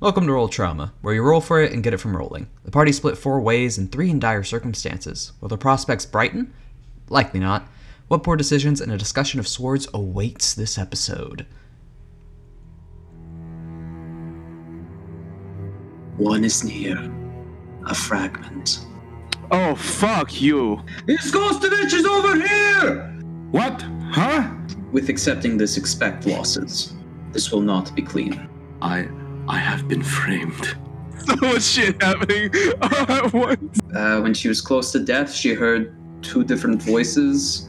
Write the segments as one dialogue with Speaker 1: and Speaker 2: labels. Speaker 1: Welcome to Roll Trauma, where you roll for it and get it from rolling. The party split four ways and three in dire circumstances. Will the prospects brighten? Likely not. What poor decisions and a discussion of swords awaits this episode?
Speaker 2: One is near, a fragment.
Speaker 3: Oh, fuck you.
Speaker 4: It's Kostovich is over here!
Speaker 3: What? Huh?
Speaker 2: With accepting this, expect losses. This will not be clean.
Speaker 5: I I have been framed.
Speaker 3: So much shit happening all at once.
Speaker 2: Uh, when she was close to death, she heard two different voices.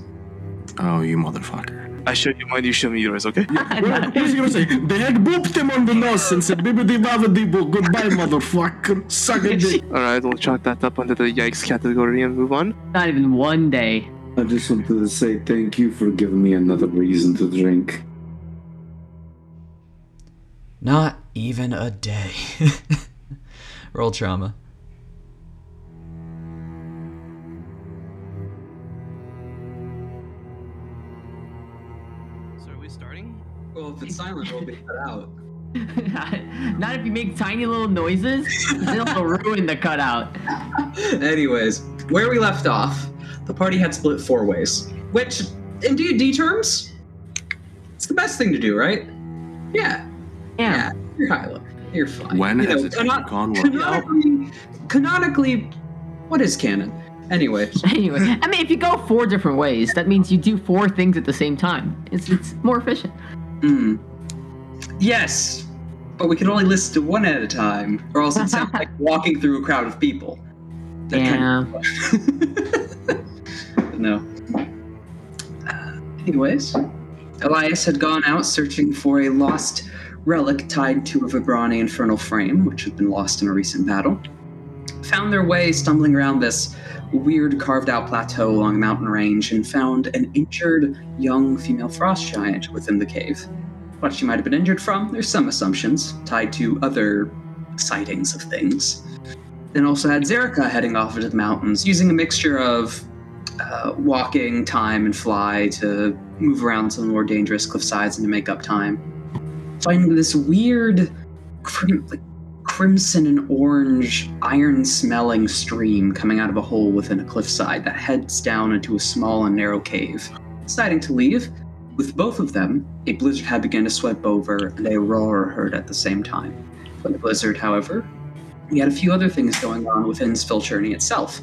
Speaker 5: Oh, you motherfucker.
Speaker 3: I show you mine, you show me yours, okay?
Speaker 6: Who's gonna say? They had booped him on the nose and said, Bibbidi Babbidi Boo, goodbye, motherfucker. Suck a dick.
Speaker 3: Alright, we'll chalk that up under the yikes category and move on.
Speaker 7: Not even one day.
Speaker 6: I just wanted to say thank you for giving me another reason to drink.
Speaker 1: Not even a day. Roll trauma.
Speaker 3: So are we starting?
Speaker 2: Well, if it's silent, it'll be cut out.
Speaker 7: Not if you make tiny little noises, it'll ruin the cutout.
Speaker 2: Anyways, where we left off, the party had split four ways, which, in D&D terms, it's the best thing to do, right? Yeah,
Speaker 7: Yeah.
Speaker 2: yeah, you're Hyla. You're fine.
Speaker 5: When
Speaker 2: You
Speaker 5: has
Speaker 2: know,
Speaker 5: it
Speaker 2: canon-
Speaker 5: gone well?
Speaker 2: canonically, canonically, what is canon? Anyway,
Speaker 7: Anyway, I mean, if you go four different ways, that means you do four things at the same time. It's, it's more efficient.
Speaker 2: Hmm. Yes, but we can only listen to one at a time, or else it sounds like walking through a crowd of people. That
Speaker 7: Yeah.
Speaker 2: Kind of, no. Uh, anyways, Elias had gone out searching for a lost relic tied to a Vibrani infernal frame, which had been lost in a recent battle. Found their way stumbling around this weird carved out plateau along a mountain range and found an injured young female frost giant within the cave what she might have been injured from. There's some assumptions tied to other sightings of things. Then also had Zerika heading off into the mountains, using a mixture of uh, walking, time, and fly to move around some more dangerous cliff sides and to make up time. Finding this weird, crim- like, crimson and orange, iron-smelling stream coming out of a hole within a cliffside that heads down into a small and narrow cave. Deciding to leave, with both of them, a blizzard had begun to sweep over, and a roar heard at the same time. From the blizzard, however, we had a few other things going on within Svilcherny itself.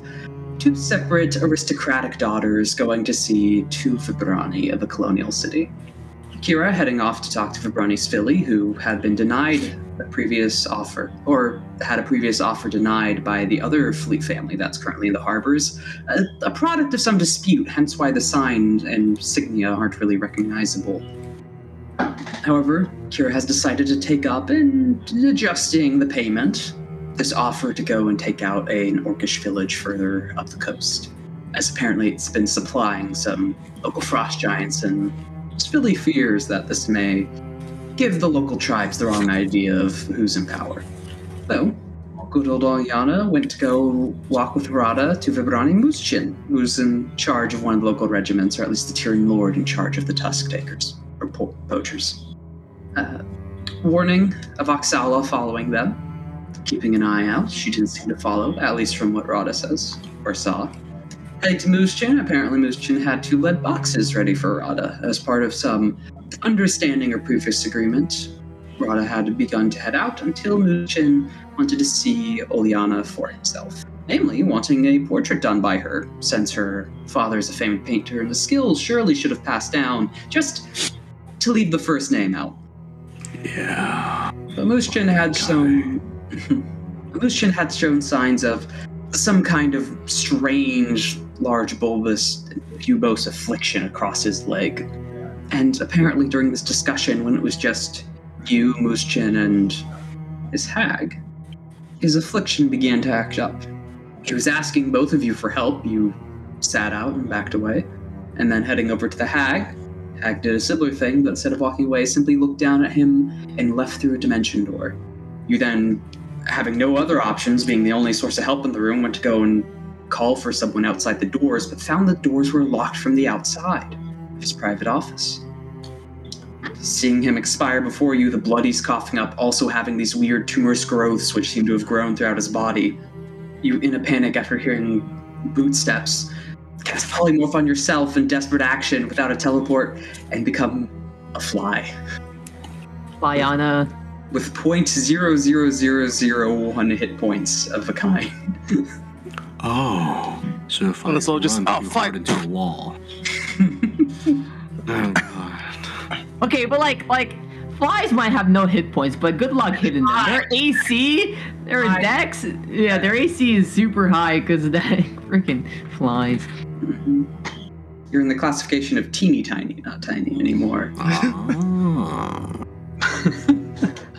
Speaker 2: Two separate aristocratic daughters going to see two Vibrani of a colonial city. Kira heading off to talk to Vibrani Svili, who had been denied a previous offer, or had a previous offer denied by the other Fleet family that's currently in the harbors, a, a product of some dispute, hence why the sign and signia aren't really recognizable. However, Kira has decided to take up and adjusting the payment, this offer to go and take out an orcish village further up the coast, as apparently it's been supplying some local frost giants and Spilly fears that this may give the local tribes the wrong idea of who's in power. Though, good old Olyana went to go walk with Harada to Vibrani Muschin, who's in charge of one of the local regiments, or at least the Tyrian lord in charge of the Tusk Takers, or po- poachers. Uh, warning of Oxala following them. Keeping an eye out, she didn't seem to follow, at least from what Rada says, or saw. Heading to Moosechen, apparently Moosechen had two lead boxes ready for Rada as part of some understanding or previous agreement. Rada had begun to head out until Moosechen wanted to see Oleana for himself. Namely, wanting a portrait done by her, since her father is a famed painter and the skills surely should have passed down, just to leave the first name out.
Speaker 5: Yeah.
Speaker 2: But Mushin had some. Mushin had shown signs of some kind of strange, large, bulbous, pubose affliction across his leg. And apparently, during this discussion, when it was just you, Mushin, and his hag, his affliction began to act up. He was asking both of you for help. You sat out and backed away, and then heading over to the hag. Hag did a similar thing, but instead of walking away, simply looked down at him and left through a dimension door. You then, having no other options, being the only source of help in the room, went to go and call for someone outside the doors, but found the doors were locked from the outside of his private office. seeing him expire before you, the blood he's coughing up, also having these weird tumorous growths which seem to have grown throughout his body. You, in a panic after hearing boot steps, cast polymorph on yourself in desperate action without a teleport and become a fly
Speaker 7: Liana.
Speaker 2: with 0.00001 hit points of a kind.
Speaker 5: Oh. So if I
Speaker 3: Let's all just-
Speaker 5: run,
Speaker 3: oh,
Speaker 5: you
Speaker 3: fight.
Speaker 5: hide into a wall. oh god.
Speaker 7: Okay, but like like flies might have no hit points, but good luck hitting them. Their AC, their
Speaker 2: Fly.
Speaker 7: dex, yeah, their AC is super high because of that freaking flies.
Speaker 2: You're in the classification of teeny tiny, not tiny anymore.
Speaker 5: Oh.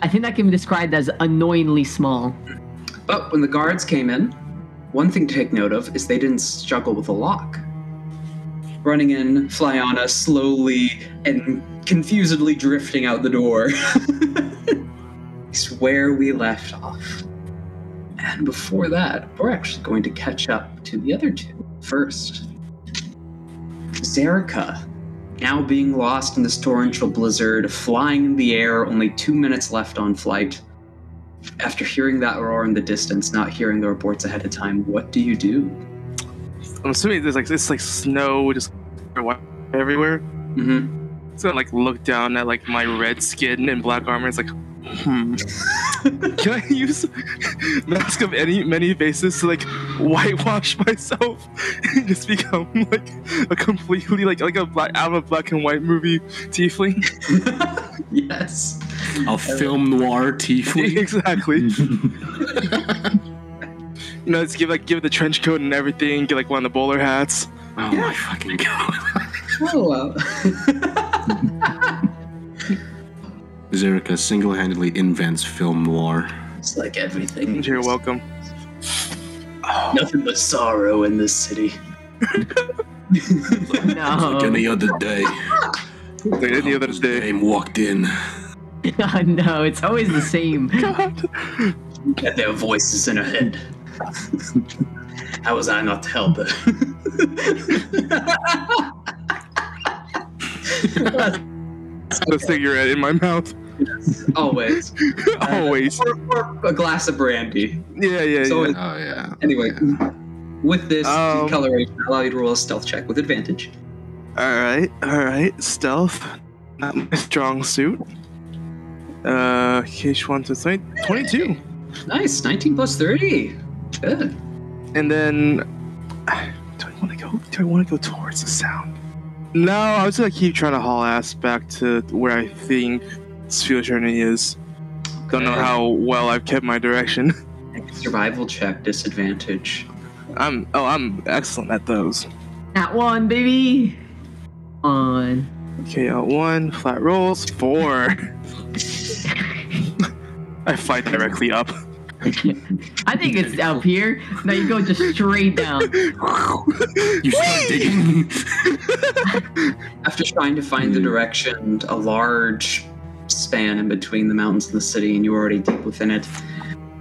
Speaker 7: I think that can be described as annoyingly small.
Speaker 2: But when the guards came in, one thing to take note of is they didn't struggle with a lock. Running in, Flyana slowly and confusedly drifting out the door. is where we left off. And before that, we're actually going to catch up to the other two first. Zerika, now being lost in this torrential blizzard, flying in the air, only two minutes left on flight after hearing that roar in the distance, not hearing the reports ahead of time, what do you do?
Speaker 3: I'm assuming there's like it's like snow just everywhere.
Speaker 2: Mm-hmm.
Speaker 3: So I like look down at like my red skin and black armor. It's like, hmm. Can I use mask of any many faces to like whitewash myself and just become like a completely like like a black out of a black and white movie tiefling?
Speaker 2: Yes.
Speaker 6: A film noir tiefling.
Speaker 3: exactly. You know, just give like give the trench coat and everything. Get like one of the bowler hats.
Speaker 5: Oh my fucking god.
Speaker 2: Oh,
Speaker 5: Zerika single-handedly invents film noir.
Speaker 2: it's like everything.
Speaker 3: You're welcome.
Speaker 2: Nothing but sorrow in this city.
Speaker 5: Like
Speaker 7: No,
Speaker 5: any other day.
Speaker 3: Like any other day.
Speaker 5: Dame walked in.
Speaker 7: no, it's always the same.
Speaker 2: And their voices in her head. How was I not to help her?
Speaker 3: the cigarette in my mouth.
Speaker 2: Always.
Speaker 3: Always.
Speaker 2: Or, or a glass of brandy.
Speaker 3: Yeah, yeah,
Speaker 2: It's
Speaker 3: yeah.
Speaker 2: always-
Speaker 5: Oh yeah.
Speaker 2: Anyway, with this
Speaker 3: Um,
Speaker 2: decoloration, I allow you to roll a stealth check with advantage.
Speaker 3: Alright, alright. Stealth. Not my strong suit. Uh, Kish wants to say 22.
Speaker 2: Nice. 19 plus 30. Good.
Speaker 3: And then. Do I want to go? Do I want to go towards the sound? No, I was gonna keep trying to haul ass back to where I think this field journey is. Don't know
Speaker 2: Okay.
Speaker 3: how well I've kept my direction.
Speaker 2: Survival check disadvantage.
Speaker 3: I'm oh, I'm excellent at those.
Speaker 7: That one, baby. On.
Speaker 3: Okay, uh, one flat rolls, four. I fly directly up.
Speaker 7: I think it's up here. No, you go just straight down.
Speaker 5: You start digging.
Speaker 2: After trying to find the direction, a large span in between the mountains and the city, and you're already deep within it,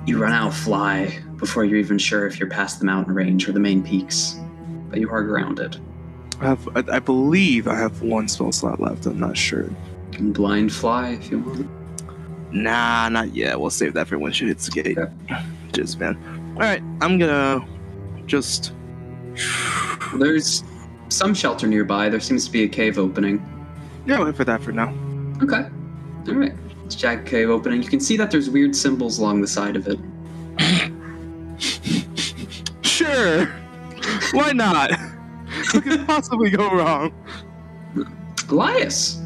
Speaker 2: you run out of fly before you're even sure if you're past the mountain range or the main peaks. But you are grounded.
Speaker 3: I have, I, I believe I have one spell slot left. I'm not sure.
Speaker 2: You can blind fly if you want.
Speaker 3: Nah, not yet. We'll save that for when she hits the gate.
Speaker 2: Okay.
Speaker 3: Just man. All right, I'm gonna just.
Speaker 2: There's some shelter nearby. There seems to be a cave opening.
Speaker 3: Yeah, wait for that for now.
Speaker 2: Okay. All right. It's Jack Cave opening. You can see that there's weird symbols along the side of it.
Speaker 3: Sure. Why not? what could possibly go wrong?
Speaker 2: Elias!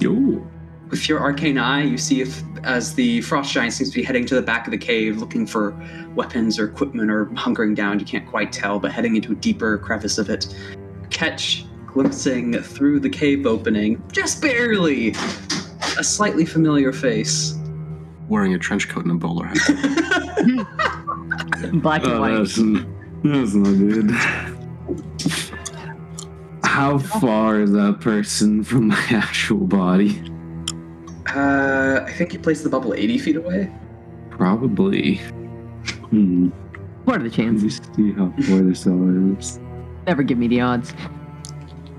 Speaker 6: Yo.
Speaker 2: With your arcane eye, you see if, as the frost giant seems to be heading to the back of the cave, looking for weapons or equipment, or hunkering down. You can't quite tell, but heading into a deeper crevice of it, catch glimpsing through the cave opening, just barely, a slightly familiar face.
Speaker 5: Wearing a trench coat and a bowler hat.
Speaker 7: Black and
Speaker 6: Oh,
Speaker 7: white.
Speaker 6: that's, that's not good. How far is that person from my actual body?
Speaker 2: Uh, I think you placed the bubble 80 feet away.
Speaker 6: Probably. Hmm.
Speaker 7: What are the
Speaker 6: Let
Speaker 7: chances?
Speaker 6: me see how far this all is.
Speaker 7: Never give me the odds.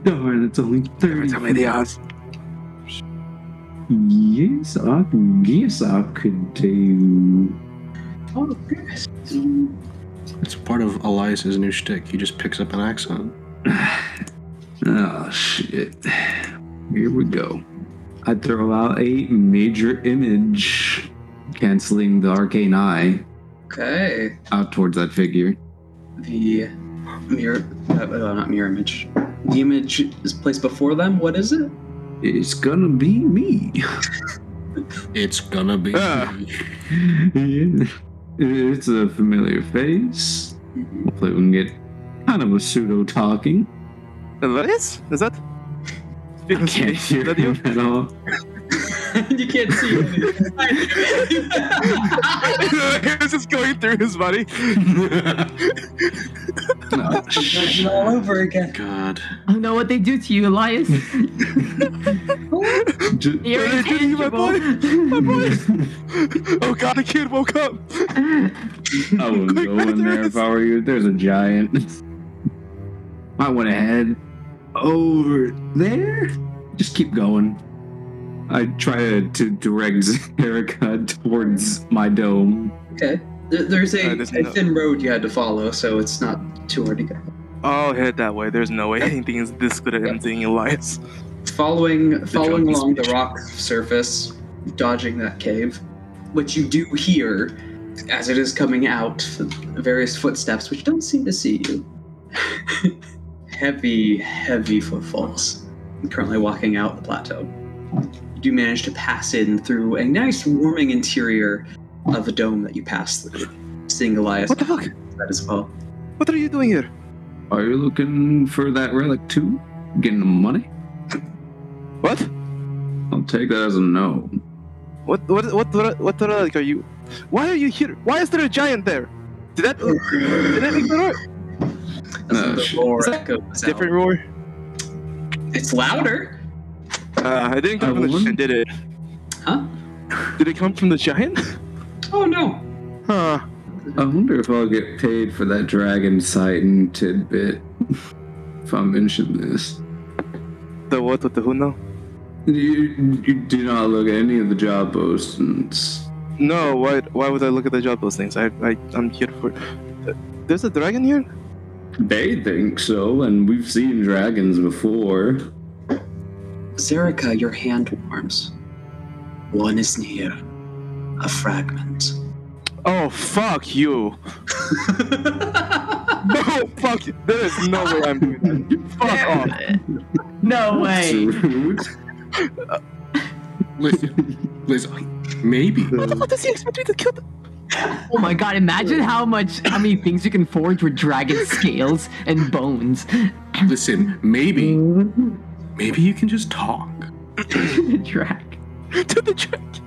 Speaker 6: Darn, it's only 30.
Speaker 3: Tell me the odds.
Speaker 8: Yes, I guess I could do.
Speaker 2: Oh, goodness.
Speaker 5: It's part of Elias's new shtick. He just picks up an accent.
Speaker 8: Oh shit! Here we go. I throw out a major image, canceling the arcane eye
Speaker 2: Okay.
Speaker 8: out towards that figure.
Speaker 2: The mirror, uh, uh, not mirror image. The image is placed before them. What is it?
Speaker 8: It's gonna be me.
Speaker 5: It's gonna be.
Speaker 3: Ah.
Speaker 8: Yeah. It's a familiar face. Hopefully, we can get kind of a pseudo talking.
Speaker 3: Elias? Is that? Speaking to me,
Speaker 8: Can't
Speaker 3: is
Speaker 8: hear
Speaker 3: that you?
Speaker 8: him at all.
Speaker 2: you can't see it.
Speaker 3: it was just going through his body.
Speaker 8: Oh,
Speaker 2: Imagine all over again.
Speaker 5: God.
Speaker 7: I know what they do to you, Elias.
Speaker 8: Ju-
Speaker 7: You're
Speaker 3: They're doing my
Speaker 7: intangible.
Speaker 3: oh god, the kid woke up.
Speaker 8: I wouldn't
Speaker 3: Quick,
Speaker 8: go in there if I were you. There's a giant. I went ahead over there. Just keep going. I try to, to direct Erica towards my dome.
Speaker 2: Okay. There- There's a,
Speaker 3: Uh, there's
Speaker 2: a
Speaker 3: no-
Speaker 2: thin road you had to follow, so it's not too hard to go.
Speaker 3: I'll head that way. There's no way anything is this good at emptying Elias.
Speaker 2: Following, following
Speaker 5: junkies
Speaker 2: along the
Speaker 5: bitch.
Speaker 2: rock surface, dodging that cave, which you do hear as it is coming out, various footsteps which don't seem to see you. heavy, heavy footfalls. I'm currently walking out the plateau. You do manage to pass in through a nice, warming interior of a dome that you pass through, seeing Elias
Speaker 3: What the fuck?
Speaker 2: that as well.
Speaker 3: What are you doing here?
Speaker 8: Are you looking for that relic too? Getting the money?
Speaker 3: What?
Speaker 8: I'll take that as a no.
Speaker 3: What? What? What? What? What? Like, are you? Why are you here? Why is there a giant there? Did that? Did that make the roar?
Speaker 2: That's
Speaker 8: Oh,
Speaker 2: what the
Speaker 8: shit.
Speaker 2: roar
Speaker 3: Is that
Speaker 2: echoes out.
Speaker 3: Different roar.
Speaker 2: It's louder,
Speaker 3: Uh, I didn't come
Speaker 8: I
Speaker 3: from the
Speaker 8: wouldn't-
Speaker 3: giant, did it?
Speaker 2: huh?
Speaker 3: Did it come from the giant?
Speaker 2: Oh no.
Speaker 3: Huh.
Speaker 8: I wonder if I'll get paid for that dragon sighting tidbit. if I mention this.
Speaker 3: The what? What the who? No.
Speaker 8: You, you do not look at any of the job postings.
Speaker 3: No. Why? Why would I look at the job postings? I. I. I'm here for. There's a dragon here.
Speaker 8: They think so, and we've seen dragons before.
Speaker 2: Zerika, your hand warms. One is near. A fragment.
Speaker 3: Oh fuck you. no fuck. you. There is no way I'm doing that. Fuck off.
Speaker 7: no way.
Speaker 8: Rude.
Speaker 5: Listen, listen. Maybe.
Speaker 3: What does he expect me to kill?
Speaker 7: Oh my god, imagine how much how many things you can forge with dragon scales and bones.
Speaker 5: Listen, maybe. Maybe you can just talk.
Speaker 7: Drag.
Speaker 3: to the giant?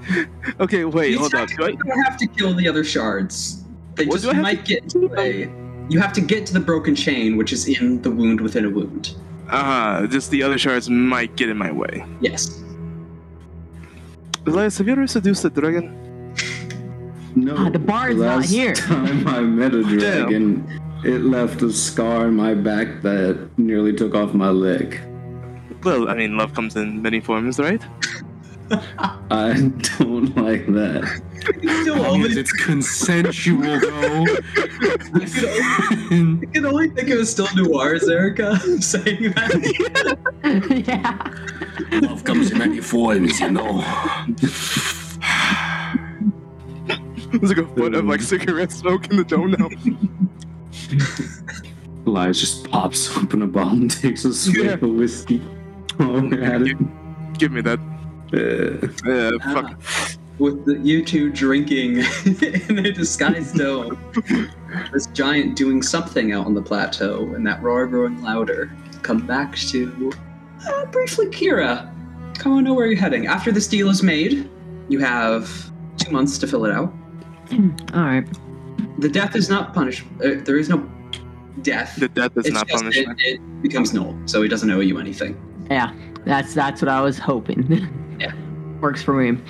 Speaker 3: Okay, wait.
Speaker 2: you
Speaker 3: Hold up. Do I-
Speaker 2: technically don't have to kill the other shards. They
Speaker 3: What
Speaker 2: just
Speaker 3: do I have
Speaker 2: might get in the way. You have to get to the broken chain, which is in the wound within a wound.
Speaker 3: Uh, just the other shards might get in my way.
Speaker 2: Yes.
Speaker 3: Elias, have you ever seduced a dragon?
Speaker 8: No,
Speaker 7: Ah, the bard's not
Speaker 8: last
Speaker 7: here.
Speaker 8: time I met a dragon, it left a scar on my back that nearly took off my leg.
Speaker 3: Well, I mean, love comes in many forms, right?
Speaker 8: I don't like that.
Speaker 2: Still
Speaker 5: That means
Speaker 2: open.
Speaker 5: it's consensual, though.
Speaker 2: I can only think it was still noir, Zerika, saying that.
Speaker 7: yeah.
Speaker 5: Love comes in many forms, you know.
Speaker 3: There's like a foot of like cigarette smoke in the dome now.
Speaker 8: Elias just pops open a bottle and takes a swig
Speaker 3: Yeah.
Speaker 8: of whiskey. Oh, at it.
Speaker 3: Give me that.
Speaker 8: Uh,
Speaker 3: Uh, fuck.
Speaker 2: With the, you two drinking in a disguised dome. this giant doing something out on the plateau, and that roar growing louder. Come back to uh, briefly, Kira. Come on, know where you're heading. After this deal is made, you have two months to fill it out.
Speaker 7: Alright.
Speaker 2: The death is not punished. Uh, there is no death.
Speaker 3: The death is not
Speaker 2: just
Speaker 3: punishment.
Speaker 2: It, it becomes null, so he doesn't owe you anything.
Speaker 7: Yeah. That's that's what I was hoping.
Speaker 2: Yeah.
Speaker 7: Works for me.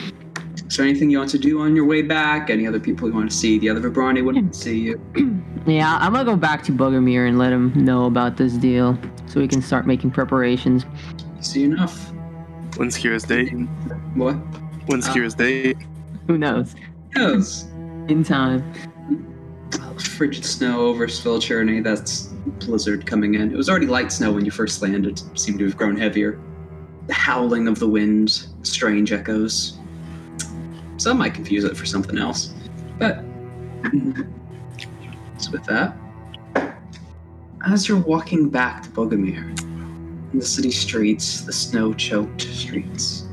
Speaker 2: Is there anything you want to do on your way back? Any other people you want to see? The other Vibrani wouldn't see you.
Speaker 7: Yeah, I'm gonna go back to Buggermere and let him know about this deal so we can start making preparations.
Speaker 2: See enough.
Speaker 3: When's Kira's date?
Speaker 2: What?
Speaker 3: When's
Speaker 2: Uh,
Speaker 3: Kira's date?
Speaker 7: Who knows?
Speaker 2: Yes.
Speaker 7: In time.
Speaker 2: Frigid snow over Spell Journey. That's blizzard coming in. It was already light snow when you first landed. It seemed to have grown heavier. The howling of the wind, strange echoes. Some might confuse it for something else. But so with that, as you're walking back to Bogomir, in the city streets, the snow-choked streets,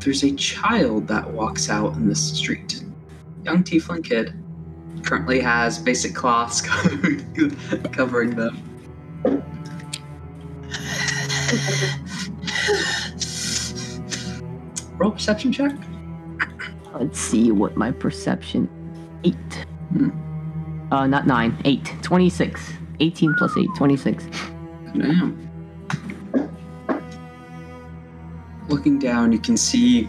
Speaker 2: there's a child that walks out in the street. Young tiefling kid currently has basic cloths covering covering them. Roll perception check.
Speaker 7: Let's see what my perception. Eight. Uh, not nine. Eight. 26. 18 plus 8. 26.
Speaker 2: Damn. Looking down, you can see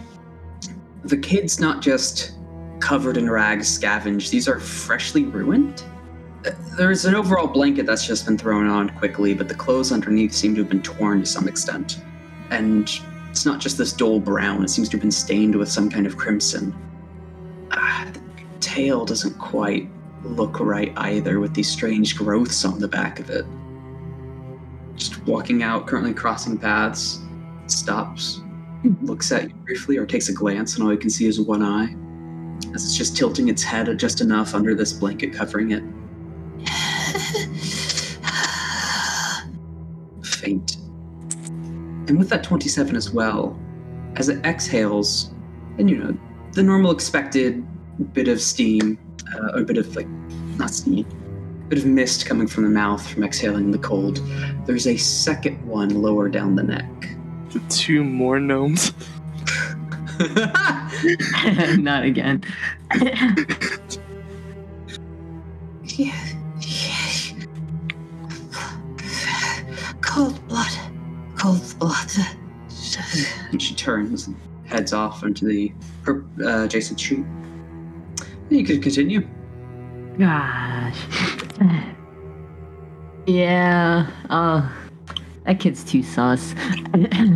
Speaker 2: the kid's not just covered in rags scavenged, these are freshly ruined. Uh, There's an overall blanket that's just been thrown on quickly, but the clothes underneath seem to have been torn to some extent. And it's not just this dull brown, it seems to have been stained with some kind of crimson. Ah, the tail doesn't quite look right either, with these strange growths on the back of it just walking out, currently crossing paths, stops, looks at you briefly, or takes a glance, and all you can see is one eye, as it's just tilting its head just enough under this blanket covering it. Faint. And with that 27 as well, as it exhales, and you know, the normal expected bit of steam, uh, or a bit of like, not steam, bit of mist coming from the mouth from exhaling the cold. There's a second one lower down the
Speaker 3: The two more gnomes.
Speaker 2: neck.
Speaker 7: not again.
Speaker 9: Yes. Yes. Cold blood. Cold blood.
Speaker 2: and she turns and heads off into the per- uh, adjacent street. You could continue.
Speaker 7: Gosh. yeah. Uh, that kid's too sus.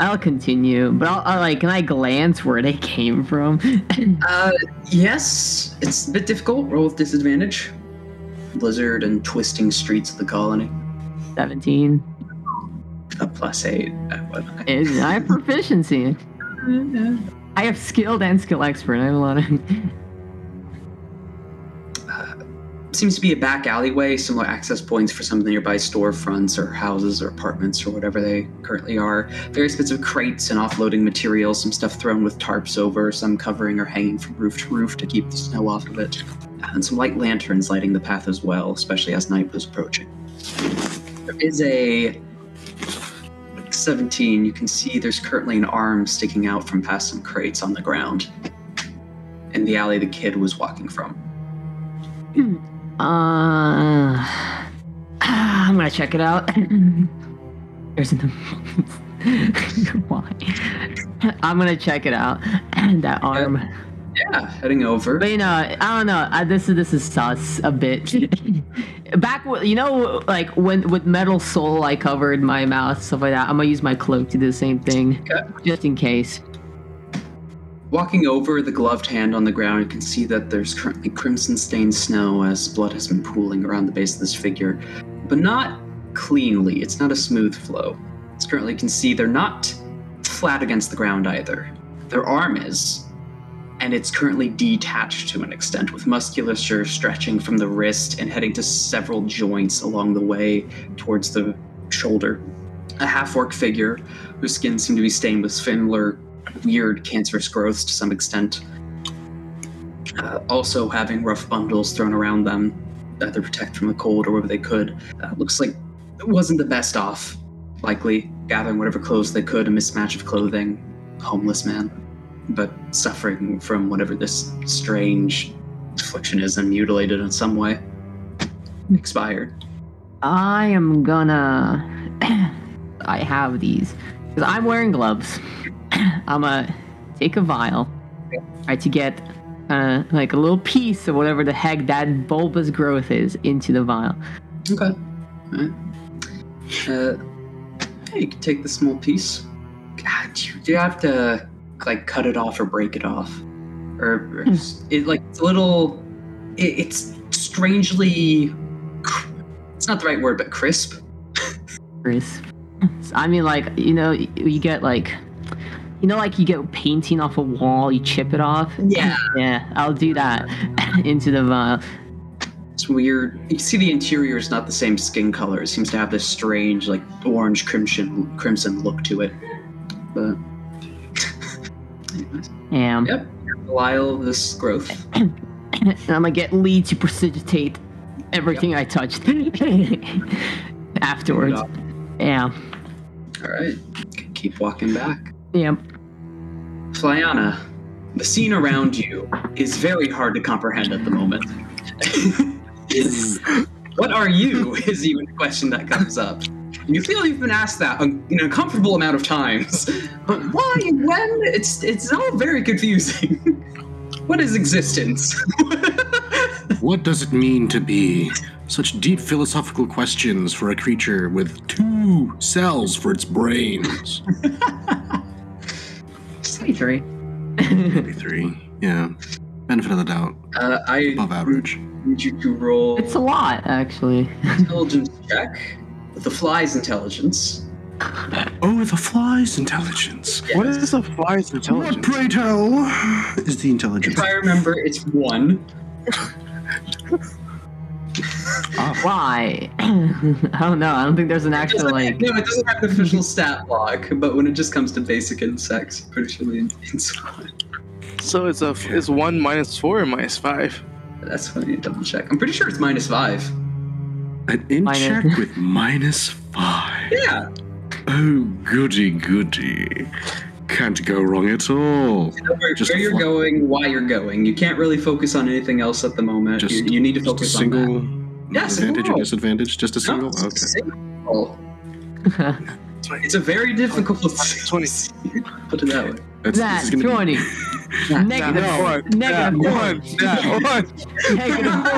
Speaker 7: I'll continue, but I'll, I'll like. Can I glance where they came from?
Speaker 2: Uh, yes, it's a bit difficult. Roll with disadvantage. Blizzard and twisting streets of the colony.
Speaker 7: Seventeen.
Speaker 2: A plus eight. uh, what-
Speaker 7: Is I have proficiency. I have skilled and skill expert. I have a lot of.
Speaker 2: Seems to be a back alleyway, similar access points for some of the nearby storefronts or houses or apartments or whatever they currently are. Various bits of crates and offloading materials, some stuff thrown with tarps over, some covering or hanging from roof to roof to keep the snow off of it, and some light lanterns lighting the path as well, especially as night was approaching. There is a 17. You can see there's currently an arm sticking out from past some crates on the ground in the alley the kid was walking from.
Speaker 7: Uh, I'm gonna check it out. There's an why? I'm gonna check it out. that arm,
Speaker 2: Yeah, heading over.
Speaker 7: but you know, I don't know. I, this is this is sus a bit. Back, w- you know, like when with metal soul, I covered my mouth stuff like that. I'm gonna use my cloak to do the same thing, just in case.
Speaker 2: Walking over the gloved hand on the ground, you can see that there's currently crimson stained snow as blood has been pooling around the base of this figure, but not cleanly. It's not a smooth flow. It's currently, you can see they're not flat against the ground either. Their arm is, and it's currently detached to an extent, with musculature stretching from the wrist and heading to several joints along the way towards the shoulder. A half orc figure whose skin seemed to be stained with similar weird cancerous growths to some extent. Uh, also having rough bundles thrown around them, either protect from the cold or whatever they could. Uh, looks like it wasn't the best off, likely gathering whatever clothes they could, a mismatch of clothing, homeless man, but suffering from whatever this strange affliction is and mutilated in some way. Expired.
Speaker 7: I am gonna. I have these because I'm wearing gloves. I'm gonna take a vial, right, to get uh, like a little piece of whatever the heck that bulbous growth is into the vial.
Speaker 2: Okay. Alright. Uh, yeah, you can take the small piece. God, do you, do you have to like cut it off or break it off? Or, or s- it like it's a little, it, it's strangely, cr- it's not the right word, but crisp.
Speaker 7: Chris. I mean, like, you know, y- you get like, you know, like you get painting off a wall, you chip it off.
Speaker 2: Yeah.
Speaker 7: Yeah, I'll do that into the vial.
Speaker 2: It's weird. You see the interior is not the same skin color. It seems to have this strange, like orange crimson crimson look to it. But anyways,
Speaker 7: Yeah.
Speaker 2: yep, Lyle, this growth.
Speaker 7: And I'm gonna get Lee to precipitate everything I touched afterwards. Yeah.
Speaker 2: All right, keep walking back.
Speaker 7: Yeah.
Speaker 2: Flyana, the scene around you is very hard to comprehend at the moment. what are you is even a question that comes up. You feel you've been asked that an an uncomfortable amount of times, but why, when? It's it's all very confusing. what is existence?
Speaker 5: What does it mean to be? Such deep philosophical questions for a creature with two cells for its brains.
Speaker 7: Three.
Speaker 2: Uh,
Speaker 5: Maybe three. Yeah. Benefit of the doubt.
Speaker 2: Uh, I
Speaker 5: Above average.
Speaker 2: need you to roll
Speaker 7: It's a lot, actually.
Speaker 2: intelligence check with the fly's intelligence.
Speaker 5: Oh, the fly's intelligence.
Speaker 3: What is a fly's
Speaker 5: What,
Speaker 3: intelligence?
Speaker 5: pray tell, is the intelligence?
Speaker 2: If I remember, it's one.
Speaker 7: Why? I don't know. I don't think there's an
Speaker 2: It
Speaker 7: actual
Speaker 2: doesn't-
Speaker 7: like.
Speaker 2: no, it doesn't have an official stat log, but when it just comes to basic insects, pretty sure the in- insect.
Speaker 3: So it's a it's one minus four and minus five.
Speaker 2: That's what I need to double check. I'm pretty sure it's minus five.
Speaker 5: An in
Speaker 7: Minus-
Speaker 5: check with minus five.
Speaker 2: Yeah.
Speaker 5: Oh, goody goody. Can't go wrong at all.
Speaker 2: Where,
Speaker 5: Just
Speaker 2: where you're
Speaker 5: fly-
Speaker 2: going, why you're going. You can't really focus on anything else at the moment.
Speaker 5: Just-
Speaker 2: you, you need to
Speaker 5: Just a
Speaker 2: focus on
Speaker 5: single
Speaker 2: Yeah, single
Speaker 5: advantage or
Speaker 2: roll.
Speaker 5: disadvantage? Just a
Speaker 2: that. No,
Speaker 5: single?
Speaker 2: it's a
Speaker 5: Okay.
Speaker 2: single. It's a very difficult.
Speaker 3: Twenty.
Speaker 2: Put it that way.
Speaker 5: That's,
Speaker 7: that
Speaker 5: this is gonna be-
Speaker 7: 20. Negative
Speaker 3: That
Speaker 7: four.
Speaker 3: one, that
Speaker 7: Negative four.
Speaker 3: one, that one.
Speaker 7: Negative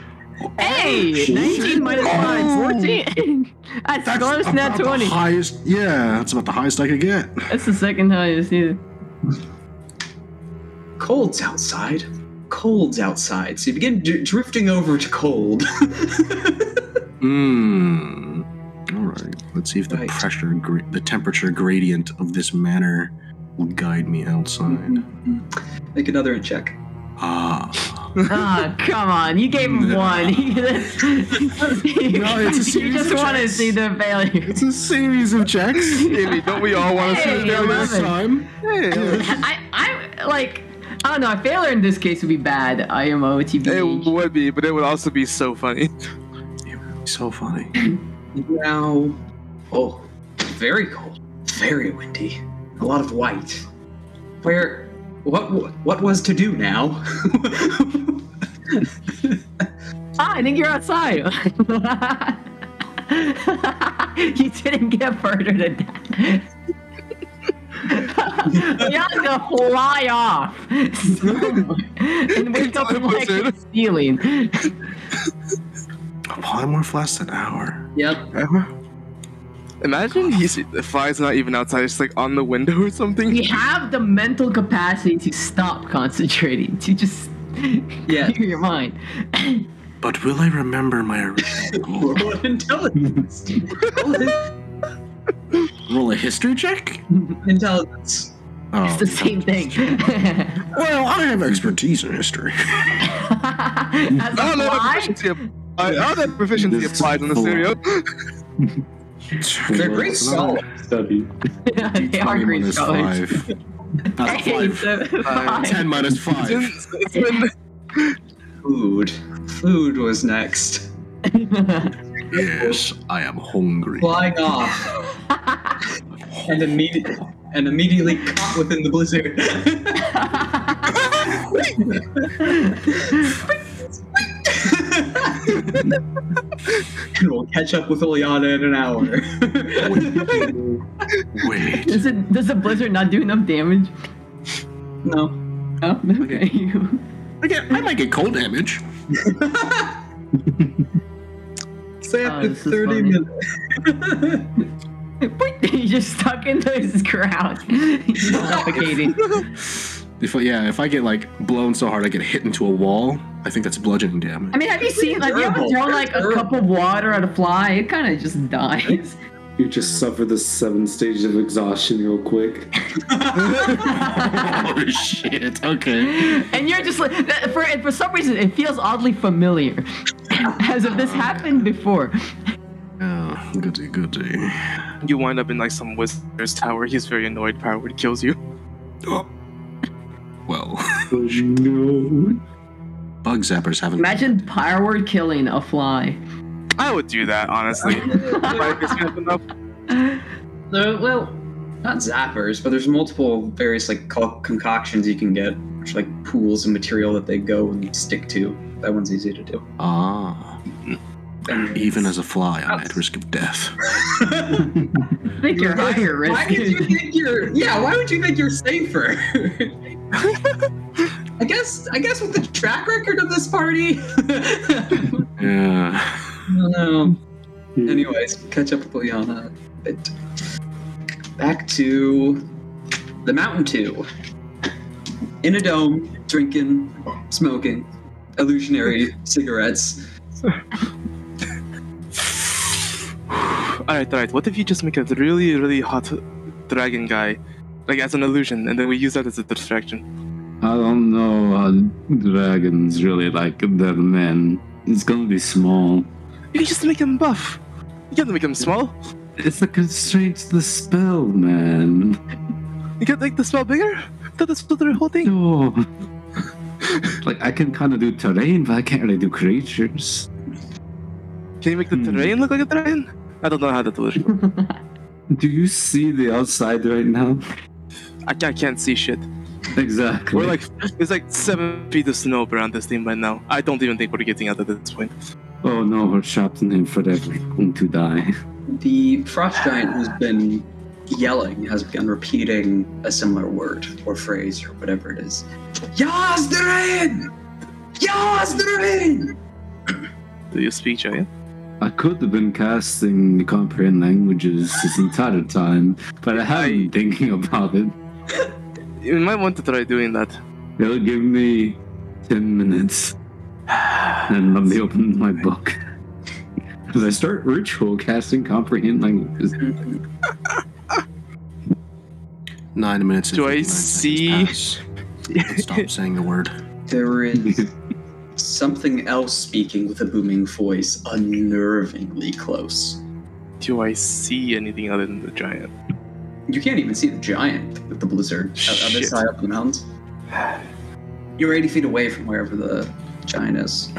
Speaker 7: four. Hey, 19 minus 5, 14. That's,
Speaker 5: Oh. That's
Speaker 7: close, not
Speaker 5: about the
Speaker 7: 20.
Speaker 5: highest. Yeah, that's about the highest I could get.
Speaker 7: That's the second highest, yeah.
Speaker 2: Cold's outside. Cold's outside. So you begin d- drifting over to cold.
Speaker 5: Hmm. All right. Let's see if the
Speaker 2: Right.
Speaker 5: pressure, gra- the temperature gradient of this manor will guide me outside.
Speaker 2: Mm-hmm. Make another check.
Speaker 5: Ah.
Speaker 7: Oh, come on. You gave him
Speaker 5: No.
Speaker 7: one. You just- you
Speaker 5: series
Speaker 7: just
Speaker 5: of
Speaker 7: want to
Speaker 5: checks.
Speaker 7: see the failure.
Speaker 5: It's a series of checks.
Speaker 3: Amy, don't we all want to see
Speaker 7: Hey,
Speaker 3: the
Speaker 7: I
Speaker 3: failure?
Speaker 7: love it.
Speaker 5: time.
Speaker 3: Hey,
Speaker 7: I, I, like, I don't know. A failure in this case would be bad. IMO
Speaker 3: it
Speaker 7: TBH.
Speaker 3: would be, but it would also be so funny.
Speaker 5: So funny.
Speaker 2: Now, oh, very cold, very windy, a lot of white. Where, what, what was to do now?
Speaker 7: Ah, I think you're outside. you didn't get further than that. you have to fly off. somewhere and wake up like
Speaker 3: Listen.
Speaker 7: it's stealing.
Speaker 5: A polymorph lasts an hour.
Speaker 2: yep.
Speaker 3: Imagine he's the fly's not even outside; it's like on the window or something.
Speaker 7: We have the mental capacity to stop concentrating, to just
Speaker 2: Yeah.
Speaker 7: clear your mind.
Speaker 5: But will I remember my original goal?
Speaker 2: Roll intelligence. Roll
Speaker 5: Roll a history check?
Speaker 2: intelligence.
Speaker 5: Oh.
Speaker 7: It's the same thing.
Speaker 5: Well, I have expertise in history.
Speaker 7: As
Speaker 3: I
Speaker 7: a
Speaker 3: don't have
Speaker 7: fly,
Speaker 3: proficiency. app- I don't have proficiency
Speaker 5: This
Speaker 3: applied in the
Speaker 5: fly.
Speaker 3: stereo.
Speaker 2: They're great
Speaker 5: That's another
Speaker 2: scholars.
Speaker 8: Study.
Speaker 7: they are
Speaker 5: 20
Speaker 7: green
Speaker 5: minus
Speaker 7: scholars.
Speaker 5: five. That's
Speaker 7: Hey,
Speaker 5: five.
Speaker 7: the-
Speaker 5: Five.
Speaker 7: five.
Speaker 5: Ten minus
Speaker 3: It's
Speaker 5: five.
Speaker 3: been, it's been
Speaker 2: Food. Food was next.
Speaker 5: Yes, I am hungry.
Speaker 2: Flying off and, immediate, and immediately caught within the blizzard. and we'll catch up with Ilyana in an hour.
Speaker 5: Wait.
Speaker 7: does it does the blizzard not do enough damage?
Speaker 2: no.
Speaker 7: Oh, okay. You-
Speaker 5: I, get, I might get cold damage.
Speaker 2: Say
Speaker 7: Oh,
Speaker 2: after
Speaker 7: this is
Speaker 2: 30
Speaker 7: funny.
Speaker 2: minutes.
Speaker 7: He's just stuck into his crowd. He's suffocating.
Speaker 5: If I- yeah, if I get like blown so hard I get hit into a wall, I think that's bludgeoning damage.
Speaker 7: I mean, have you seen like you ever
Speaker 2: Durable.
Speaker 7: thrown like a cup of water at a fly? It kind of just dies.
Speaker 8: You just suffer the seven stages of exhaustion real quick.
Speaker 5: oh shit! Okay.
Speaker 7: and you're just like that- for and for some reason it feels oddly familiar, as if this happened before.
Speaker 5: Oh, goody goody.
Speaker 3: You wind up in like some wizard's tower. He's very annoyed. Powerwood kills you.
Speaker 5: Oh. Well,
Speaker 8: Oh, no.
Speaker 5: bug zappers haven't.
Speaker 7: Imagine Pyreward killing a fly.
Speaker 3: I would do that honestly. Like, it's kind of enough.
Speaker 2: Though, well, not zappers, but there's multiple various like co- concoctions you can get, which are, like pools of material that they go and stick to. That one's easy to do.
Speaker 5: Ah,
Speaker 2: And
Speaker 5: even as a fly, I'm at risk of death.
Speaker 7: I think you're higher risk.
Speaker 2: Why did you think you're? Yeah, why would you think you're safer? I guess. I guess with the track record of this party. I
Speaker 5: Yeah.
Speaker 2: don't know. um, Anyways, catch up with Liana. a bit. Back to the Mountain Two. In a dome, drinking, smoking, illusionary cigarettes.
Speaker 3: All right, all right. What if you just make a really, really hot dragon guy, like as an illusion, and then we use that as a distraction?
Speaker 8: I don't know how dragons really like their men. It's gonna be small.
Speaker 3: You just make him buff. You can't make him small.
Speaker 8: It's the constraint to the spell, man.
Speaker 3: You can't make the spell bigger. That is the whole thing.
Speaker 8: No. Oh. like, I can kind of do terrain, but I can't really do creatures.
Speaker 3: Can you make the
Speaker 8: Hmm.
Speaker 3: terrain look like a dragon? I don't know how that would. work.
Speaker 8: Do you see the outside right now?
Speaker 3: I, I can't see shit.
Speaker 8: Exactly.
Speaker 3: We're like, there's like seven feet of snow around this thing by now. I don't even think we're getting out at this point.
Speaker 8: oh no, we're trapped in him forever. Going to die.
Speaker 2: The frost giant who's been yelling has begun repeating a similar word or phrase or whatever it is. Yazdarin! Yazdarin!
Speaker 3: Do you speak giant?
Speaker 8: I could have been casting comprehend languages this entire time, but I haven't been thinking about it.
Speaker 3: You might want to try doing that.
Speaker 8: It'll give me ten minutes, and let me open my book. As I start ritual casting comprehend languages.
Speaker 5: Nine minutes. and
Speaker 3: Do I
Speaker 5: 59 seconds
Speaker 3: see-
Speaker 5: pass. Stop saying the word.
Speaker 2: There is something else speaking with a booming voice, unnervingly close.
Speaker 3: Do I see anything other than the giant?
Speaker 2: You can't even see the giant with the blizzard o- other
Speaker 3: Shit.
Speaker 2: side up the mountains. You're 80 feet away from wherever the giant is.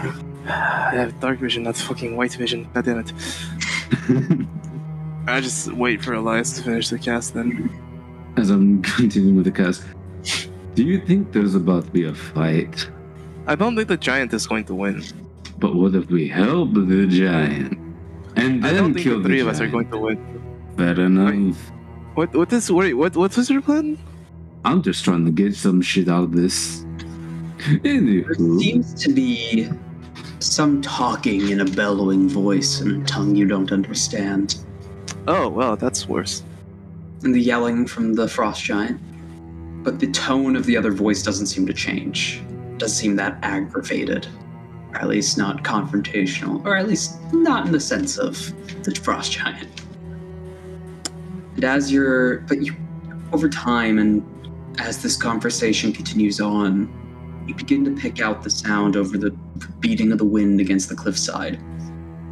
Speaker 3: I have dark vision, not fucking white vision. God damn it. I just wait for Elias to finish the cast then.
Speaker 8: As I'm continuing with the cast, do you think there's about to be a fight?
Speaker 3: I don't think the giant is going to win.
Speaker 8: But what if we help the giant and
Speaker 3: I
Speaker 8: then
Speaker 3: don't think
Speaker 8: kill
Speaker 3: the three of
Speaker 8: giant?
Speaker 3: us are going to win.
Speaker 8: Fair enough.
Speaker 3: What what is wait, what what was your plan?
Speaker 8: I'm just trying to get some shit out of this. Anywho,
Speaker 2: There seems to be some talking in a bellowing voice and a tongue you don't understand.
Speaker 3: Oh well, that's worse.
Speaker 2: And the yelling from the frost giant. But the tone of the other voice doesn't seem to change. Doesn't seem that aggravated. Or at least not confrontational. Or at least not in the sense of the frost giant. And as you're but you over time and as this conversation continues on, you begin to pick out the sound over the beating of the wind against the cliffside.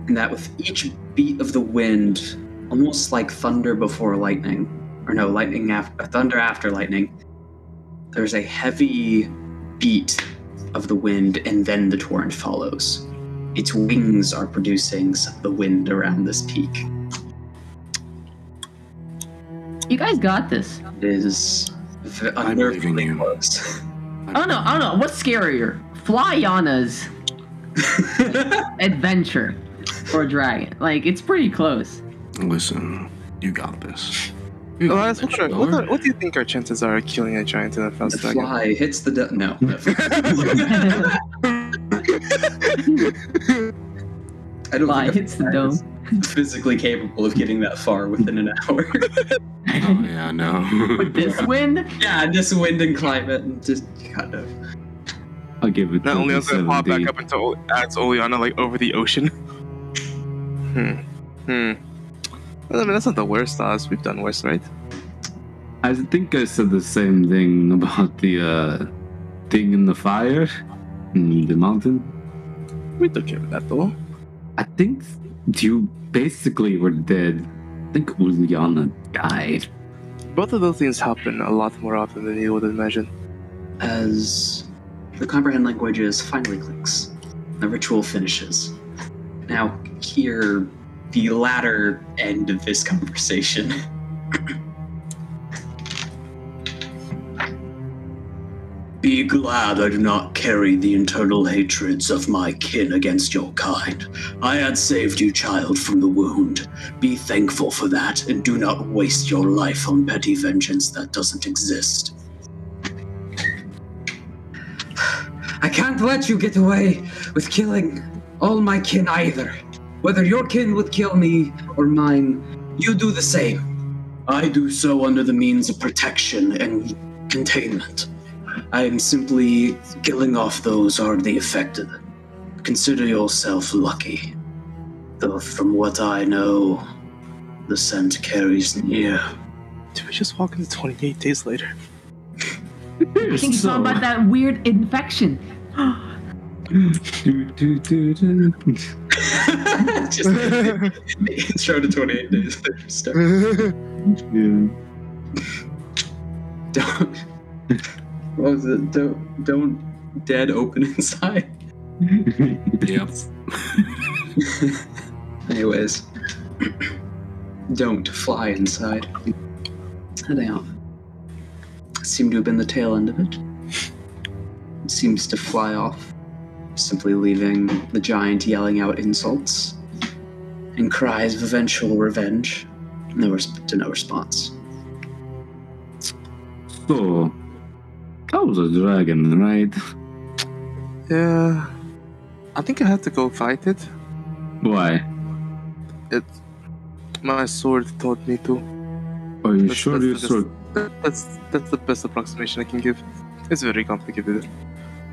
Speaker 2: And that with each beat of the wind, almost like thunder before lightning, or no, lightning after thunder after lightning, there's a heavy beat of the wind, and then the torrent follows. Its wings are producing some of the wind around this peak.
Speaker 7: You guys got this.
Speaker 2: It is v-
Speaker 5: I'm leaving
Speaker 2: unnervingly
Speaker 5: you.
Speaker 2: close.
Speaker 7: Oh no, oh no, what's scarier? Flyana's adventure or dragon. Like it's pretty close.
Speaker 5: Listen, you got this. You got
Speaker 3: Elias,
Speaker 5: this,
Speaker 3: Oh, what, are,
Speaker 5: Miller.
Speaker 3: what, are, what do you think our chances are of killing a giant in a
Speaker 2: the
Speaker 3: fast dragon?
Speaker 2: fly hits the du- no.
Speaker 7: Fly
Speaker 2: I don't think I've
Speaker 7: hits the
Speaker 2: tried
Speaker 7: dome.
Speaker 2: this. physically capable of getting that far within an hour.
Speaker 5: Oh yeah, no.
Speaker 7: With this wind?
Speaker 2: yeah, this wind and climate and just kind of.
Speaker 8: I'll give it.
Speaker 3: Not only does it pop back
Speaker 8: 70.
Speaker 3: up into Ol- adds Oleana like over the ocean. Hmm. Hmm. Well, I mean, that's not the worst odds. We've done worse, right?
Speaker 8: I think I said the same thing about the uh, thing in the fire, in the mountain.
Speaker 3: We took care of that though.
Speaker 8: I think you basically were dead. I think Uliana died.
Speaker 3: Both of those things happen a lot more often than you would imagine.
Speaker 2: As the comprehend languages finally clicks, the ritual finishes. Now, hear the latter end of this conversation.
Speaker 4: Be glad I do not carry the internal hatreds of my kin against your kind. I had saved you, child, from the wound. Be thankful for that, and do not waste your life on petty vengeance that doesn't exist.
Speaker 2: I can't let you get away with killing all my kin either. Whether your kin would kill me or mine, you do the same.
Speaker 4: I do so under the means of protection and containment.
Speaker 2: I am simply
Speaker 4: Killing off those already affected. Consider yourself lucky. Though, from what I know, the scent carries near.
Speaker 3: Did we just walk into 28 days later?
Speaker 7: I think it's all about that weird infection.
Speaker 8: Do, do, do, do.
Speaker 2: just the intro to 28 days. later stuff.
Speaker 8: Yeah.
Speaker 2: Don't. What was it? Don't, don't dead open inside.
Speaker 5: yep.
Speaker 2: Anyways, don't fly inside. Heading out. Seemed to have been the tail end of it. It seems to fly off, simply leaving the giant yelling out insults and cries of eventual revenge. No res- to no response.
Speaker 8: So, that was a dragon, right?
Speaker 3: Yeah. I think I had to go fight it.
Speaker 8: Why?
Speaker 3: It. My sword told me to.
Speaker 8: Are you
Speaker 3: That's-
Speaker 8: sure
Speaker 3: that's
Speaker 8: you
Speaker 3: the
Speaker 8: saw?
Speaker 3: best- That's that's the best approximation I can give. It's very complicated.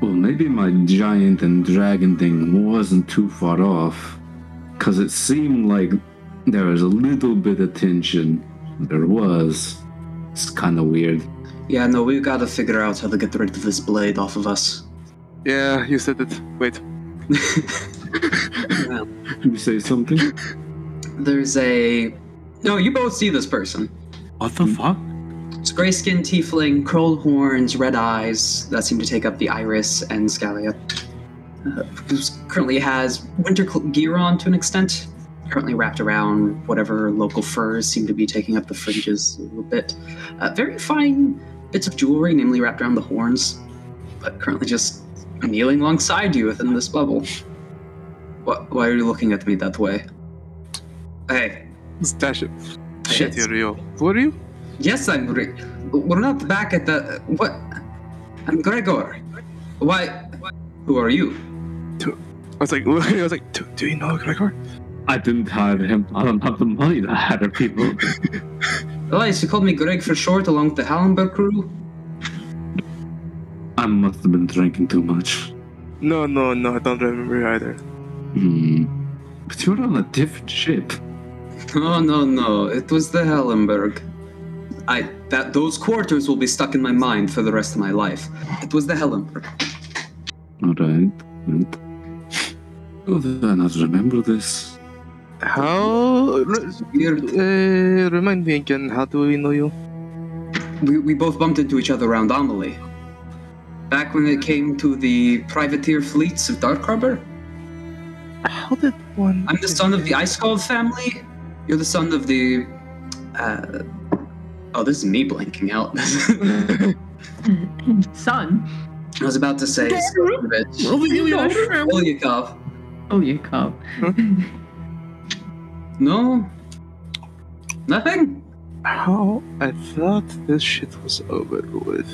Speaker 8: Well, maybe my giant and dragon thing wasn't too far off, because it seemed like there was a little bit of tension. There was. It's kind of weird.
Speaker 2: Yeah, no, we've got to figure out how to get rid of this blade off of us.
Speaker 3: Yeah, you said it. Wait.
Speaker 8: You say something?
Speaker 2: There's a. No, you both see this person.
Speaker 5: What the fuck?
Speaker 2: It's gray skinned tiefling, curled horns, red eyes that seem to take up the iris and scalia. Uh, who's- currently has winter cl- gear on to an extent, currently wrapped around whatever local furs seem to be taking up the fringes a little bit. Uh, very fine bits of jewelry, namely wrapped around the horns, but currently just kneeling alongside you within this bubble. Wh- Why are you looking at me that way? Hey,
Speaker 3: Stash it. Shit,
Speaker 2: Yes.
Speaker 3: you're real. Who are you?
Speaker 2: Yes, I'm. Re- we're not back at the. What? I'm Gregor. Why? Who are you?
Speaker 3: I was like, look, I was like, do, do you know Gregor?
Speaker 8: I didn't hire him. I don't have the money to hire people.
Speaker 2: Elias, you called me Greg for short along with the Hallenberg crew.
Speaker 8: I must have been drinking too much.
Speaker 3: No, no, no, I don't remember either.
Speaker 8: Hmm. But you're on a different ship.
Speaker 2: No, no, no. It was the Hallenberg. I that those quarters will be stuck in my mind for the rest of my life. It was the Hallenberg.
Speaker 8: Alright. right. Oh, then I remember this.
Speaker 3: How? re-
Speaker 2: Weird.
Speaker 3: Uh, remind me again. How do we know you?
Speaker 2: We, we both bumped into each other around Amelie. Back when it came to the privateer fleets of Dark Harbor.
Speaker 3: How did one?
Speaker 2: I'm the son of the Ice Gold family. You're the son of the. Uh, oh, this is me blanking out.
Speaker 7: Son.
Speaker 2: I was about to say Skovovich. Olyakov.
Speaker 7: Oh, you cop.
Speaker 2: No. Nothing.
Speaker 3: How? I thought this shit was over with.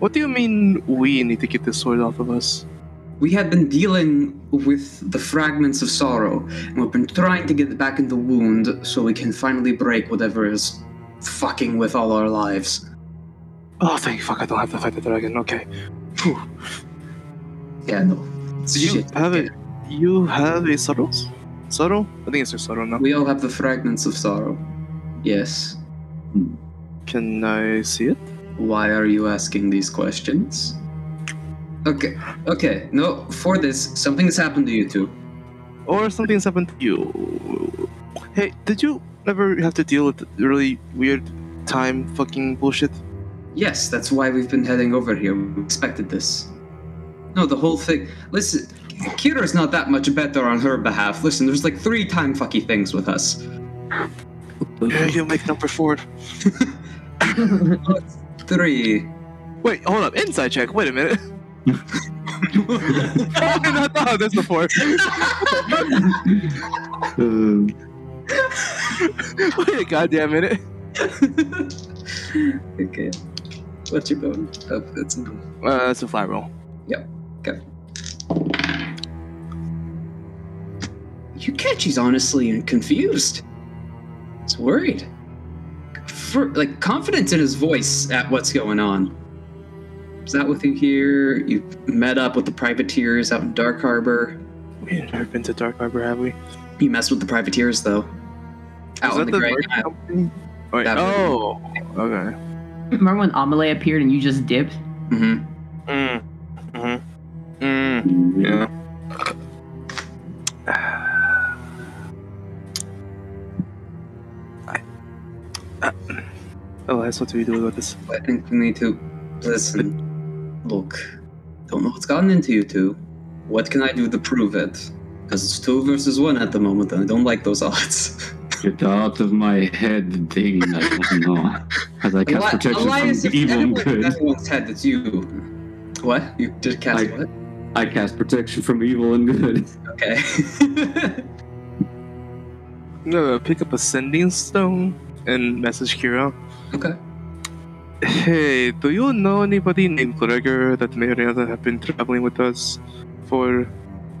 Speaker 3: What do you mean we need to get this sword off of us?
Speaker 2: we have been dealing with the fragments of sorrow, and we've been trying to get back in the wound so we can finally break whatever is fucking with all our lives.
Speaker 3: Oh, thank fuck, I don't have to fight the dragon. Okay.
Speaker 2: Yeah, no. It's
Speaker 3: You
Speaker 2: shit.
Speaker 3: have a, you have a sorrow? Sorrow? I think it's a sorrow now.
Speaker 2: We all have the fragments of sorrow. Yes.
Speaker 3: Can I see it?
Speaker 2: Why are you asking these questions? Okay, okay, no, for this, something has happened to you two.
Speaker 3: Or something's happened to you? Hey, did you ever have to deal with the really weird time fucking bullshit?
Speaker 2: Yes, that's why we've been heading over here. We expected this. No, the whole thing. Listen, Kira's not that much better on her behalf. Listen, there's like three time fucky things with us.
Speaker 3: Yeah, you make number four.
Speaker 2: Three.
Speaker 3: Wait, hold up. Inside check. Wait a minute. I did not thought of this before.
Speaker 8: Um,
Speaker 3: Wait a goddamn minute.
Speaker 2: Okay. What's your bone? Oh, it's a
Speaker 3: Uh, it's a fly roll.
Speaker 2: You catch she's honestly confused. He's worried. For, like confidence in his voice at what's going on. Is that with you here? You met up with the privateers out in Dark Harbor.
Speaker 3: We ain't never been to Dark Harbor, have we? Is
Speaker 2: You messed with the privateers though. Out on the, Great
Speaker 3: merchant
Speaker 2: Isle.
Speaker 3: company? Wait,
Speaker 2: That-
Speaker 3: oh, okay.
Speaker 7: Remember when Amelie appeared and you just dipped?
Speaker 2: Mm-hmm.
Speaker 3: Mm. Mm-hmm. Mm. Yeah. I- uh, Oh, that's what do we do about this?
Speaker 2: I think we need to listen. Look, don't know what's gotten into you two. What can I do to prove it? Because it's two versus one at the moment, and I don't like those odds.
Speaker 8: get out of my head thing. I don't know. As I cast
Speaker 2: Eli-
Speaker 8: protection
Speaker 2: Elias,
Speaker 8: from
Speaker 2: if
Speaker 8: evil and
Speaker 2: anyone-
Speaker 8: good.
Speaker 2: Everyone's head, it's you. What? You just cast
Speaker 8: I-
Speaker 2: what?
Speaker 8: I cast protection from evil and good.
Speaker 2: Okay.
Speaker 3: I'm gonna uh, pick up a sending stone and message Kira.
Speaker 2: okay.
Speaker 3: Hey, do you know anybody named Gregor that may or may not have been traveling with us for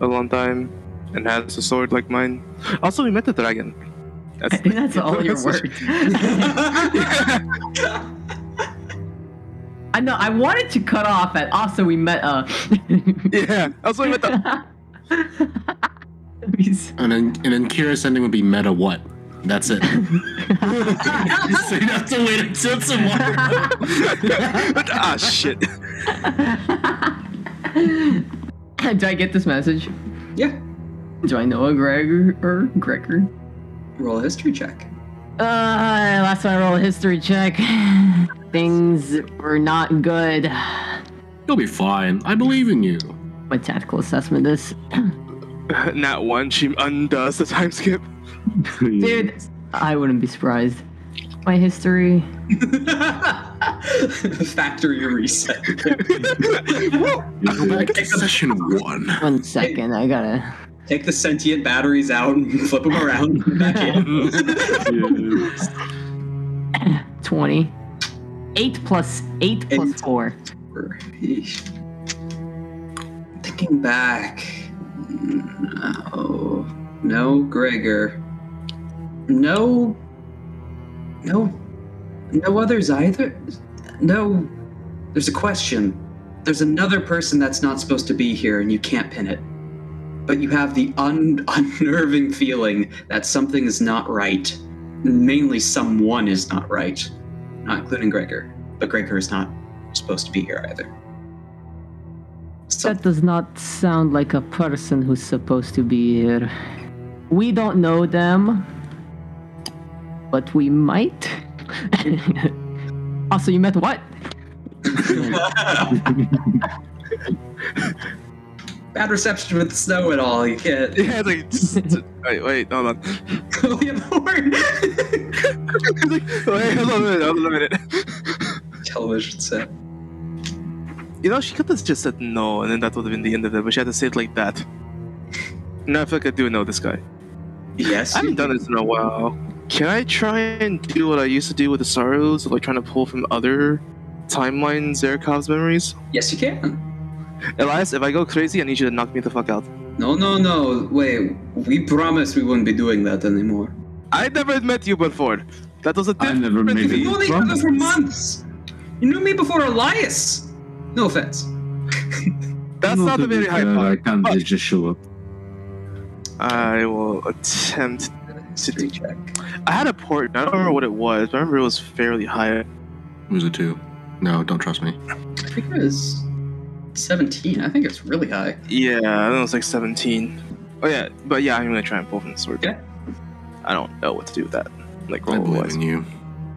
Speaker 3: a long time and has a sword like mine? Also, we met the dragon.
Speaker 7: I think that's all your work. I know. I wanted to cut off at also we met. Uh,
Speaker 3: Yeah, also we met the.
Speaker 7: That'd be so-
Speaker 5: And then, and then Kira's ending would be meta what? That's it. so you have to wait until tomorrow.
Speaker 3: ah, shit.
Speaker 7: Do I get this message?
Speaker 2: Yeah.
Speaker 7: Do I know a Gregor or Gregor?
Speaker 2: Roll a history check.
Speaker 7: Uh, last time I rolled a history check, things were not good.
Speaker 5: You'll be fine. I believe in you.
Speaker 7: My tactical assessment this.
Speaker 3: Not one. She undoes the time skip.
Speaker 7: Dude, I wouldn't be surprised. My history.
Speaker 2: Factory reset.
Speaker 5: I go back to session one.
Speaker 7: One second, I gotta.
Speaker 2: Take the sentient batteries out and flip them around. and Back in.
Speaker 7: 20. 8 plus 8 plus
Speaker 2: Eight.
Speaker 7: 4.
Speaker 2: Eesh. Thinking back, no, no Gregor, no, no, no others either. No, there's a question. There's another person that's not supposed to be here, and you can't pin it. But you have the un- unnerving feeling that something is not right. Mainly, someone is not right, not including Gregor. But Gregor is not supposed to be here either. So,
Speaker 7: That does not sound like a person who's supposed to be here. We don't know them, but we might. also, you met what?
Speaker 2: bad reception with the snow and all. You can't.
Speaker 3: Yeah, it's like. just- just- wait, wait, hold on.
Speaker 2: Clearly a porn.
Speaker 3: It's like, wait, hold on a minute, hold on a minute.
Speaker 2: Television set.
Speaker 3: You know, she could have just said no, and then that would have been the end of it, but she had to say it like that. Now I feel like I do know this guy.
Speaker 2: Yes.
Speaker 3: I haven't done this in a while. Can I try and do what I used to do with the Sorrows, like trying to pull from other timelines Zerkov's memories?
Speaker 2: Yes, you can.
Speaker 3: Elias, if I go crazy, I need you to knock me the fuck out.
Speaker 2: No, no, no. Oh, Wait, we promised we wouldn't be doing that anymore.
Speaker 3: I never met you before. That was a
Speaker 8: I
Speaker 3: different
Speaker 8: never made
Speaker 2: We've
Speaker 8: it.
Speaker 2: known each other for months. You knew me before Elias. No offense.
Speaker 3: That's not a very high
Speaker 8: I
Speaker 3: bar.
Speaker 8: can't
Speaker 3: but-
Speaker 8: just show up.
Speaker 3: I will attempt.
Speaker 2: History check.
Speaker 3: I had a port. I don't remember what it was. but I remember it was fairly high.
Speaker 5: It was a two. No, don't trust me.
Speaker 2: I think it was 17. I think it's really high.
Speaker 3: Yeah, I think it was like 17. Oh yeah, but yeah, I'm gonna try and pull from the sword.
Speaker 2: Yeah.
Speaker 3: I don't know what to do with that. Like
Speaker 5: I
Speaker 3: roll
Speaker 5: believe
Speaker 3: wise.
Speaker 5: in you.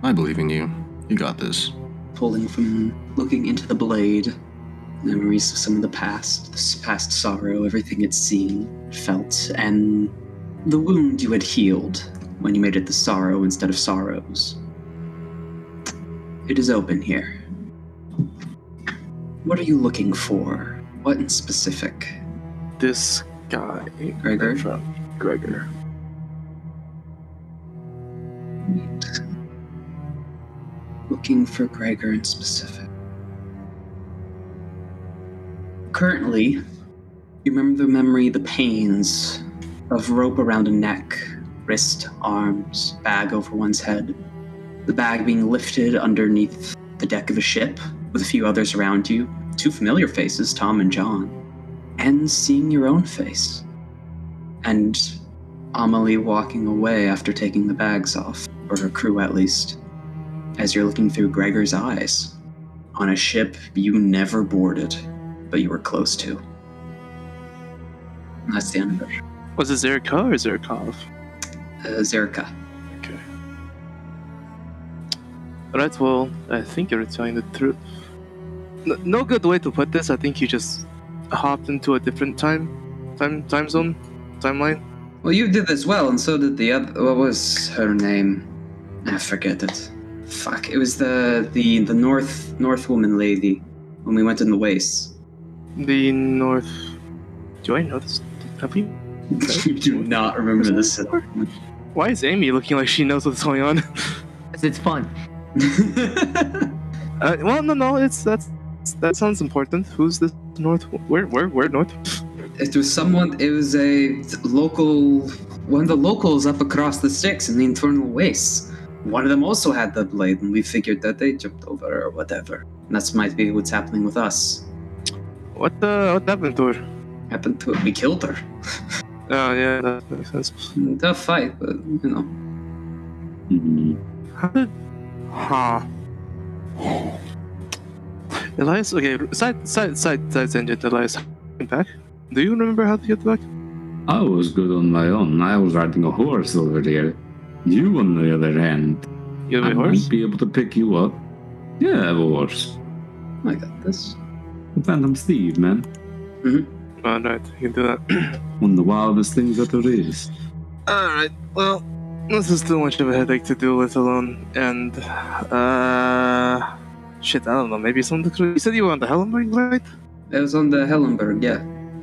Speaker 5: I believe in you. You got this.
Speaker 2: Pulling from looking into the blade, memories of some of the past, this past sorrow, everything it's seen, felt, and the wound you had healed when you made it the sorrow instead of sorrows. It is open here. What are you looking for? What in specific,
Speaker 3: This guy,
Speaker 2: Gregor?
Speaker 3: from Gregor.
Speaker 2: looking for Gregor in specific. Currently, you remember the memory, the pains of rope around a neck, wrist, arms, bag over one's head, the bag being lifted underneath the deck of a ship with a few others around you, two familiar faces, Tom and John, and seeing your own face. And Amelie walking away after taking the bags off, or her crew at least as you're looking through Gregor's eyes on a ship you never boarded, but you were close to. And that's the end of it.
Speaker 3: Was it Zerka or Zerkov?
Speaker 2: Uh, Zerka.
Speaker 3: Alright, well, I think you're telling the truth. No, no good way to put this. I think you just hopped into a different time, time, time zone, timeline.
Speaker 2: Well, you did as well, and so did the other. What was her name? I forget it. Fuck! It was the the the North North woman lady when we went in the waste.
Speaker 3: The north. Do I know this? Have we?
Speaker 2: you do not remember this. at all.
Speaker 3: Why is Amy looking like she knows what's going on?
Speaker 7: 'Cause it's fun.
Speaker 3: Uh, well, no, no, it's that's that sounds important. Who's this north? Where, where, where north?
Speaker 2: it was someone. It was a local. One of the locals up across the sticks in the infernal wastes. One of them also had the blade, and we figured that they jumped over or whatever. And that's might be what's happening with us.
Speaker 3: What the? What happened to her?
Speaker 2: Happened to it. We killed her
Speaker 3: Oh, yeah, that makes sense.
Speaker 2: in the fight, but you know.
Speaker 3: How did? Huh. Elias, okay, side, side, side, side tangent. Elias, back. Do you remember how to get back?
Speaker 8: I was good on my own. I was riding a horse over there. You, on the other hand,
Speaker 3: You have
Speaker 8: I
Speaker 3: a horse.
Speaker 8: might be able to pick you up. Yeah, I have a horse.
Speaker 2: I got this.
Speaker 8: The Phantom Steve, man.
Speaker 3: All Oh, right, you can do that.
Speaker 8: One of the wildest things that there is.
Speaker 3: All right. Well, this is too much of a headache to deal with alone, and uh, shit. I don't know. Maybe some. You said you were on the Hellenberg, right?
Speaker 2: It was on the Hellenberg, yeah.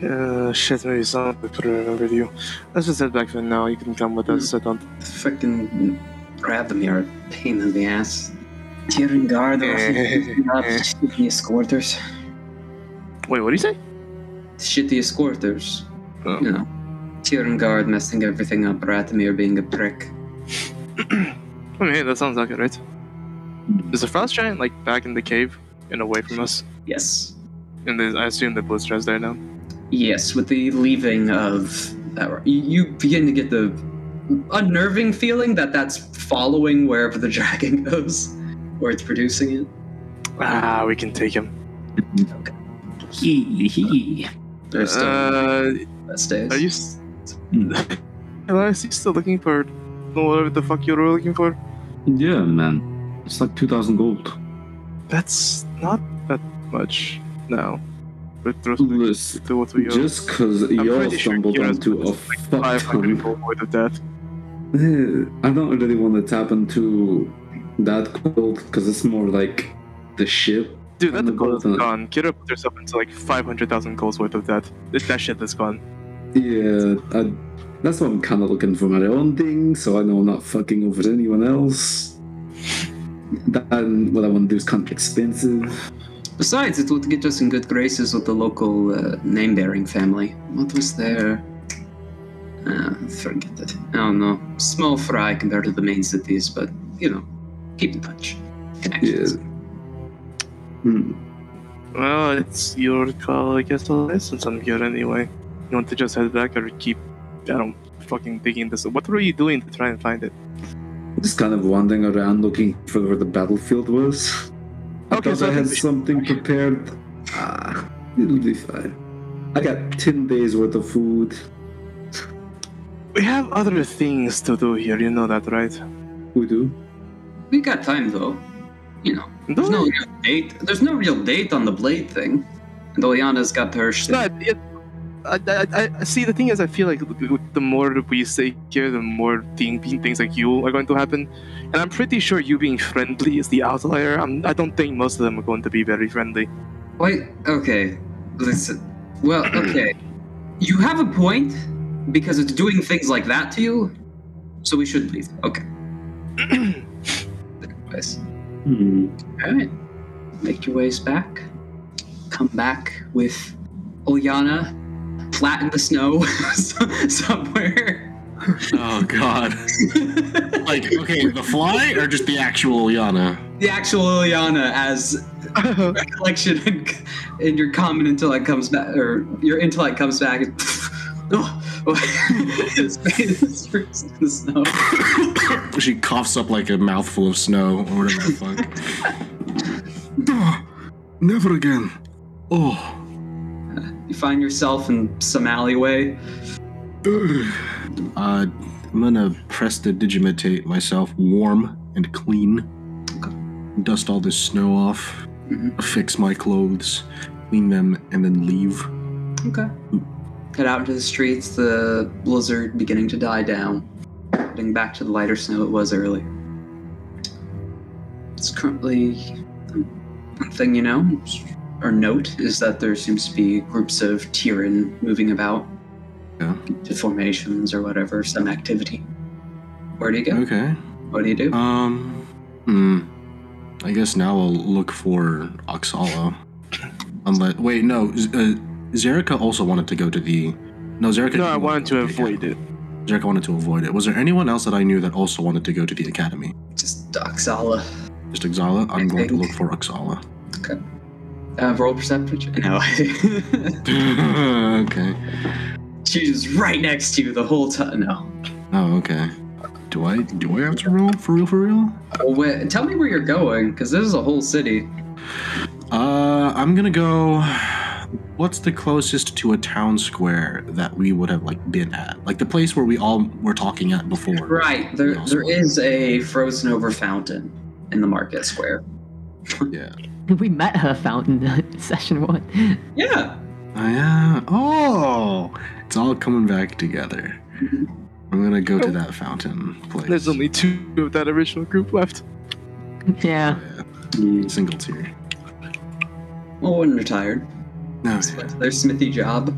Speaker 3: Uh, shit, maybe someone could remember you. Let's just head back for now. You can come with us. I don't.
Speaker 2: Freaking grab them, you're a pain in the ass. Tyrion Gar, the shitty escorters.
Speaker 3: Wait, what do you say?
Speaker 2: Shitty escorters.
Speaker 3: Oh.
Speaker 2: You know. Tyrion Guard messing everything up, Rathmir being a prick.
Speaker 3: I mean, Oh, hey, that sounds like it, right? Is the frost giant like back in the cave and away from us?
Speaker 2: Yes.
Speaker 3: And then I assume the blizzard is there now.
Speaker 2: Yes, with the leaving of that, you- you begin to get the unnerving feeling that that's following wherever the dragon goes, or it's producing it.
Speaker 3: Ah, we can take him.
Speaker 2: Or still
Speaker 3: Uh,
Speaker 2: best days.
Speaker 3: are you? s- Elias, you still looking for whatever the fuck you were looking for?
Speaker 8: Yeah, man. It's like 2,000 gold.
Speaker 3: That's not that much now. With through
Speaker 8: Listen,
Speaker 3: to what we owe.
Speaker 8: just because y'all
Speaker 3: pretty sure
Speaker 8: stumbled
Speaker 3: Kira's
Speaker 8: onto
Speaker 3: put
Speaker 8: a
Speaker 3: us,
Speaker 8: fuck
Speaker 3: 500
Speaker 8: ton
Speaker 3: people void of death.
Speaker 8: Eh, I don't really want to tap into that gold because it's more like the ship.
Speaker 3: Dude, that
Speaker 8: And the
Speaker 3: gold is
Speaker 8: gold, uh,
Speaker 3: gone. Kira put herself into like 500,000 goals worth of debt. This, that shit is gone.
Speaker 8: Yeah, I, that's what I'm kind of looking for my own thing, so I know I'm not fucking over anyone else. That, and what I want to do is kind of expensive.
Speaker 2: Besides, it would get us in good graces with the local uh, name bearing family. What was their. Uh, forget it. I don't know. Small fry compared to the main cities, but, you know, keep in touch. Connections.
Speaker 8: Hmm.
Speaker 3: Well, it's your call. I guess I'll listen some here anyway. You want to just head back or keep? I don't fucking digging this. What were you doing to try and find it?
Speaker 8: Just kind of wandering around looking for where the battlefield was. I
Speaker 3: Okay,
Speaker 8: thought
Speaker 3: so I
Speaker 8: I had
Speaker 3: think we-
Speaker 8: something prepared. Ah, it'll be fine. I got 10 days worth of food.
Speaker 3: We have other things to do here. You know that, right?
Speaker 8: We do.
Speaker 2: We got time, though. You know, there's no real date. There's no real date on the blade thing. And Oleana's got her
Speaker 3: It's
Speaker 2: shit.
Speaker 3: not. It, I, I, I- I see. The thing is, I feel like the more we stay here, the more thing, things like you are going to happen. And I'm pretty sure you being friendly is the outlier. I'm, I don't think most of them are going to be very friendly.
Speaker 2: Wait, okay. Listen. Well, okay. You have a point because it's doing things like that to you, so we should leave. Okay. Anyways,
Speaker 8: Hmm.
Speaker 2: Alright. Make your ways back. Come back with Olyana flat in the snow somewhere.
Speaker 5: Oh god.
Speaker 2: the
Speaker 5: Like, okay, the fly or just the actual Yana?
Speaker 2: actual Olyana as recollection and, and your common intellect comes back, or your intellect comes back and. Oh, oh, his face is first in the snow.
Speaker 5: She coughs up like a mouthful of snow or whatever the fuck.
Speaker 6: Duh. Never again. Oh.
Speaker 2: You find yourself in some alleyway.
Speaker 6: Ugh.
Speaker 5: Uh, I'm gonna press the digimetate myself warm and clean. Dust all this snow off,
Speaker 3: Mm-hmm.
Speaker 2: Mhm.
Speaker 5: fix my clothes, clean them, and then leave.
Speaker 2: Okay. Head out into the streets, the blizzard beginning to die down, getting back to the lighter snow it was earlier. It's currently. One thing you know, or note, is that there seems to be groups of Tyrian moving about
Speaker 5: Yeah.
Speaker 2: to formations or whatever, some activity. Where do you go?
Speaker 5: Okay.
Speaker 2: What do you do?
Speaker 5: Um. Hmm. I guess now I'll look for Oxalo. Unless wait, no. Z- Uh, Zerika also wanted to go to the. No, Zerika.
Speaker 3: No,
Speaker 5: didn't
Speaker 3: I
Speaker 5: want
Speaker 3: wanted to
Speaker 5: go the
Speaker 3: avoid it.
Speaker 5: academy. Zerika wanted to avoid it. Was there anyone else that I knew that also wanted to go to the academy?
Speaker 2: Just Doxala.
Speaker 5: Just Oxala. I'm going to
Speaker 2: think-
Speaker 5: look for Oxala.
Speaker 2: Uh, roll perception. No.
Speaker 5: okay.
Speaker 2: she was right next to you the whole time. No.
Speaker 5: Oh, okay. Do I do I have to roll for real for real?
Speaker 2: Well, wait, tell me where you're going, because this is a whole city.
Speaker 5: Uh, I'm gonna go. What's the closest to a town square that we would have like been at? Like the place where we all were talking at before.
Speaker 2: Right. There, there is a frozen over fountain in the market square.
Speaker 5: Yeah.
Speaker 7: We met her fountain session one.
Speaker 2: Yeah.
Speaker 5: Oh, yeah. Oh, it's all coming back together.
Speaker 2: Mm-hmm.
Speaker 5: I'm gonna go to that fountain place.
Speaker 3: There's only two of that original group left.
Speaker 7: Yeah.
Speaker 5: yeah. single tier.
Speaker 2: Well, when you're tired,
Speaker 5: No.
Speaker 2: Just went to their smithy job.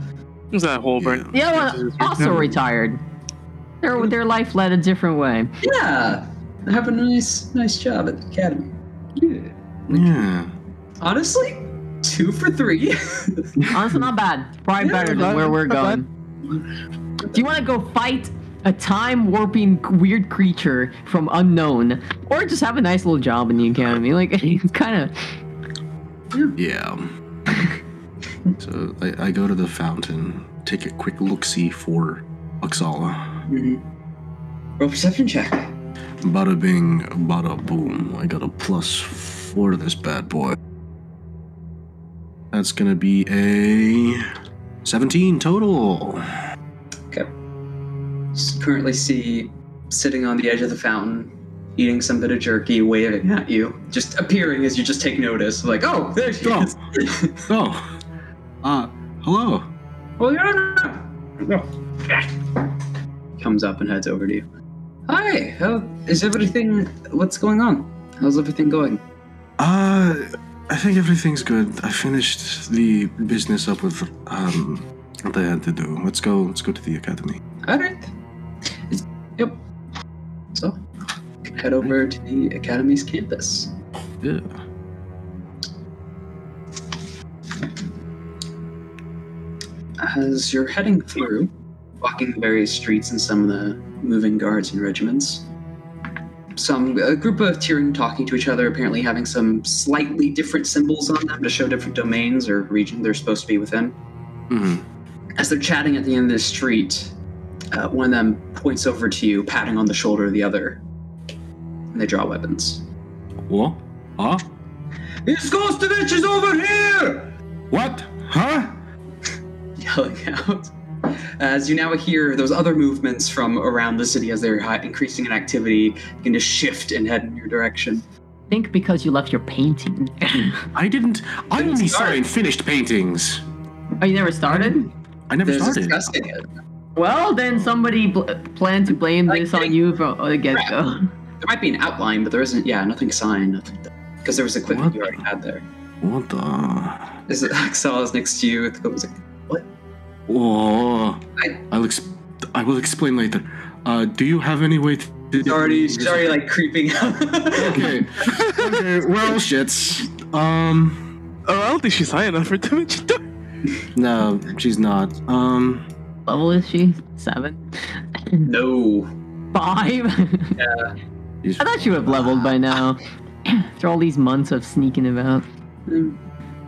Speaker 3: Is that Holborn?
Speaker 7: The other one also retired. Their, their life led a different way.
Speaker 2: Yeah. Have a nice, nice job at the academy.
Speaker 5: Yeah.
Speaker 2: Honestly, two for three.
Speaker 7: Honestly, not bad. Probably
Speaker 2: Yeah,
Speaker 7: better than
Speaker 3: not-
Speaker 7: where we're
Speaker 3: not
Speaker 7: going. Do you want to go fight a time warping weird creature from unknown, or just have a nice little job in the academy? Like it's kind of
Speaker 5: Yeah. so I, I go to the fountain, take a quick look see for Oxala.
Speaker 2: Mhm. Roll perception check.
Speaker 5: Bada bing, bada boom. I got a plus four to this bad boy. That's gonna be a 17 total.
Speaker 2: Just currently see sitting on the edge of the fountain, eating some bit of jerky, waving at you, just appearing as you just take notice. Like, oh, there she
Speaker 5: Oh.
Speaker 2: is.
Speaker 5: Oh, uh, hello.
Speaker 2: well, you're not. No. Comes up and heads over to you. Hi. How is everything? What's going on? How's everything going?
Speaker 5: Uh, I think everything's good. I finished the business up with um what I had to do. Let's go. Let's go to the academy.
Speaker 2: All right. It's- Yep. So, head over to the academy's campus.
Speaker 5: Yeah.
Speaker 2: as you're heading through, walking the various streets and some of the moving guards and regiments, some a group of Tyrion talking to each other, apparently having some slightly different symbols on them to show different domains or region they're supposed to be within.
Speaker 5: hmm
Speaker 2: As they're chatting at the end of the street, uh, one of them points over to you, patting on the shoulder of the other, and they draw weapons.
Speaker 5: What? Huh?
Speaker 4: Iskovstovich is over here!
Speaker 5: What? Huh?
Speaker 2: yelling out. As you now hear those other movements from around the city as they're hi- increasing in activity, begin to shift and head in your direction.
Speaker 7: think because you left your painting.
Speaker 5: I didn't. I
Speaker 2: Didn't
Speaker 5: only
Speaker 2: start.
Speaker 5: signed finished paintings.
Speaker 7: oh, you never started?
Speaker 5: I never
Speaker 2: There's
Speaker 5: started.
Speaker 2: discussing it.
Speaker 7: Well, then somebody bl- planned to blame
Speaker 2: I
Speaker 7: this
Speaker 2: think-
Speaker 7: on you from the get go.
Speaker 2: There might be an outline, but there isn't. Yeah, nothing signed. Nothing because there was equipment you already had there.
Speaker 5: What the?
Speaker 2: Is it Axel is next to you? With the, was like,
Speaker 5: Oh,
Speaker 2: I-
Speaker 5: I'll ex- I will explain later. Uh, do you have any way to?
Speaker 2: she's already, she's already like creeping up.
Speaker 5: Okay. okay. Well, shits. Um,
Speaker 3: Oh, I don't think she's high enough for damage.
Speaker 5: no, she's not. Um,
Speaker 7: level is she? Seven?
Speaker 2: no.
Speaker 7: Five?
Speaker 5: she's-
Speaker 7: I thought she would have leveled by now. After all these months of sneaking about.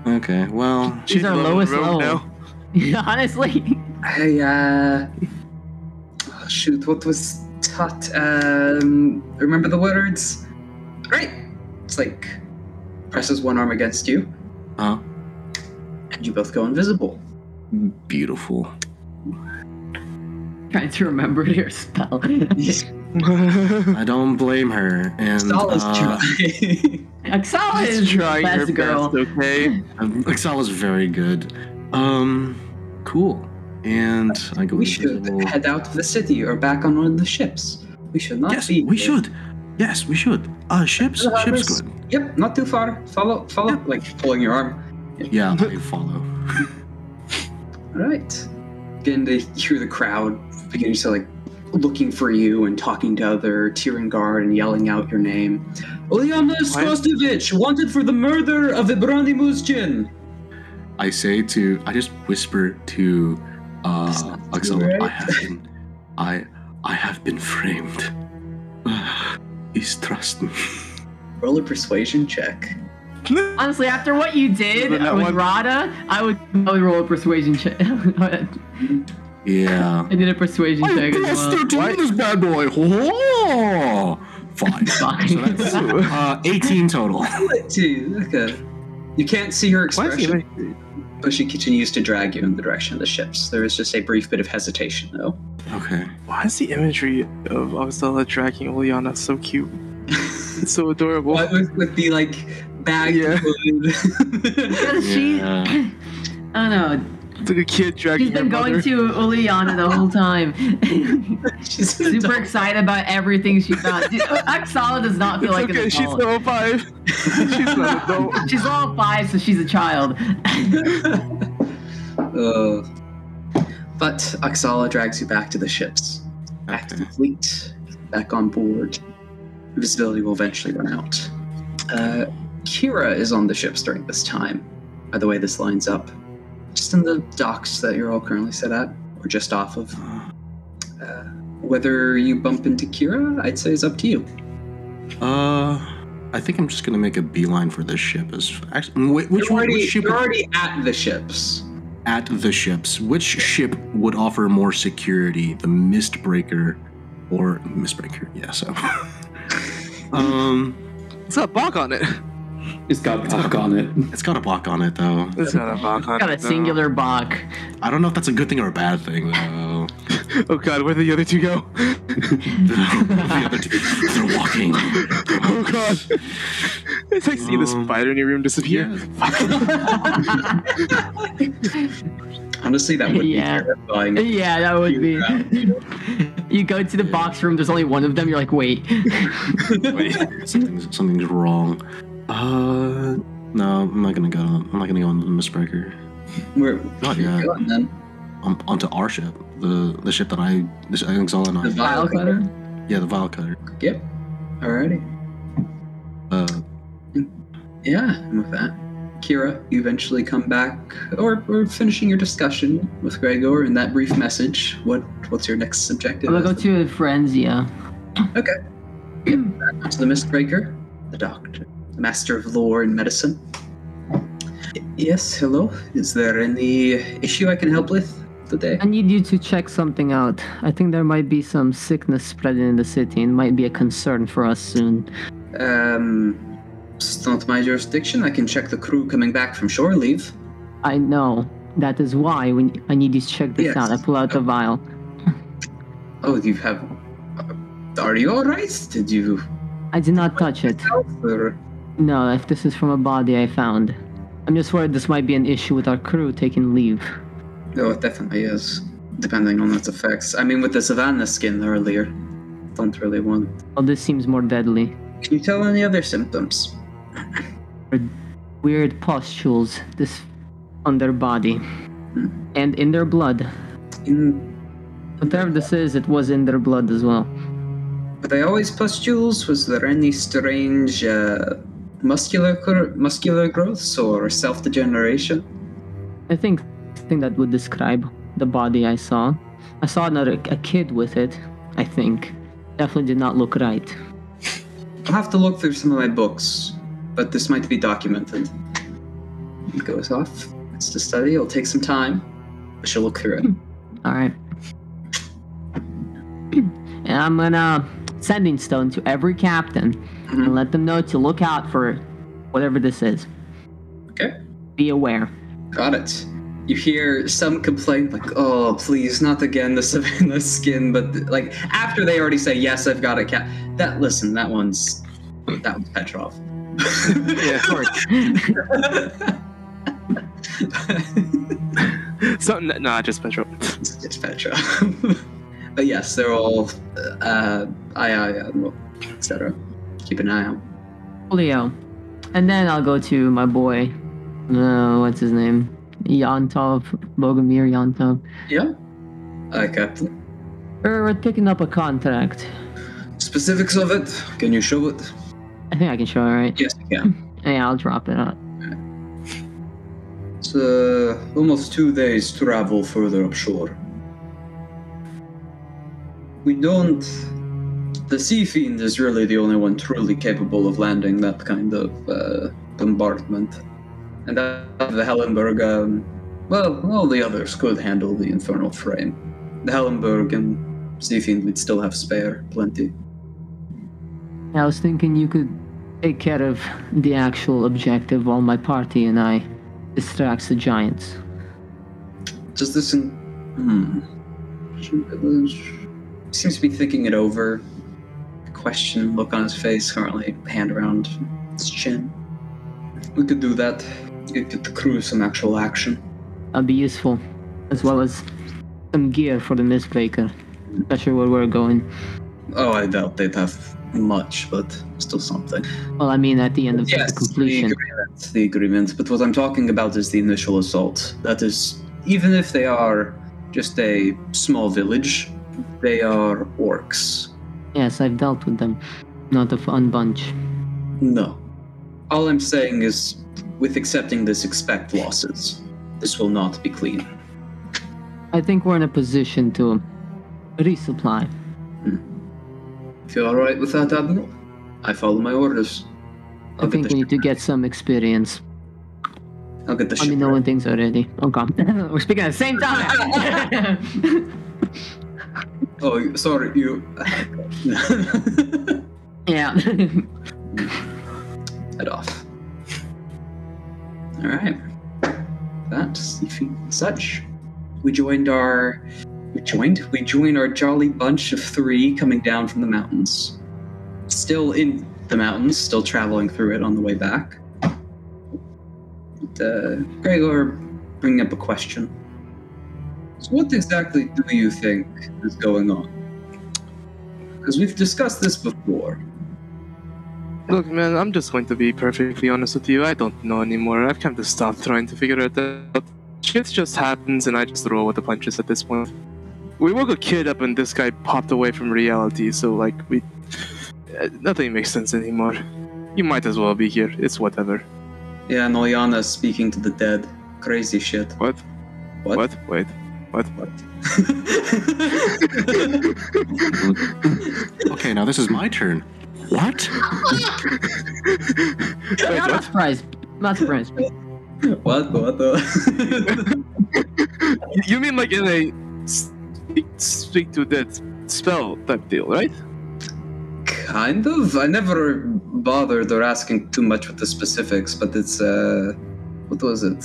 Speaker 5: okay. Well,
Speaker 7: She's our
Speaker 3: level
Speaker 7: lowest
Speaker 3: rogue
Speaker 7: level. Honestly.
Speaker 2: I, uh. oh, shoot, what was taught? Um, remember the words? Right! It's like presses one arm against you,
Speaker 5: huh?
Speaker 2: and you both go invisible.
Speaker 5: Beautiful.
Speaker 7: Trying to remember your spell.
Speaker 3: now.
Speaker 5: I don't blame her. And
Speaker 2: Stall is
Speaker 5: uh,
Speaker 2: trying.
Speaker 7: Axala is
Speaker 3: She's trying
Speaker 7: trying best
Speaker 3: her
Speaker 7: girl.
Speaker 3: best, okay?
Speaker 5: um, Exala's very good. Um, cool. And I go.
Speaker 2: we should
Speaker 5: invisible.
Speaker 2: head out of the city or back on one of the ships. We should not
Speaker 5: Yes,
Speaker 2: be.
Speaker 5: we
Speaker 2: here.
Speaker 5: should. Yes, we should. Uh, ships,
Speaker 2: Uh,
Speaker 5: ships,
Speaker 2: this-
Speaker 5: good.
Speaker 2: Yep, not too far. Follow, follow. Like pulling your arm.
Speaker 5: Yeah, I follow.
Speaker 2: All right. Begin to hear the crowd beginning to like looking for you and talking to other Tyrion guard and yelling out your name. Ulyana Skostovich, wanted for the murder of Ibrani Muzjin.
Speaker 5: I say to, I just whisper to uh,
Speaker 2: That's not
Speaker 5: Axel,
Speaker 2: right.
Speaker 5: I have been, I, I have been framed. Please trust me.
Speaker 2: Roll a persuasion check.
Speaker 7: Honestly, after what you did
Speaker 3: Other than that
Speaker 7: with
Speaker 3: one-
Speaker 7: Rada, I would probably roll a persuasion check. I
Speaker 5: Yeah.
Speaker 7: did a persuasion check as well.
Speaker 5: doing this bad boy. Oh, fine.
Speaker 7: Fine.
Speaker 5: So that's uh, 18 total.
Speaker 2: Okay. You can't see her
Speaker 3: Why is he
Speaker 2: expression, but she continues to drag you in the direction of the ships. There is just a brief bit of hesitation, though.
Speaker 5: Okay.
Speaker 3: Why is the imagery of Avzala dragging Oleana so cute? It's so adorable.
Speaker 2: What with, with the like bag?
Speaker 3: Yeah.
Speaker 7: Because she,
Speaker 5: Yeah.
Speaker 7: I don't know.
Speaker 3: It's like a kid dragging
Speaker 7: She's been
Speaker 3: her
Speaker 7: going
Speaker 3: mother.
Speaker 7: to Uliana the whole time.
Speaker 2: She's an
Speaker 7: Super
Speaker 2: adult.
Speaker 7: excited about everything she found. Dude, Axala does not feel
Speaker 3: It's
Speaker 7: like
Speaker 3: okay,
Speaker 7: an
Speaker 3: she's
Speaker 7: adult.
Speaker 3: level five. she's not adult.
Speaker 7: She's all five, so she's a child.
Speaker 2: Uh, but Oxala drags you back to the ships, back to
Speaker 5: Okay.
Speaker 2: the fleet, back on board. Visibility will eventually run out. Uh, Kira is on the ships during this time. By the way, this lines up just in the docks that you're all currently set at, or just off of.
Speaker 5: Uh-huh.
Speaker 2: Uh, whether you bump into Kira, I'd say is up to you.
Speaker 5: Uh, I think I'm just gonna make a beeline for this ship. Is actually, wait, which
Speaker 2: You're
Speaker 5: one?
Speaker 2: already,
Speaker 5: Which ship?
Speaker 2: you're already at the ships.
Speaker 5: at the ships, which ship would offer more security, the Mistbreaker or Mistbreaker? Yeah, so. um,
Speaker 3: It's got a bog on it.
Speaker 8: It's got block on it.
Speaker 5: it's got a block on it though.
Speaker 3: It's not a bog on
Speaker 7: Got
Speaker 3: it.
Speaker 7: a
Speaker 3: no.
Speaker 7: singular Bach.
Speaker 5: I don't know if that's a good thing or a bad thing though.
Speaker 3: Oh god, where'd the other two go?
Speaker 5: the other two, they're walking.
Speaker 3: Oh god. It's like seeing the
Speaker 5: Um,
Speaker 3: spider in your room disappear.
Speaker 5: Yeah.
Speaker 2: Honestly, that would be
Speaker 7: Yeah.
Speaker 2: terrifying.
Speaker 7: Yeah, that would be. You go to the
Speaker 5: Yeah.
Speaker 7: box room, there's only one of them, you're like, wait.
Speaker 5: Wait, something's something's wrong. Uh, no, I'm not gonna go. I'm not gonna go on the Mistbreaker.
Speaker 2: Where, where
Speaker 5: Not
Speaker 2: you
Speaker 5: yet.
Speaker 2: going then?
Speaker 5: Um, onto our ship, the the ship that I, the, sh- I think Zola and
Speaker 2: The
Speaker 5: I,
Speaker 2: vial cutter?
Speaker 5: yeah, the Vile Cutter.
Speaker 2: Yep. Alrighty.
Speaker 5: Uh,
Speaker 2: Yeah, and with that, Kira, you eventually come back, or, or finishing your discussion with Gregor in that brief message. What what's your next subjective?
Speaker 7: I'm gonna go to Frenzia.
Speaker 2: to the Mistbreaker, the Doctor, the Master of Lore and Medicine. Y- Yes, hello. Is there any issue I can help with today?
Speaker 7: I need you to check something out. I think there might be some sickness spreading in the city and might be a concern for us soon.
Speaker 2: Um, it's not my jurisdiction. I can check the crew coming back from shore leave.
Speaker 7: I know. That is why we, I need you to check this
Speaker 2: Yes.
Speaker 7: out. I pull out the vial.
Speaker 2: Oh, you have. uh, Are you all right? Did you?
Speaker 7: I did not touch it.
Speaker 2: Or,
Speaker 7: No, if this is from a body I found. I'm just worried this might be an issue with our crew taking leave.
Speaker 2: oh, it definitely is. Depending on its effects. I mean, with the Savannah skin earlier, don't really want.
Speaker 7: Well, this seems more deadly.
Speaker 2: Can you tell any other symptoms?
Speaker 7: Weird pustules this on their body and in their blood.
Speaker 2: In,
Speaker 7: Whatever this is, it was in their blood as well.
Speaker 2: were they always pustules? Was there any strange uh, muscular cur- muscular growths or self degeneration?
Speaker 7: I think thing that would describe the body I saw. I saw another a kid with it. I think definitely did not look right.
Speaker 2: I'll have to look through some of my books, but this might be documented. It goes off. It's to study. It'll take some time, but she'll look through it.
Speaker 7: All right. and I'm gonna sending stone to every captain and let them know to look out for whatever this is.
Speaker 2: Okay.
Speaker 7: Be aware.
Speaker 2: Got it. You hear some complaint like, "Oh, please, not again, the Savannah skin." But like after they already say, "Yes, I've got it." Cat that listen, that one's that one's Petrov.
Speaker 3: Yeah,
Speaker 7: Of course.
Speaker 3: so n- nah, just petrol.
Speaker 2: it's, it's Petra. but yes, they're all uh, I, I, etc. Keep an eye out.
Speaker 7: Leo. And then I'll go to my boy. Uh, what's his name? Yantov, Bogomir Yantov.
Speaker 2: Yeah. Hi, Captain.
Speaker 7: Er, We're picking up a contract.
Speaker 2: Specifics of it? Can you show it?
Speaker 7: I think I can show it, right?
Speaker 2: Yes, I can.
Speaker 7: Yeah, I'll drop it up.
Speaker 2: It's uh, almost two days travel further upshore. We don't. The Sea Fiend is really the only one truly capable of landing that kind of uh, bombardment. And uh, the Hellenberg, um, well, all the others could handle the Infernal Frame. The Hellenberg and Sea Fiend would still have spare, plenty.
Speaker 7: I was thinking you could take care of the actual objective while my party and I distracts the giants.
Speaker 2: Does this in. Hmm. Seems to be thinking it over. Question look on his face, currently hand around his chin. We could do that. You could get the crew some actual action.
Speaker 7: That'd be useful, as well as some gear for the Mist Baker, especially where we're going.
Speaker 2: Oh, I doubt they'd have much, but still something.
Speaker 7: Well, I mean, at the end of
Speaker 2: Yes,
Speaker 7: the
Speaker 2: the
Speaker 7: completion.
Speaker 2: agreement, the agreement. But what I'm talking about is the initial assault. That is, even if they are just a small village, they are orcs.
Speaker 7: Yes, I've dealt with them. Not a fun bunch.
Speaker 2: No. All I'm saying is, with accepting this, expect losses. This will not be clean.
Speaker 7: I think we're in a position to resupply.
Speaker 2: If you're alright with that, Admiral, I follow my orders.
Speaker 7: I
Speaker 2: I'll get
Speaker 7: think
Speaker 2: the,
Speaker 7: we
Speaker 2: ship,
Speaker 7: need to get some experience.
Speaker 2: I'll get the
Speaker 7: Let me
Speaker 2: ship.
Speaker 7: know when things are ready. Oh god. We're speaking at the same time.
Speaker 2: Oh, you- sorry, you.
Speaker 7: yeah.
Speaker 2: Head off. Alright. That, Seafi and such. We joined our. We joined? We joined our jolly bunch of three coming down from the mountains. Still in the mountains, still traveling through it on the way back. But, uh, Gregor bringing up a question. So, what exactly do you think is going on? Because we've discussed this before.
Speaker 3: Look, man, I'm just going to be perfectly honest with you. I don't know anymore. I've come to stop trying to figure it out. Shit just happens, and I just roll with the punches at this point. We woke a kid up, and this guy popped away from reality. So, like, we uh, nothing makes sense anymore. You might as well be here. It's whatever.
Speaker 2: Yeah, and Olyana speaking to the dead. Crazy shit.
Speaker 3: What?
Speaker 2: What?
Speaker 3: What? Wait. What?
Speaker 5: Okay, now this is my turn. What?
Speaker 3: Wait,
Speaker 7: I'm not
Speaker 3: what?
Speaker 7: surprised. I'm not surprised.
Speaker 2: what? What the?
Speaker 3: You mean like in a speak, speak to that spell type deal, right?
Speaker 2: kind of. I never bothered or asking too much with the specifics, but it's uh, what was it?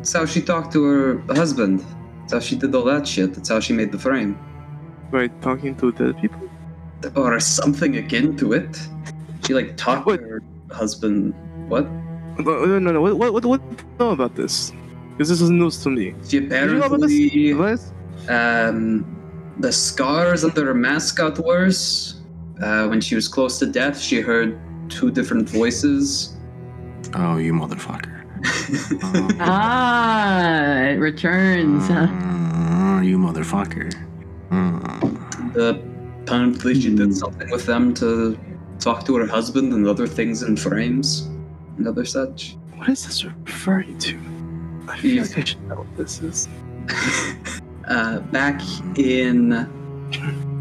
Speaker 2: It's how she talked to her husband. It's how she did all that shit. That's how she made the frame,
Speaker 3: Right, talking to dead people.
Speaker 2: or something akin to it. She like talked
Speaker 3: What?
Speaker 2: to her husband. What?
Speaker 3: No, no, no. no. What, what, what, what do you know about this? Because this is news to me.
Speaker 2: She
Speaker 3: Do you know about this?
Speaker 2: apparently
Speaker 3: Elias?
Speaker 2: um, the scars under her mascot wears. Uh, when she was close to death, she heard two different voices.
Speaker 5: Oh, you motherfucker. Um,
Speaker 7: Ah, it returns.
Speaker 3: Mm.
Speaker 7: huh?
Speaker 5: Uh, you motherfucker. Uh,
Speaker 2: The, apparently, she did something with them to talk to her husband and other things in frames and other such.
Speaker 3: What is this referring to? I feel like I should know what this is.
Speaker 2: Uh, back in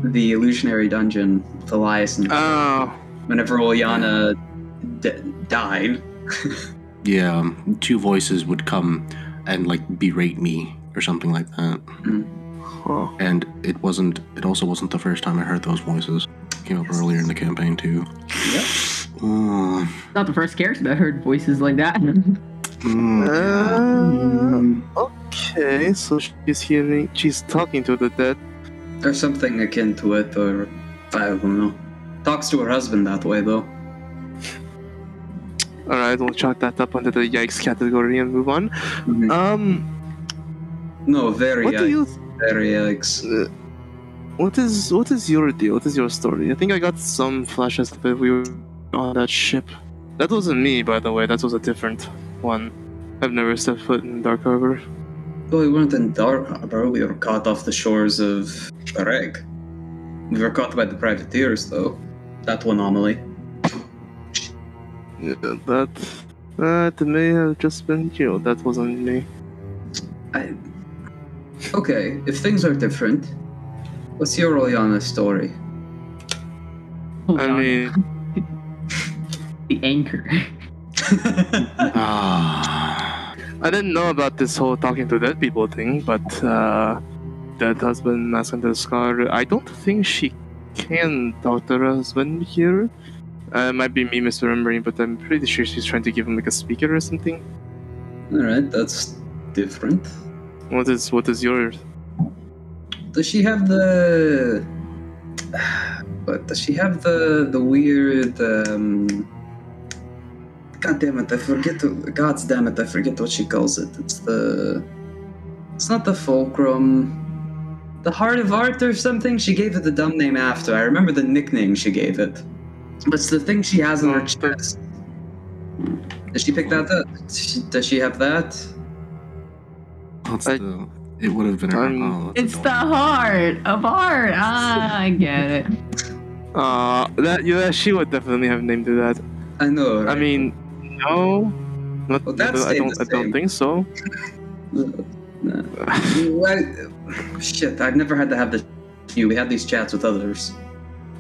Speaker 2: the illusionary dungeon with Elias, and
Speaker 3: Oh,
Speaker 2: whenever Olyana d- died,
Speaker 5: yeah, um, two voices would come and like berate me or something like that.
Speaker 3: huh.
Speaker 5: And it wasn't. It also wasn't the first time I heard those voices. Came up earlier in the campaign too.
Speaker 2: Yep.
Speaker 5: Uh,
Speaker 7: Not the first character that heard voices like that.
Speaker 5: mm,
Speaker 3: Uh, okay, so she's hearing, she's talking to the dead.
Speaker 2: or something akin to it, or I don't know. Talks to her husband that way, though.
Speaker 3: All right, we'll chalk that up under the yikes category and move on. Um,
Speaker 2: No, very
Speaker 3: what do
Speaker 2: yikes,
Speaker 3: you?
Speaker 2: very yikes.
Speaker 3: Uh, what is what is your deal? What is your story? I think I got some flashes of it. We were on that ship. That wasn't me, by the way. That was a different one. I've never stepped foot in Dark Harbor.
Speaker 2: Well, we weren't in Dark Harbor. We were caught off the shores of Bereg. We were caught by the privateers, though. That one anomaly.
Speaker 3: Yeah, that that may have just been you. That wasn't me.
Speaker 2: I... Okay, if things are different, what's your Oliana story?
Speaker 3: I mean,
Speaker 7: Oh, the anchor.
Speaker 5: ah,
Speaker 3: I didn't know about this whole talking to dead people thing, but uh, dead husband mask under the scar. I don't think she can talk to her husband here. Uh, it might be me misremembering, but I'm pretty sure she's trying to give him like a speaker or something.
Speaker 2: All right, that's different.
Speaker 3: What is what is yours?
Speaker 2: Does she have the? But does she have the the weird? Um... God damn it! I forget. The... God's damn it! I forget what she calls it. It's the. It's not the fulcrum. The heart of art or something. She gave it the dumb name after. I remember the nickname she gave it. But it's the thing she has on her chest. Does she pick that up? Does she- Does she have that?
Speaker 5: that's
Speaker 3: I-
Speaker 5: the. It would have been.
Speaker 3: I'm-
Speaker 5: oh, that's
Speaker 7: It's
Speaker 5: adorable.
Speaker 7: the heart of art. Ah, I get it.
Speaker 3: Uh, that yeah, she would definitely have named it that.
Speaker 2: I know.
Speaker 3: I mean, no, not,
Speaker 2: Well, that
Speaker 3: I
Speaker 2: stayed
Speaker 3: don't.
Speaker 2: the
Speaker 3: I don't
Speaker 2: same.
Speaker 3: think so.
Speaker 2: Well, shit, I've never had to have this. You, we had these chats with others.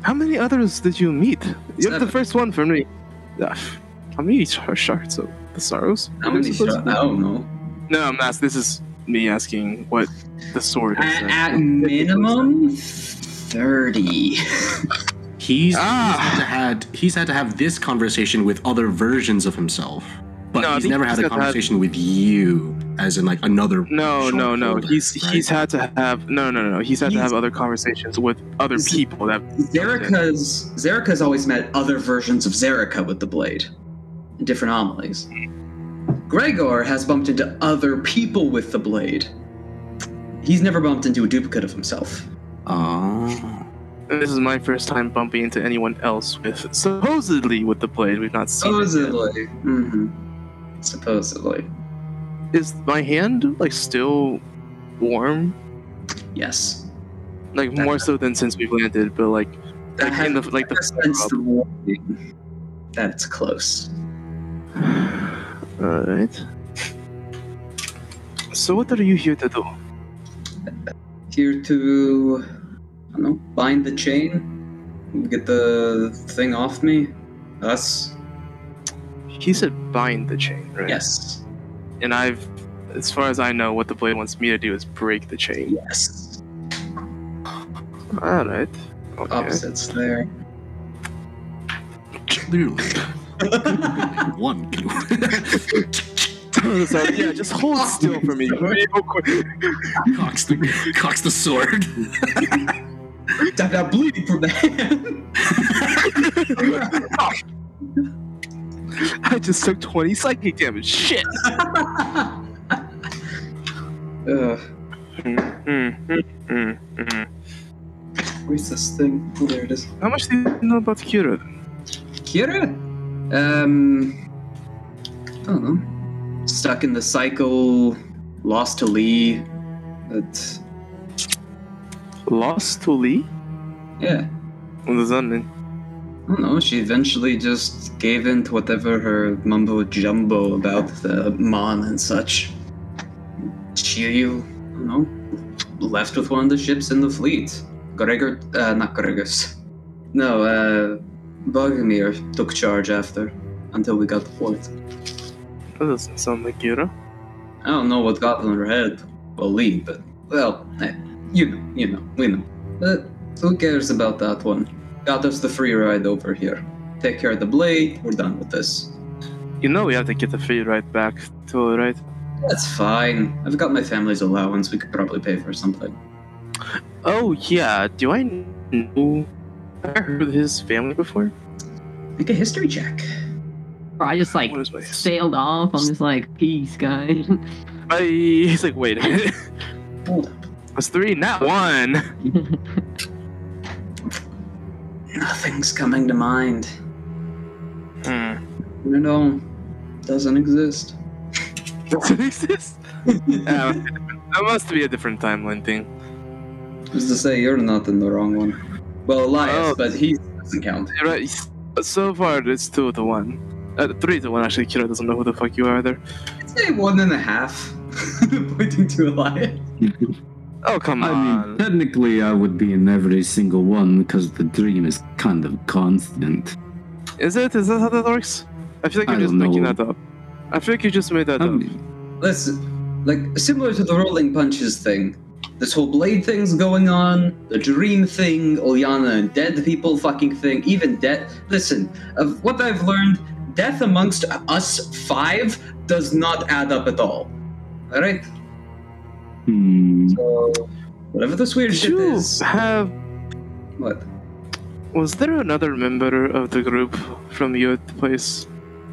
Speaker 3: How many others did you meet? You're the
Speaker 2: Seven.
Speaker 3: first one for me. Ah, How many shar- shards of the sorrows?
Speaker 2: How many
Speaker 3: There's supposed
Speaker 2: shots?
Speaker 3: to be-
Speaker 2: I don't know.
Speaker 3: No, I'm ask- This is me asking what the sword is.
Speaker 2: At, at minimum, thirty.
Speaker 5: He's,
Speaker 3: Ah.
Speaker 5: he's had to had he's had to have this conversation with other versions of himself, but
Speaker 3: No, I
Speaker 5: he's
Speaker 3: think
Speaker 5: never
Speaker 3: he's
Speaker 5: had a
Speaker 3: got to have-
Speaker 5: conversation with you, as in like another.
Speaker 3: no,
Speaker 5: short
Speaker 3: no, no.
Speaker 5: holder,
Speaker 3: He's
Speaker 5: right?
Speaker 3: he's had to have no, no, no, no. He's had to
Speaker 2: He's-
Speaker 3: have other conversations with other
Speaker 2: Is-
Speaker 3: people. That
Speaker 2: Zerika's Zerika's always met other versions of Zerika with the blade, and different anomalies. Gregor has bumped into other people with the blade. He's never bumped into a duplicate of himself.
Speaker 5: Oh.
Speaker 3: this is my first time bumping into anyone else with supposedly with the blade. We've not seen. Oh, It
Speaker 2: Supposedly. hmm Supposedly.
Speaker 3: yet. Is my hand like still warm?
Speaker 2: Yes.
Speaker 3: Like
Speaker 2: That-
Speaker 3: more so than since we've landed, but like
Speaker 2: That
Speaker 3: like in the like the
Speaker 2: That's the warning that it's close.
Speaker 3: Alright. So what are you here to do?
Speaker 2: Here to, I don't know, bind the chain, get the thing off me. Us?
Speaker 3: He said bind the chain, right?
Speaker 2: Yes.
Speaker 3: And I've, as far as I know, what the blade wants me to do is break the chain.
Speaker 2: Yes.
Speaker 3: Alright. Okay.
Speaker 2: Opposites there.
Speaker 5: Clearly. One.
Speaker 3: So, yeah, just hold still for me. Real quick.
Speaker 5: cocks, the, cocks the sword.
Speaker 3: Uh,
Speaker 2: Stop that bleeding from the hand.
Speaker 3: I just took 20 psychic damage. Shit!
Speaker 2: Ugh,
Speaker 3: Mm, mm, mm, mm, mm.
Speaker 2: where's this thing? Oh, there it is.
Speaker 3: How much do you know about Kira?
Speaker 2: Kira? Um, I don't know. Stuck in the cycle, lost to Lee. But,
Speaker 3: Lost to Lee?
Speaker 2: yeah,
Speaker 3: What does that mean?
Speaker 2: I don't know. She eventually just gave in to whatever her mumbo jumbo about the Mon and such. Shiryu, I don't know, left with one of the ships in the fleet. Gregor, uh, not Gregor's. No, uh, Bogomir took charge after, until we got the fort.
Speaker 3: That doesn't sound like Kira.
Speaker 2: I don't know what got in her head. Well, Lee, but well, eh, you know, you know, we know. But who cares about that one? Got us the free ride over here. Take care of the blade. We're done with this.
Speaker 3: You know we have to get the fee right back to it, right?
Speaker 2: That's fine. I've got my family's allowance. We could probably pay for something.
Speaker 3: Oh, yeah. Do I know. Have I heard of his family before?
Speaker 2: Make a history check.
Speaker 7: Or I just like
Speaker 3: What is my-
Speaker 7: sailed off. I'm just like, peace, guys.
Speaker 3: I, he's like, wait a minute.
Speaker 2: Hold up.
Speaker 3: That's three, not one.
Speaker 2: Nothing's coming to mind.
Speaker 3: Hmm.
Speaker 2: You know, doesn't exist.
Speaker 3: Does it exist? Yeah, that must be a different timeline thing.
Speaker 2: Just to say, you're not in the wrong one. Well, Elias,
Speaker 3: Oh.
Speaker 2: but he doesn't count.
Speaker 3: You're Right. So far, it's two to one. Uh, three to one, actually. Kira doesn't know who the fuck you are either.
Speaker 2: I'd say one and a half, pointing to Elias.
Speaker 3: Oh, come
Speaker 8: I
Speaker 3: on.
Speaker 8: mean, technically, I would be in every single one because the dream is kind of constant.
Speaker 3: Is it? Is that how that works? I feel like
Speaker 8: I
Speaker 3: you're just
Speaker 8: don't
Speaker 3: making
Speaker 8: know.
Speaker 3: that up. I feel like you just made that
Speaker 8: I
Speaker 3: up.
Speaker 8: mean,
Speaker 2: Listen, like similar to the rolling punches thing. This whole blade thing's going on, the dream thing, Olyana and dead people fucking thing, even death. Listen, of what I've learned, death amongst us five does not add up at all. All right,
Speaker 8: hmm,
Speaker 2: so whatever this weird
Speaker 3: Did
Speaker 2: shit
Speaker 3: you
Speaker 2: is,
Speaker 3: have?
Speaker 2: what?
Speaker 3: Was there another member of the group from your place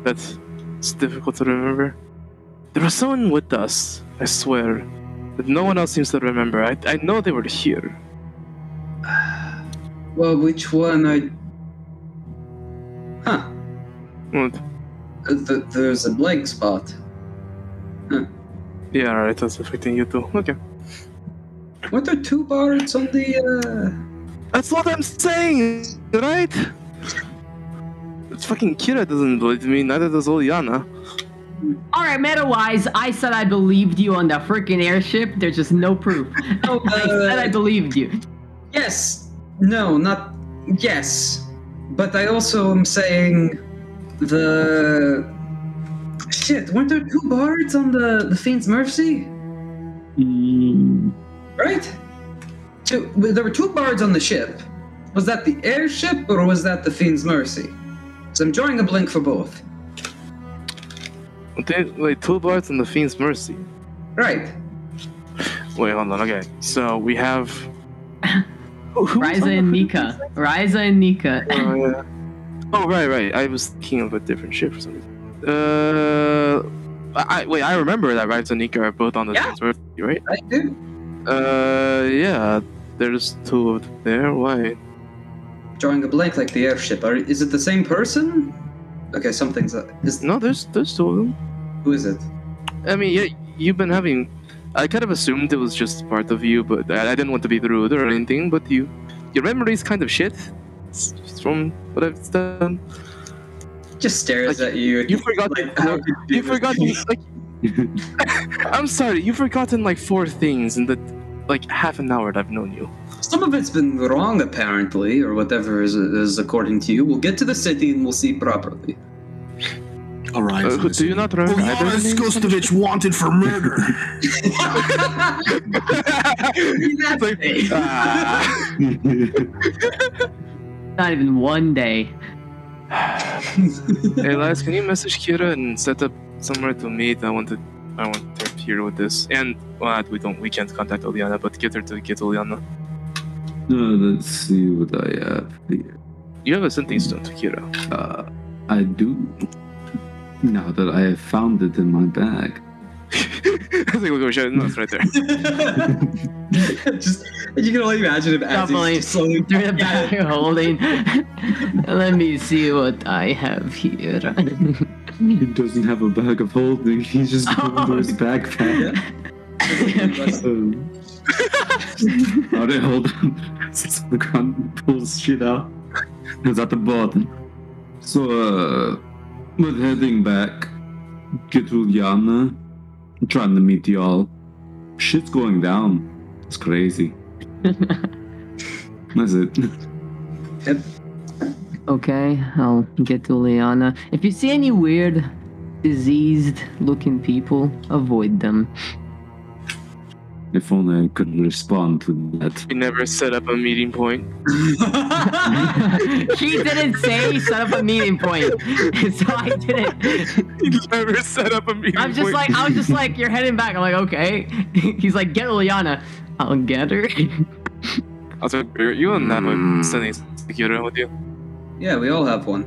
Speaker 3: that it's difficult to remember? There was someone with us. I swear, that no one else seems to remember. I I know they were here.
Speaker 2: Well, which one? I. Huh? Uh,
Speaker 3: What?
Speaker 2: Th- there's a blank spot.
Speaker 3: Yeah, alright, that's affecting you too. Okay.
Speaker 2: Weren't there two bars on the? uh,
Speaker 3: That's what I'm saying, right? It's fucking Kira doesn't believe me, neither does Oliana.
Speaker 7: All right, meta-wise, I said I believed you on the freaking airship. There's just no proof.
Speaker 2: Uh,
Speaker 7: Oh, I said I believed you.
Speaker 2: Yes. No, not yes. But I also am saying the shit. Weren't there two bards on the the Fiend's Mercy?
Speaker 8: hmm,
Speaker 2: Right. Two. There were two bards on the ship. Was that the airship or was that the Fiend's Mercy? So I'm drawing a blank for both.
Speaker 3: They, wait, two bards and the Fiend's Mercy.
Speaker 2: Right.
Speaker 3: Wait, hold on, okay. So we have. Who- who was on
Speaker 7: Ryza
Speaker 3: the
Speaker 7: and
Speaker 3: Fiend's
Speaker 7: Nika. Ryza and Nika.
Speaker 3: Mercy? Oh, yeah. Oh, right, right. I was thinking of a different ship for some reason. Uh. I, I- wait, I remember that Ryza and Nika are both on the
Speaker 2: Yeah.
Speaker 3: Fiend's Mercy, right?
Speaker 2: I do.
Speaker 3: Uh, yeah. There's two of them there. Why?
Speaker 2: Drawing a blank like the airship. Are, is it the same person? Okay, something's. Is,
Speaker 3: No, there's, there's two of them.
Speaker 2: who is it?
Speaker 3: I mean, yeah, you've been having. I kind of assumed it was just part of you, but I, I didn't want to be rude or anything. But you, your memory's kind of shit. It's, it's from what I've done.
Speaker 2: just stares at you.
Speaker 3: You forgot.
Speaker 2: Like, how could do
Speaker 3: you
Speaker 2: this?
Speaker 3: forgot. Like, I'm sorry. You've forgotten like four things in the like half an hour that I've known you.
Speaker 2: Some of it's been wrong, apparently, or whatever is, is according to you. We'll get to the city and we'll see properly.
Speaker 5: Arrive.
Speaker 3: Uh,
Speaker 5: in
Speaker 3: do
Speaker 5: the
Speaker 3: you
Speaker 5: city.
Speaker 3: not remember? either of the names?
Speaker 6: Kostovich wanted for murder.
Speaker 3: It's like, ah.
Speaker 7: Not even one day.
Speaker 3: Hey, Elias, can you message Kira and set up somewhere to meet? I want to, I want to interfere with this. And well, we don't, we can't contact Oliana, but get her to get Oliana.
Speaker 8: Uh, let's see what I have here.
Speaker 3: You have a sent these stone to Kira.
Speaker 8: Uh, I do. Now that I have found it in my bag.
Speaker 3: I think we'll go show. No, it's right there.
Speaker 2: just you can only imagine him as
Speaker 7: Probably.
Speaker 2: he's just slowly
Speaker 7: Through the bag you're holding. Let me see what I have here.
Speaker 8: He doesn't have a bag of holding. He's just going to his backpack. Um, All right, hold on. Sits on the ground and pulls shit out. It's at the bottom. So, uh, we're heading back. Get to Uliana. I'm trying to meet y'all. Shit's going down. It's crazy. That's it.
Speaker 7: Okay, I'll get to Liana. If you see any weird, diseased looking people, avoid them.
Speaker 8: If only I could respond to that.
Speaker 3: We never set up a meeting point.
Speaker 7: she didn't say set up a meeting point, so I didn't.
Speaker 3: We never set up a meeting
Speaker 7: I'm just
Speaker 3: point.
Speaker 7: like, I was just like, you're heading back. I'm like, okay. He's like, get Liana. I'll get her.
Speaker 3: Also, you and that
Speaker 5: Hmm.
Speaker 3: one sending to Kira with you.
Speaker 2: yeah, we all have one,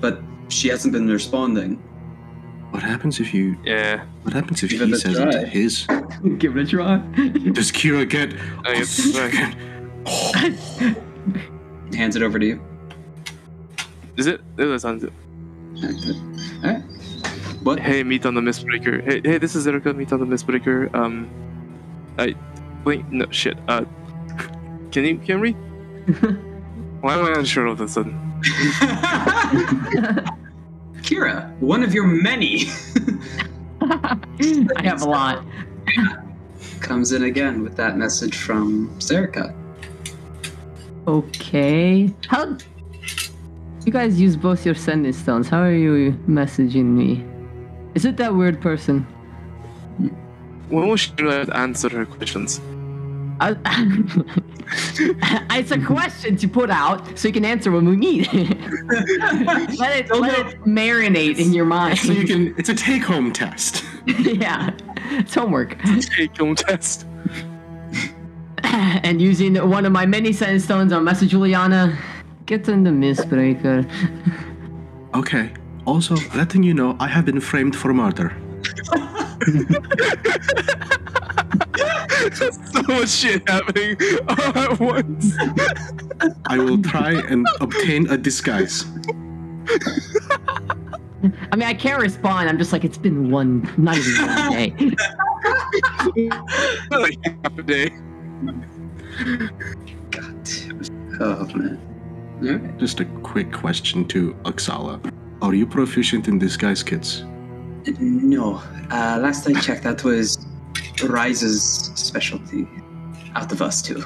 Speaker 2: but she hasn't been responding.
Speaker 5: What happens if you?
Speaker 3: Yeah.
Speaker 5: What happens if
Speaker 2: Give it
Speaker 5: he
Speaker 2: a
Speaker 5: says it
Speaker 2: try.
Speaker 5: to his?
Speaker 7: Give it a try.
Speaker 5: Does Kira get?
Speaker 3: I guess, right.
Speaker 2: Hands it over to you.
Speaker 3: Is it? It was on.
Speaker 2: Alright. What?
Speaker 3: Hey, meet on the Mistbreaker. Hey, hey, this is Erica. Meet on the Mistbreaker. Um, I, wait, no shit. Uh, can you hear me? Why am I unsure all of a sudden?
Speaker 2: Kira, one of your many,
Speaker 7: I have a lot.
Speaker 2: comes in again with that message from Serica.
Speaker 7: Okay. How? You guys use both your sending stones. How are you messaging me? Is it that weird person?
Speaker 3: When will she answer her questions?
Speaker 7: I, it's a question to put out so you can answer when we meet. let it, let it marinate in your mind.
Speaker 5: So you can. It's a take-home test.
Speaker 7: yeah, it's homework.
Speaker 3: Take home test.
Speaker 7: and using one of my many sentence stones on Message Juliana, get in the Mistbreaker.
Speaker 5: Okay. Also, letting you know, I have been framed for murder.
Speaker 3: so much shit happening all at once.
Speaker 5: I will try and obtain a disguise.
Speaker 7: I mean, I can't respond. I'm just like, it's been one, not even one day.
Speaker 3: like half a day.
Speaker 2: Oh man. Alright.
Speaker 5: Just a quick question to Oxala. Are you proficient in disguise kits?
Speaker 2: No. Uh, last I checked, that was Rise's specialty. Out of us two.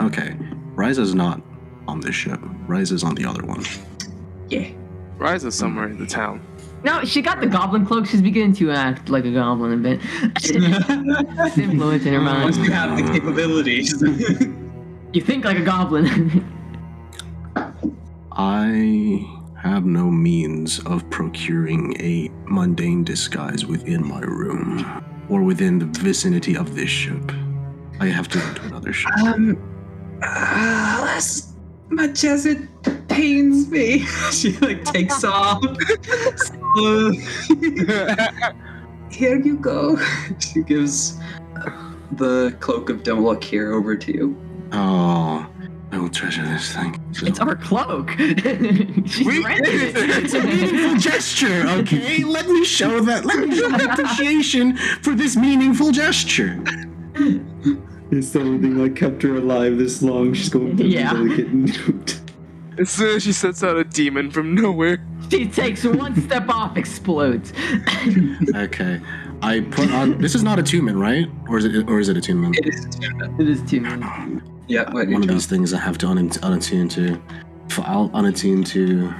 Speaker 5: Okay. Riza's not on this ship. Riza's on the other one.
Speaker 2: Yeah.
Speaker 3: Rise is somewhere in the town.
Speaker 7: No, she got the goblin cloak. She's beginning to act like a goblin a bit. It's influencing her
Speaker 2: Once
Speaker 7: mind.
Speaker 2: you have the capabilities.
Speaker 7: You think like a goblin.
Speaker 5: I have no means of procuring a mundane disguise within my room or within the vicinity of this ship. I have to go to another ship.
Speaker 2: um, uh, as much as it pains me, she like takes off. so, here you go. She gives the cloak of Demlock here over to you.
Speaker 5: Oh, I will treasure this thing. This is
Speaker 7: it's our cloak. She's
Speaker 5: We-
Speaker 7: rented
Speaker 5: It's a meaningful
Speaker 7: it.
Speaker 5: gesture, okay? Let me show that. Let me show my appreciation for this meaningful gesture.
Speaker 8: It's the only thing that kept her alive this long. She's going to
Speaker 7: Yeah.
Speaker 8: really get nuked.
Speaker 3: As soon as she sets out a demon from nowhere.
Speaker 7: She takes one step off, explodes.
Speaker 5: Okay. I put on. This is not attunement, right? Or is it? Or is it attunement?
Speaker 2: It is attunement.
Speaker 7: it is too many.
Speaker 2: Yeah, what
Speaker 5: One
Speaker 2: you
Speaker 5: of
Speaker 2: chose.
Speaker 5: these things I have to un- unattune to. F- I'll unattune to.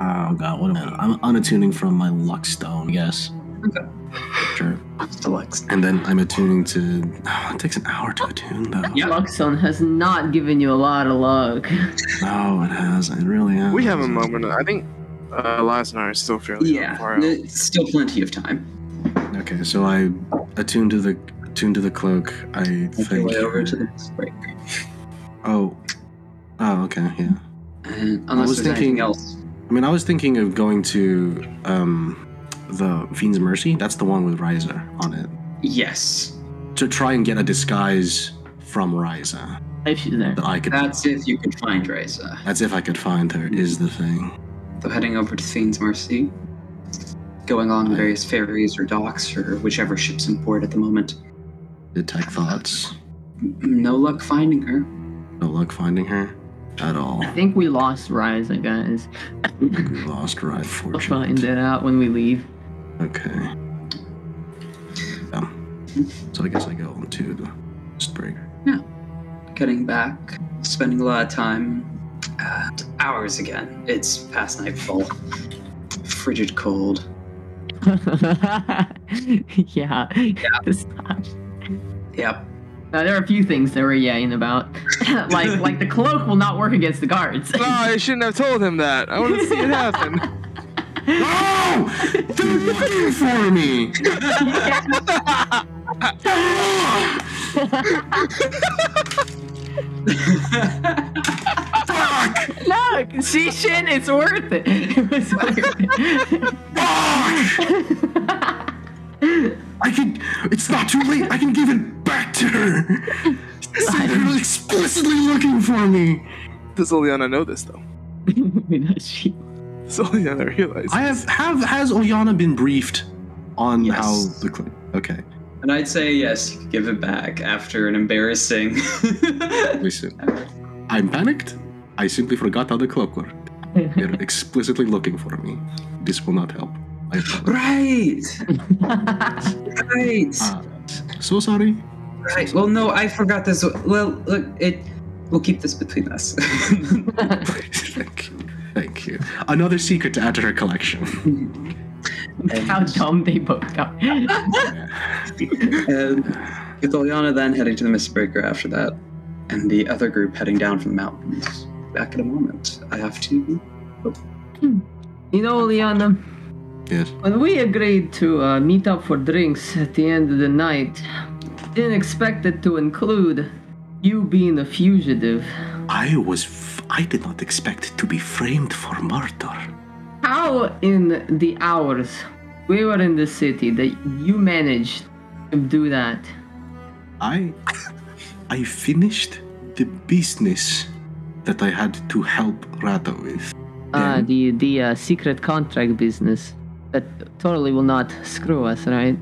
Speaker 5: Oh god, what am I? I'm unattuning from my luck stone. Yes. Okay. Sure.
Speaker 2: Deluxe.
Speaker 5: And then I'm attuning to. Oh, it takes an hour to attune though.
Speaker 2: Yeah.
Speaker 7: Luxon has not given you a lot of luck.
Speaker 5: No, Oh, it has. It really has.
Speaker 3: We have a moment. I think uh, Elias and I are still fairly far
Speaker 2: Yeah,
Speaker 3: out.
Speaker 2: n- still plenty of time.
Speaker 5: Okay, so I attune to the attune to the cloak. I
Speaker 2: Make your
Speaker 5: thank
Speaker 2: way
Speaker 5: you.
Speaker 2: over to the next break.
Speaker 5: Oh. Oh, okay, yeah.
Speaker 2: And
Speaker 5: I
Speaker 2: unless
Speaker 5: was
Speaker 2: there's anything
Speaker 5: thinking-
Speaker 2: else.
Speaker 5: I mean, I was thinking of going to um, the Fiend's Mercy. That's the one with Riza on it.
Speaker 2: Yes.
Speaker 5: To try and get a disguise from Riza
Speaker 7: If she's there.
Speaker 5: that I could.
Speaker 2: That's if you can find Reza.
Speaker 5: That's if I could find her. Is the thing.
Speaker 2: So heading over to Fiend's Mercy, going on various ferries or docks or whichever ship's in port at the moment.
Speaker 5: Detect thoughts.
Speaker 2: No luck finding her.
Speaker 5: No luck finding her at all.
Speaker 7: I think we lost Ryza, guys.
Speaker 5: We lost Riza.
Speaker 7: We'll find
Speaker 5: Fortunate.
Speaker 7: that out when we leave.
Speaker 5: Okay. Yeah. So I guess I go on to the Spring.
Speaker 2: Cutting back, spending a lot of time, uh, hours again. It's past nightfall. Frigid cold.
Speaker 7: yeah. This time.
Speaker 2: Yep.
Speaker 7: Now, there are a few things that we're yaying about. like like the cloak will not work against the guards.
Speaker 3: No, Oh, I shouldn't have told him that. I want to see it happen.
Speaker 5: Oh! They're looking for me! Fuck!
Speaker 7: Look, see shit, it's worth it. It was worth
Speaker 5: Fuck!
Speaker 7: it.
Speaker 5: I can. It's not too late. I can give it back to her. See, they're explicitly looking for me.
Speaker 3: Does Oleana know this though?
Speaker 7: We know she-
Speaker 3: Does Oleana realize?
Speaker 5: I have have has Oyana been briefed on
Speaker 2: Yes.
Speaker 5: how the cl- okay.
Speaker 2: And I'd say yes, you could give it back after an embarrassing.
Speaker 5: Listen, I'm panicked. I simply forgot how the clock worked. They're explicitly looking for me. This will not help. I apologize.
Speaker 2: right! Right!
Speaker 5: Ah, so sorry.
Speaker 2: Right. Well, no, I forgot this. Well, look, it. We'll keep this between us.
Speaker 5: Thank you. Thank you. Another secret to add to her collection.
Speaker 7: How dumb they both are.
Speaker 2: and with Eliana then heading to the Mist Breaker after that, and the other group heading down from the mountains. Back in a moment. I have to.
Speaker 7: You know, Liana,
Speaker 5: Yes.
Speaker 7: when we agreed to uh, meet up for drinks at the end of the night, didn't expect it to include you being a fugitive.
Speaker 5: I was. F- I did not expect to be framed for murder.
Speaker 7: How in the hours we were in the city that you managed to do that?
Speaker 5: I. I finished the business that I had to help Rata with.
Speaker 7: Ah,
Speaker 5: Then-
Speaker 7: the the uh, secret contract business that totally will not screw us, right?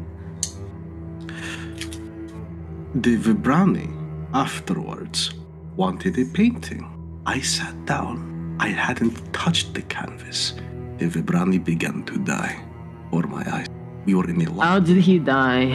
Speaker 5: The Vibrani, afterwards, wanted a painting. I sat down. I hadn't touched the canvas. The Vibrani began to die. For my eyes. We were in a lock.
Speaker 7: How did he die?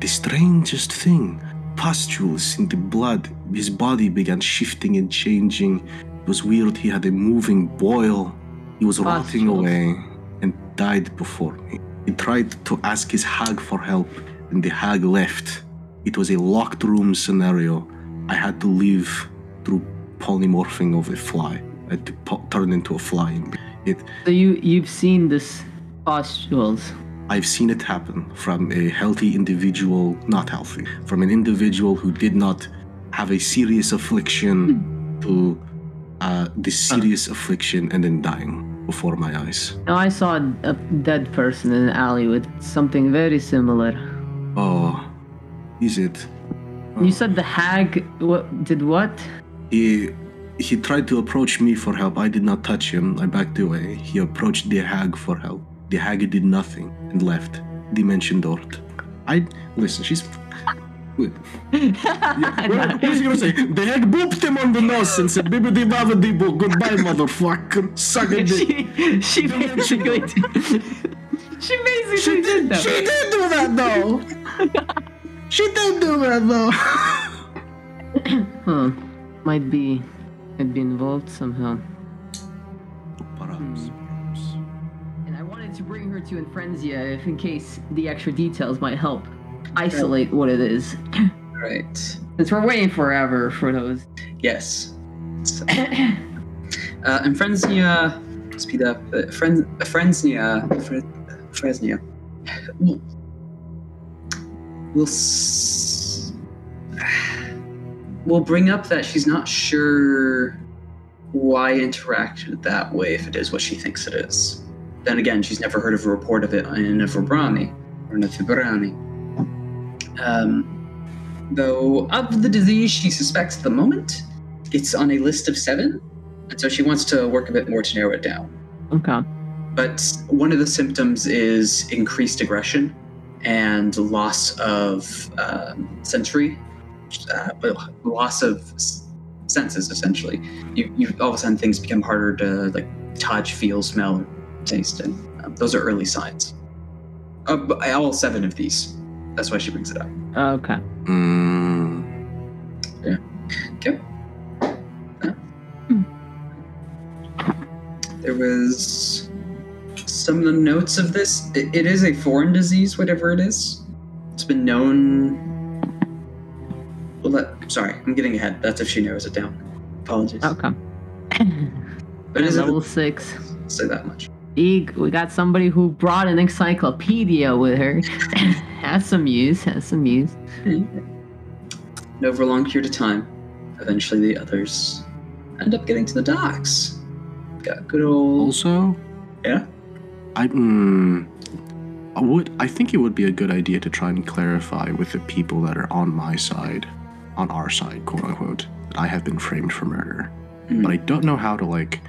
Speaker 5: The strangest thing pustules in the blood. His body began shifting and changing. It was weird. He had a moving boil. He was rotting
Speaker 7: Pustules.
Speaker 5: away and died before me. He tried to ask his hag for help, and the hag left. It was a locked room scenario. I had to leave through polymorphing of a fly. I had to po- turn into a fly. and It,
Speaker 7: So you you've seen this pustules.
Speaker 5: I've seen it happen from a healthy individual, not healthy, from an individual who did not have a serious affliction to uh, the serious affliction and then dying before my eyes.
Speaker 7: Now I saw a dead person in an alley with something very similar.
Speaker 5: Oh, is it?
Speaker 7: You said the hag what did what?
Speaker 5: He he tried to approach me for help. I did not touch him. I backed away. He approached the hag for help. The hag did nothing and left. Dimension Dort. I listen. She's Wait,
Speaker 6: What was he gonna say? They had booped him on the nose and said, bibbidi bobbidi boo, goodbye, motherfucker. Suck a dick.
Speaker 7: she, she basically she basically
Speaker 6: She
Speaker 7: did
Speaker 6: did,
Speaker 7: that.
Speaker 6: she did do that though. she did do that though.
Speaker 7: Huh. Might be might be involved somehow.
Speaker 5: perhaps, perhaps.
Speaker 7: And I wanted to bring her to Infrenzia if in case the extra details might help isolate what it is.
Speaker 2: Right.
Speaker 7: Since we're waiting forever for those.
Speaker 2: Yes. So, uh, and Frenzia, speed up. Uh, Fren- Frenzia, Fre- Frenzia. We'll, we'll, s- we'll bring up that she's not sure why interacted that way if it is what she thinks it is. Then again, she's never heard of a report of it in a Vibrani or in a Vibrani. Um, though of the disease she suspects at the moment, it's on a list of seven, and so she wants to work a bit more to narrow it down.
Speaker 7: Okay.
Speaker 2: But one of the symptoms is increased aggression and loss of um, sensory, uh, well, loss of s- senses. Essentially, you, you all of a sudden things become harder to like touch, feel, smell, taste, and um, those are early signs. Of all seven of these. That's why she brings it up.
Speaker 7: Okay.
Speaker 6: Hmm.
Speaker 5: Mm,
Speaker 2: there was some of the notes of this. It, it is a foreign disease, whatever it is. It's been known. Well, that, sorry, I'm getting ahead. That's if she narrows it down. Apologies.
Speaker 7: Okay.
Speaker 2: but it is
Speaker 7: level six.
Speaker 2: say that much.
Speaker 7: Eek, we got somebody who brought an encyclopedia with her. has some use, has some use.
Speaker 2: And over a long period of time, eventually the others end up getting to the docks. Got good old.
Speaker 5: also,
Speaker 2: Yeah?
Speaker 5: I mm, I would. I think it would be a good idea to try and clarify with the people that are on my side, on our side, quote unquote, that I have been framed for murder.
Speaker 2: Mm.
Speaker 5: But I don't know how to like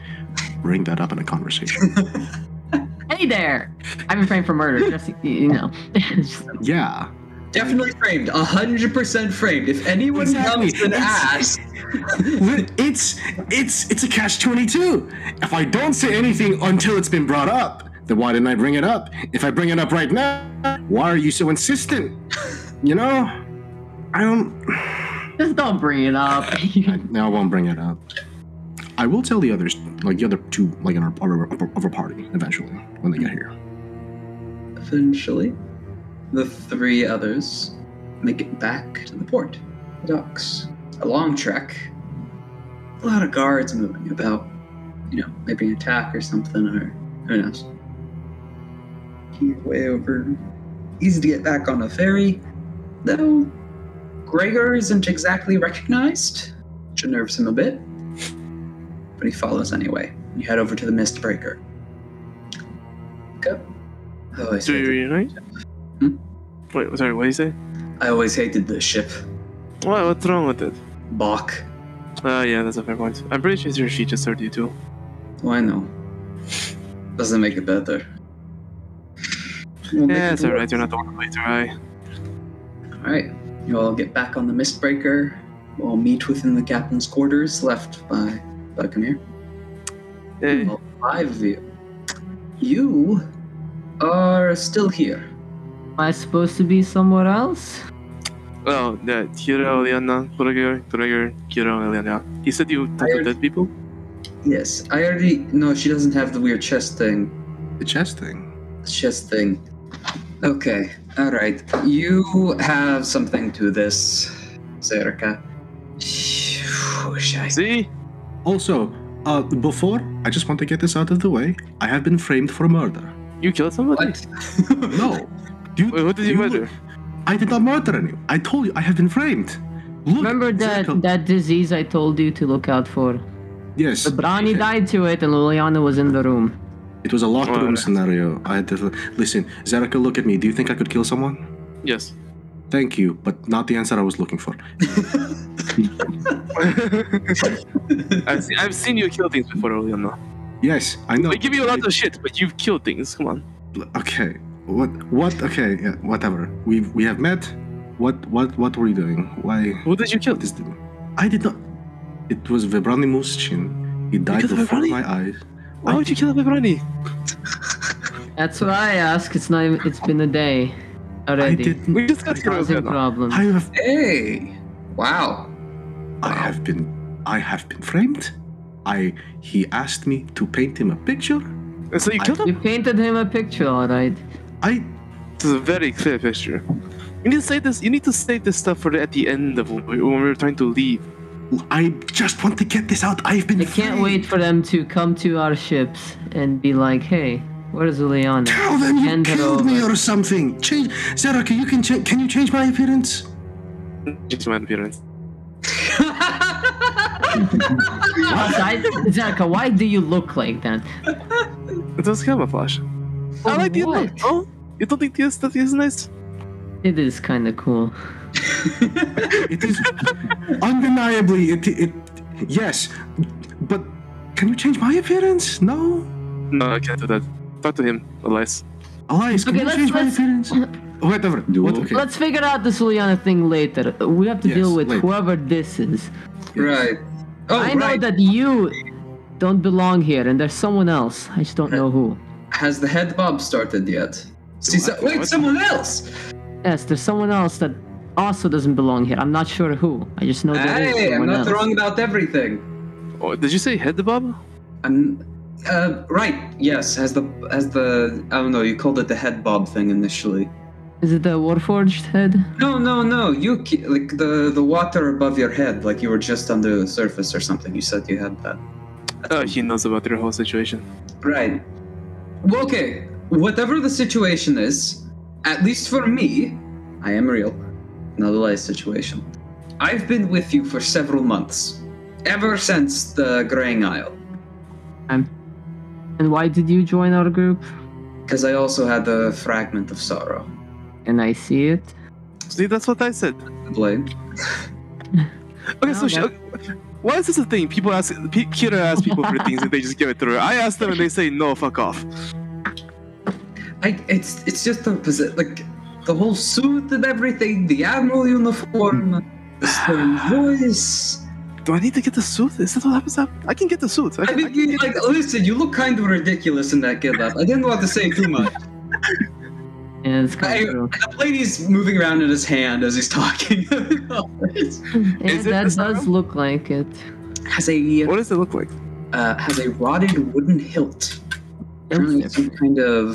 Speaker 5: bring that up in a conversation.
Speaker 7: Hey there! I've been framed for murder, just so you know. Just-
Speaker 5: yeah.
Speaker 2: Definitely framed. 100% framed. If anyone
Speaker 5: Exactly.
Speaker 2: comes and
Speaker 5: It's-
Speaker 2: asks,
Speaker 5: Li- It's it's it's a catch twenty two. If I don't say anything until it's been brought up, then why didn't I bring it up? If I bring it up right now, why are you so insistent? You know, I don't.
Speaker 7: Just don't bring it up.
Speaker 5: I, no, I won't bring it up. I will tell the others, like the other two, like in our of our- of our party eventually when they get here.
Speaker 2: Eventually, the three others make it back to the port, the docks. A long trek. A lot of guards moving about. You know, maybe an attack or something, or who knows. You're way over. Easy to get back on a ferry, though. Gregor isn't exactly recognized, which unnerves him a bit. But he follows anyway. You head over to the Mistbreaker. Go. Oh, I
Speaker 3: Do
Speaker 2: see.
Speaker 3: you reunite?
Speaker 2: Hmm?
Speaker 3: Wait, sorry, what do you say?
Speaker 2: I always hated this ship.
Speaker 3: What, what's wrong with it?
Speaker 2: Bach.
Speaker 3: Uh, yeah, that's a fair point. I'm pretty sure she just heard you too.
Speaker 2: Oh, I know. Doesn't make it better. We'll make
Speaker 3: Yeah,
Speaker 2: it
Speaker 3: it's alright,
Speaker 2: work.
Speaker 3: you're not the one later, I.
Speaker 2: All right. You all get back on the Mistbreaker. We'll meet within the captain's quarters left by Buccaneer.
Speaker 3: Hey,
Speaker 2: All five of you. You are still here.
Speaker 7: Am I supposed to be somewhere else?
Speaker 3: oh, yeah, Kiro, Eliana, Gregor, Gregor, Kiro, Eliana. You said you talked to
Speaker 2: Iron-
Speaker 3: dead people?
Speaker 2: Yes, I already. No, she doesn't have the weird chest thing.
Speaker 5: The chest thing.
Speaker 2: chest thing. Okay, all right. You have something to this, Zerka. Wish I-
Speaker 3: See?
Speaker 5: Also, uh, before I just want to get this out of the way. I have been framed for murder.
Speaker 3: You killed somebody?
Speaker 2: What?
Speaker 5: No, you,
Speaker 3: Wait, what did you murder?
Speaker 5: I did not murder anyone. I told you I have been framed. Look,
Speaker 7: Remember that
Speaker 5: Zirkel-
Speaker 7: that disease I told you to look out for?
Speaker 5: Yes,
Speaker 7: Brani died to it and Liliana was in the room.
Speaker 5: it was a locked room
Speaker 3: Alright.
Speaker 5: scenario. I had to listen. Zerika, look at me. Do you think I could kill someone?
Speaker 3: Yes.
Speaker 5: Thank you, but not the answer I was looking for.
Speaker 3: I've, seen, I've seen you kill things before, Eliana.
Speaker 5: Yes, I know.
Speaker 3: They give you a lot of shit, but you've killed things. Come on.
Speaker 5: Okay, what? What? Okay, yeah, whatever. We we have met. What what what were you doing? Why?
Speaker 3: Who did you kill?
Speaker 5: What is the? I did not. It was Vibrani Muschin. He died
Speaker 3: killed
Speaker 5: before
Speaker 3: Vibrani?
Speaker 5: my eyes.
Speaker 3: Why would you kill Vibrani?
Speaker 7: That's what I ask. It's not. Even, it's been a day
Speaker 5: I
Speaker 7: already.
Speaker 5: did.
Speaker 3: We just got to kill
Speaker 7: Causing
Speaker 3: Vibrani.
Speaker 7: problems.
Speaker 5: I have.
Speaker 2: Hey! Wow.
Speaker 5: I have been. I have been framed. I. He asked me to paint him a picture.
Speaker 3: And so you
Speaker 5: I-
Speaker 3: killed him?
Speaker 7: You painted him a picture, all right.
Speaker 5: I.
Speaker 3: This is a very clear picture. You need to say this. You need to say this stuff for the, at the end of when we when we were trying to leave.
Speaker 5: I just want to get this out. I've been.
Speaker 7: I can't
Speaker 5: framed.
Speaker 7: wait for them to come to our ships and be like, "Hey, where's Juliana?"
Speaker 5: Tell them you
Speaker 7: Hand her
Speaker 5: killed me
Speaker 7: over.
Speaker 5: or something. Change, Zeraka, you can change. Can you change my appearance?
Speaker 3: Just my appearance.
Speaker 7: Why- Zaka, why do you look like that?
Speaker 3: It was camouflage. I like the
Speaker 7: what?
Speaker 3: look. Oh, you don't think this that is nice?
Speaker 7: It is kind of cool.
Speaker 5: It is undeniably. It, it. Yes, but can you change my appearance? No,
Speaker 3: No, I can't do that. Talk to him, Elias.
Speaker 5: Elias, can
Speaker 7: Okay,
Speaker 5: you
Speaker 7: let's-
Speaker 5: change my
Speaker 7: let's-
Speaker 5: appearance? Oh, Whatever.
Speaker 8: Do
Speaker 5: What,
Speaker 8: it.
Speaker 5: okay.
Speaker 7: Let's figure out this Juliana thing later. We have to
Speaker 5: Yes,
Speaker 7: deal with
Speaker 5: later.
Speaker 7: whoever this is.
Speaker 2: Right. Oh,
Speaker 7: I know
Speaker 2: right.
Speaker 7: that you don't belong here, and there's someone else. I just don't know who.
Speaker 2: Has the head bob started yet? See, so-
Speaker 3: what?
Speaker 2: wait, someone else!
Speaker 7: Yes, there's someone else that also doesn't belong here. I'm not sure who. I just know there is
Speaker 2: Hey, I'm
Speaker 7: someone
Speaker 2: not
Speaker 7: else.
Speaker 2: wrong about everything.
Speaker 3: Oh, did you say head bob?
Speaker 2: I'm. Uh, right. Yes. Has the has the I don't know. You called it the head bob thing initially.
Speaker 7: Is it the Warforged head?
Speaker 2: No, no, no. You ki- like the the water above your head, like you were just under the surface or something. You said you had that.
Speaker 3: Uh, he knows about your whole situation.
Speaker 2: Right. Well, okay. Whatever the situation is, at least for me, I am real. Not a lie situation. I've been with you for several months, ever since the Graying Isle,
Speaker 7: And why did you join our group?
Speaker 2: because I also had the fragment of sorrow,
Speaker 7: And I see it.
Speaker 3: See, that's what I said.
Speaker 2: the blade.
Speaker 3: Okay, so
Speaker 7: No,
Speaker 3: she, why is this a thing? People ask. P- Kira asks people for things and they just give it to her. I ask them and they say no, fuck off.
Speaker 2: I, it's it's just the posi- like the whole suit and everything, the admiral uniform, the stern voice.
Speaker 3: Do I need to get the suit? Is that what happens? Up? I can get the suit. I
Speaker 2: I
Speaker 3: can, I
Speaker 2: mean,
Speaker 3: can
Speaker 2: you,
Speaker 3: get,
Speaker 2: like, listen, you look kind of ridiculous in that getup. I didn't want to say too much.
Speaker 7: Yeah, it's kind
Speaker 2: Hey,
Speaker 7: of true.
Speaker 2: The lady's moving around in his hand as he's talking.
Speaker 7: Yeah,
Speaker 3: it
Speaker 7: that
Speaker 3: the Sorrow?
Speaker 7: does look like it.
Speaker 2: has a
Speaker 3: what does it look like?
Speaker 2: uh, has a rodded wooden hilt. Apparently, it's some kind of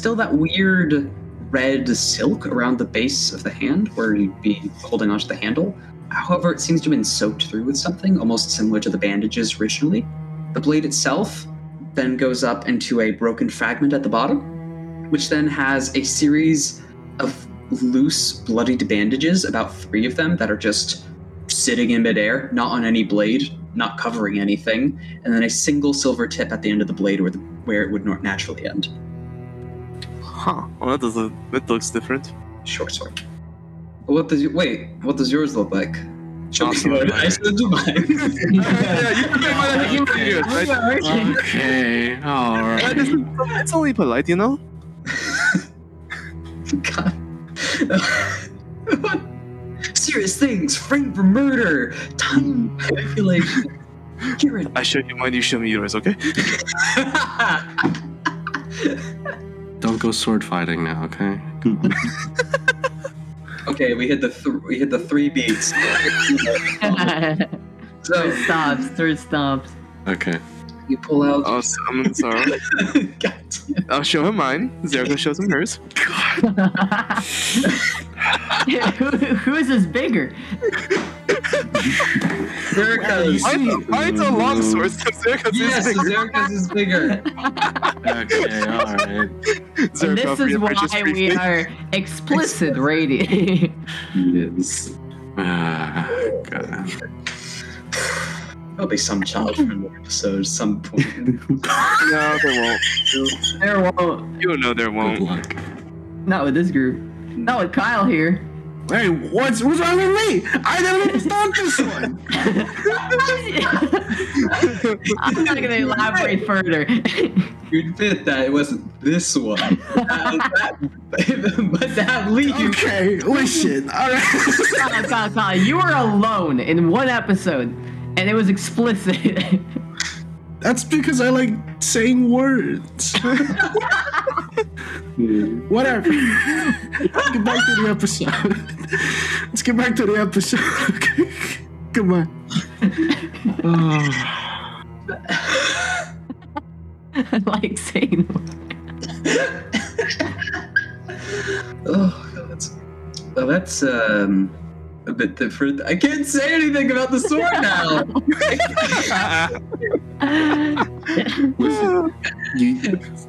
Speaker 2: still that weird red silk around the base of the hand where you'd be holding onto the handle. However, it seems to have been soaked through with something almost similar to the bandages originally. The blade itself then goes up into a broken fragment at the bottom, which then has a series of loose, bloodied bandages, about three of them, that are just sitting in midair, not on any blade, not covering anything, and then a single silver tip at the end of the blade where, the, where it would nor- naturally end.
Speaker 3: Huh? Well, that doesn't. That looks different.
Speaker 2: Short sword. What does you, wait? What does yours look like? Show me
Speaker 3: Also
Speaker 2: yours.
Speaker 3: mine.
Speaker 2: I said to mine.
Speaker 3: yeah, you can make mine after two years, right?
Speaker 5: Okay. All
Speaker 3: That isn't- It's only polite, you know.
Speaker 2: God. Serious things: framed for murder, time manipulation. Kieran.
Speaker 3: I show you mine. You show me yours, okay?
Speaker 5: Don't go sword fighting now, okay?
Speaker 2: okay, we hit the th- we hit the three beats. so
Speaker 7: three stops, three stops.
Speaker 5: Okay.
Speaker 2: you pull out.
Speaker 3: Oh, so- I'm sorry.
Speaker 2: God damn.
Speaker 3: I'll show him mine. Zerko shows him hers.
Speaker 7: Who- Whose is bigger?
Speaker 2: Zerka's.
Speaker 3: Mine's, mine's a
Speaker 5: uh,
Speaker 3: long sword. So Zerko's
Speaker 2: Yes,
Speaker 3: is bigger.
Speaker 2: Zerka's is bigger.
Speaker 5: Okay. All right.
Speaker 7: And
Speaker 3: Zerko
Speaker 7: this is
Speaker 3: reapproaches
Speaker 7: why we
Speaker 3: briefly.
Speaker 7: are explicit, Rady.
Speaker 8: Yes.
Speaker 5: Ah, God.
Speaker 2: There'll be some child friendly episode some point.
Speaker 3: No, there won't.
Speaker 7: there won't.
Speaker 3: You know there won't.
Speaker 5: luck.
Speaker 7: Not with this group. Not with Kyle here.
Speaker 5: Hey, what's what's wrong with me? I don't understand this one.
Speaker 7: I'm not gonna elaborate further.
Speaker 2: You admit that it wasn't this one. Uh, that- but that leak.
Speaker 5: Okay, listen. All right.
Speaker 7: Kyle, Kyle, Kyle, you were alone in one episode, and it was explicit.
Speaker 5: That's because I like saying words. Whatever. Let's get back to the episode. Let's get back to the episode. Okay. Come on.
Speaker 7: I like saying
Speaker 2: Oh, God, that's. Well, that's um, a bit different. I can't say anything about the sword now.
Speaker 5: Listen, you,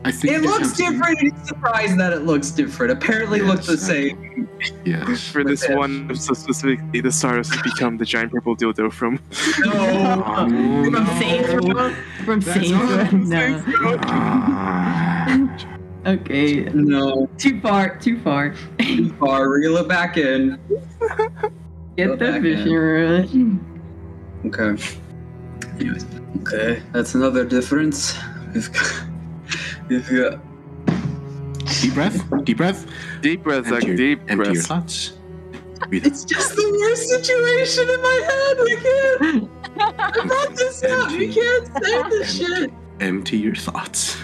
Speaker 5: I think
Speaker 2: it
Speaker 5: you
Speaker 2: looks
Speaker 5: have to-
Speaker 2: different. and It's surprised that it looks different. Apparently, it looks the
Speaker 5: Yes, I-
Speaker 2: same.
Speaker 5: Yes.
Speaker 3: For this
Speaker 2: Yeah.
Speaker 3: one, so specifically, the Stardust has become the giant purple dildo from.
Speaker 2: No.
Speaker 5: Oh, no.
Speaker 7: from Saints Row. From Saints Row. No.
Speaker 5: Ah.
Speaker 7: Okay.
Speaker 2: No.
Speaker 7: Too far. Too far.
Speaker 2: Too far. Reel it back in. Go
Speaker 7: Get the
Speaker 2: back
Speaker 7: fishing
Speaker 2: in.
Speaker 7: rod.
Speaker 2: Okay. Anyways. Okay, that's another difference. We've got. We've got.
Speaker 5: Deep breath. Deep breath.
Speaker 3: Deep breath, Zach,
Speaker 5: Empty your-
Speaker 3: deep
Speaker 5: empty your
Speaker 3: breath.
Speaker 5: thoughts. Breathe out.
Speaker 2: It's just the worst situation in my head. We can't. I brought this up. We can't say this shit.
Speaker 5: Empty your thoughts.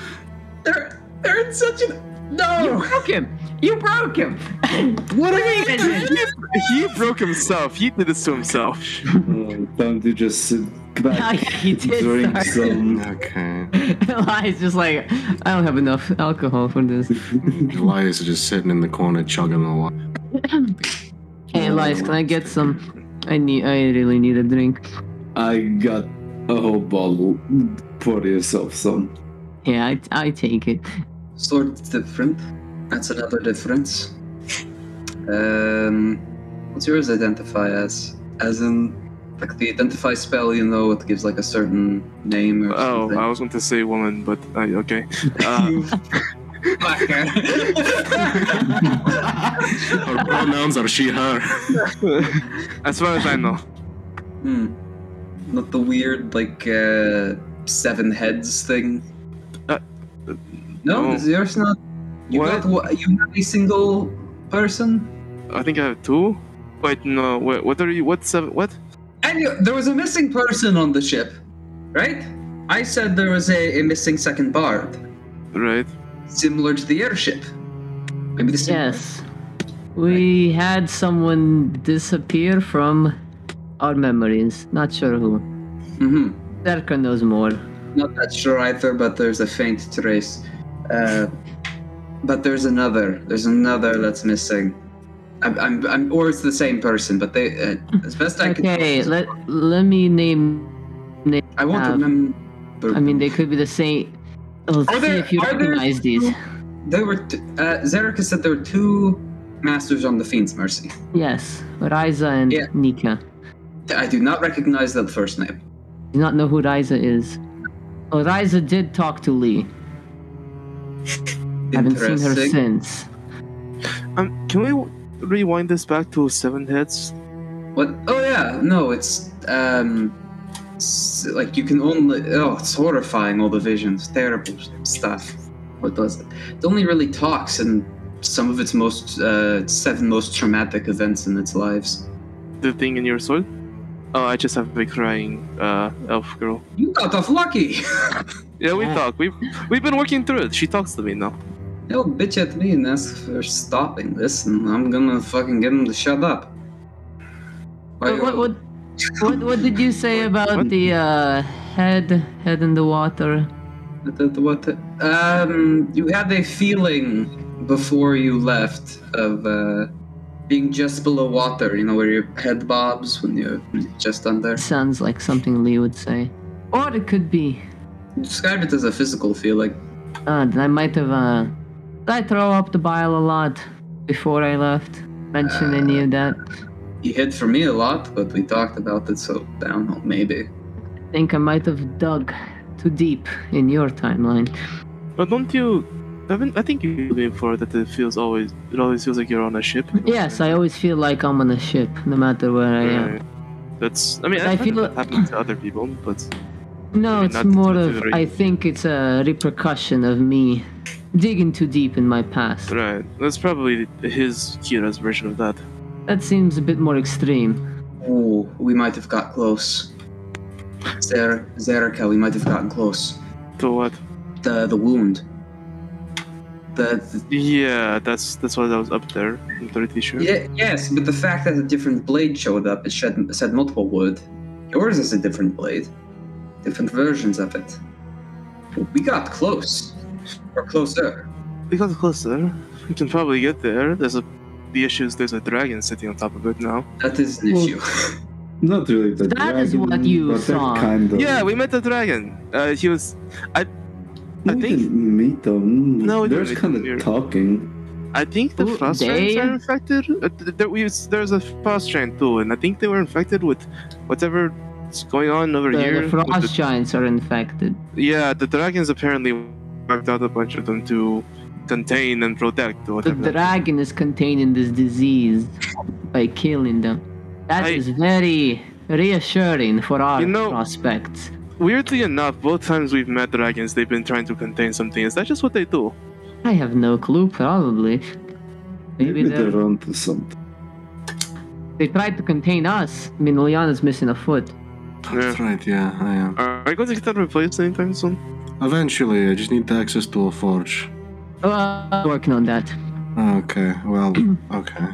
Speaker 2: They're they're in such a
Speaker 7: You
Speaker 2: no.
Speaker 7: broke him. You broke him.
Speaker 5: What are
Speaker 7: you gonna do?
Speaker 3: He broke himself. He did this to himself.
Speaker 8: Oh, Don't do just sit back
Speaker 7: he did.
Speaker 8: drink
Speaker 7: Sorry.
Speaker 8: some.
Speaker 5: Okay.
Speaker 7: Eli's just like, I don't have enough alcohol for this.
Speaker 5: Elias is just sitting in the corner chugging a lot.
Speaker 7: Hey, Elias, can I get some? I need. I really need a drink.
Speaker 8: I got a whole bottle. Pour yourself some.
Speaker 7: Yeah, I, I take it.
Speaker 2: Sword's different. That's another difference. Um, what's yours identify as? As in, like the identify spell, you know, it gives like a certain name or
Speaker 3: Oh,
Speaker 2: something.
Speaker 3: I was going to say woman, but I, okay. Uh,
Speaker 2: You fucker.
Speaker 5: Her pronouns are she, her.
Speaker 3: as far as I know.
Speaker 2: hmm. Not the weird like uh, seven heads thing.
Speaker 3: Uh,
Speaker 2: no,
Speaker 3: no.
Speaker 2: is yours not. You
Speaker 3: What?
Speaker 2: got what? You have a single person.
Speaker 3: I think I have two. Wait, no. Wait, what are you? What's uh, what?
Speaker 2: And you, there was a missing person on the ship, right? I said there was a, a missing second bard,
Speaker 3: Right.
Speaker 2: similar to the airship. Maybe the same.
Speaker 7: Yes, we had someone disappear from our memories. Not sure who.
Speaker 2: hmm
Speaker 7: Derka knows more.
Speaker 2: Not that sure either, but there's a faint trace. Uh, but there's another. There's another that's missing. I'm, I'm, I'm, or it's the same person, but they, uh, as best I
Speaker 7: Okay,
Speaker 2: can,
Speaker 7: let let me name.
Speaker 2: I won't
Speaker 7: uh,
Speaker 2: remember.
Speaker 7: I mean, they could be the same. Oh,
Speaker 2: Are
Speaker 7: see
Speaker 2: there-
Speaker 7: if you
Speaker 2: are there
Speaker 7: recognize these.
Speaker 2: there were. T- uh, Zerika said there were two masters on the Fiend's Mercy.
Speaker 7: Yes, Riza and
Speaker 2: Yeah.
Speaker 7: Nika.
Speaker 2: I do not recognize that first name.
Speaker 7: Do not know who Riza is. Oh, Riza did talk to Lee. Haven't seen her
Speaker 2: Interesting.
Speaker 7: since.
Speaker 3: Um, can we rewind this back to seven heads?
Speaker 2: What? Oh yeah, no, it's um, s- like you can only. Oh, it's horrifying. All the visions, terrible stuff. What does it? It only really talks in some of its most uh, seven most traumatic events in its lives.
Speaker 3: The thing in your soul? Oh, I just have a crying uh, elf girl.
Speaker 2: You got off lucky.
Speaker 3: Yeah, we talk. We've we've been working through it. She talks to me now.
Speaker 2: They'll bitch at me and ask for stopping this, and I'm gonna fucking get them to shut up. Why
Speaker 7: What,
Speaker 2: you-
Speaker 7: what, what, what, what did you say about the uh, head head in the water?
Speaker 2: The- the- what the- um, you had a feeling before you left of uh, being just below water, you know, where your head bobs when you're just under.
Speaker 7: Sounds like something Lee would say. Or it could be.
Speaker 2: You described it as a physical feeling.
Speaker 7: Uh, I might have. Uh, did I throw up the bile a lot before I left? Mention any of that?
Speaker 2: You hid for me a lot, but we talked about it, so down home, maybe.
Speaker 7: I think I might have dug too deep in your timeline.
Speaker 3: But don't you Evan, I think you've been before that it feels always it always feels like you're on a ship.
Speaker 7: Yes, I always feel like I'm on a ship, no matter where I am.
Speaker 3: Right. That's I mean
Speaker 7: But
Speaker 3: I,
Speaker 7: I
Speaker 3: feel
Speaker 7: feel-
Speaker 3: it happens to other people, but
Speaker 7: No,
Speaker 3: Maybe
Speaker 7: it's
Speaker 3: not
Speaker 7: more
Speaker 3: to- to
Speaker 7: of.
Speaker 3: the
Speaker 7: I
Speaker 3: right.
Speaker 7: think it's a repercussion of me digging too deep in my past.
Speaker 3: right. That's probably his Kira's version of that.
Speaker 7: That seems a bit more extreme.
Speaker 2: Ooh, we might have got close. Zer- Zerika, we might have gotten close.
Speaker 3: To what?
Speaker 2: The the wound. The,
Speaker 3: Yeah, that's that's why I was up there in 30
Speaker 2: the
Speaker 3: shirt.
Speaker 2: yeah, yes, but the fact that a different blade showed up, it shed, said multiple wood. Yours is a different blade, different versions of it. We got close, or closer.
Speaker 3: We got closer. We can probably get there. There's a the issue is there's a dragon sitting on top of it now.
Speaker 2: That is an
Speaker 8: Well,
Speaker 2: issue.
Speaker 8: Not really the
Speaker 7: That is
Speaker 8: dragon,
Speaker 7: what you
Speaker 8: but that
Speaker 7: saw.
Speaker 8: Kind of.
Speaker 3: Yeah, we met the dragon. Uh, he was I I
Speaker 8: we
Speaker 3: think
Speaker 8: didn't meet them.
Speaker 3: No, we didn't
Speaker 8: there's
Speaker 3: meet
Speaker 8: kind
Speaker 3: them. You're-
Speaker 8: of talking.
Speaker 3: I think the
Speaker 7: Who-
Speaker 3: frost giants
Speaker 7: they?
Speaker 3: are infected. Uh, th- there, we, there's a frost giant too, and I think they were infected with whatever is going on over
Speaker 7: The,
Speaker 3: here.
Speaker 7: the
Speaker 3: with
Speaker 7: frost
Speaker 3: the-
Speaker 7: giants are infected.
Speaker 3: yeah, the dragons apparently wiped out a bunch of them to contain and protect. or
Speaker 7: The
Speaker 3: Whatever.
Speaker 7: dragon is containing this disease by killing them. That
Speaker 3: I-
Speaker 7: is very reassuring for our
Speaker 3: You know-
Speaker 7: prospects.
Speaker 3: Weirdly enough, both times we've met dragons, they've been trying to contain something. Is that just what they do?
Speaker 7: I have no clue, probably. Maybe,
Speaker 8: Maybe
Speaker 7: they're-
Speaker 8: they're onto something.
Speaker 7: they tried to contain us. I mean, Liana's missing a foot.
Speaker 5: That's right, yeah, I am.
Speaker 3: Are we going to get that replaced anytime soon?
Speaker 5: Eventually, I just need the access to a forge.
Speaker 7: Uh, working on that.
Speaker 5: Okay, well, okay.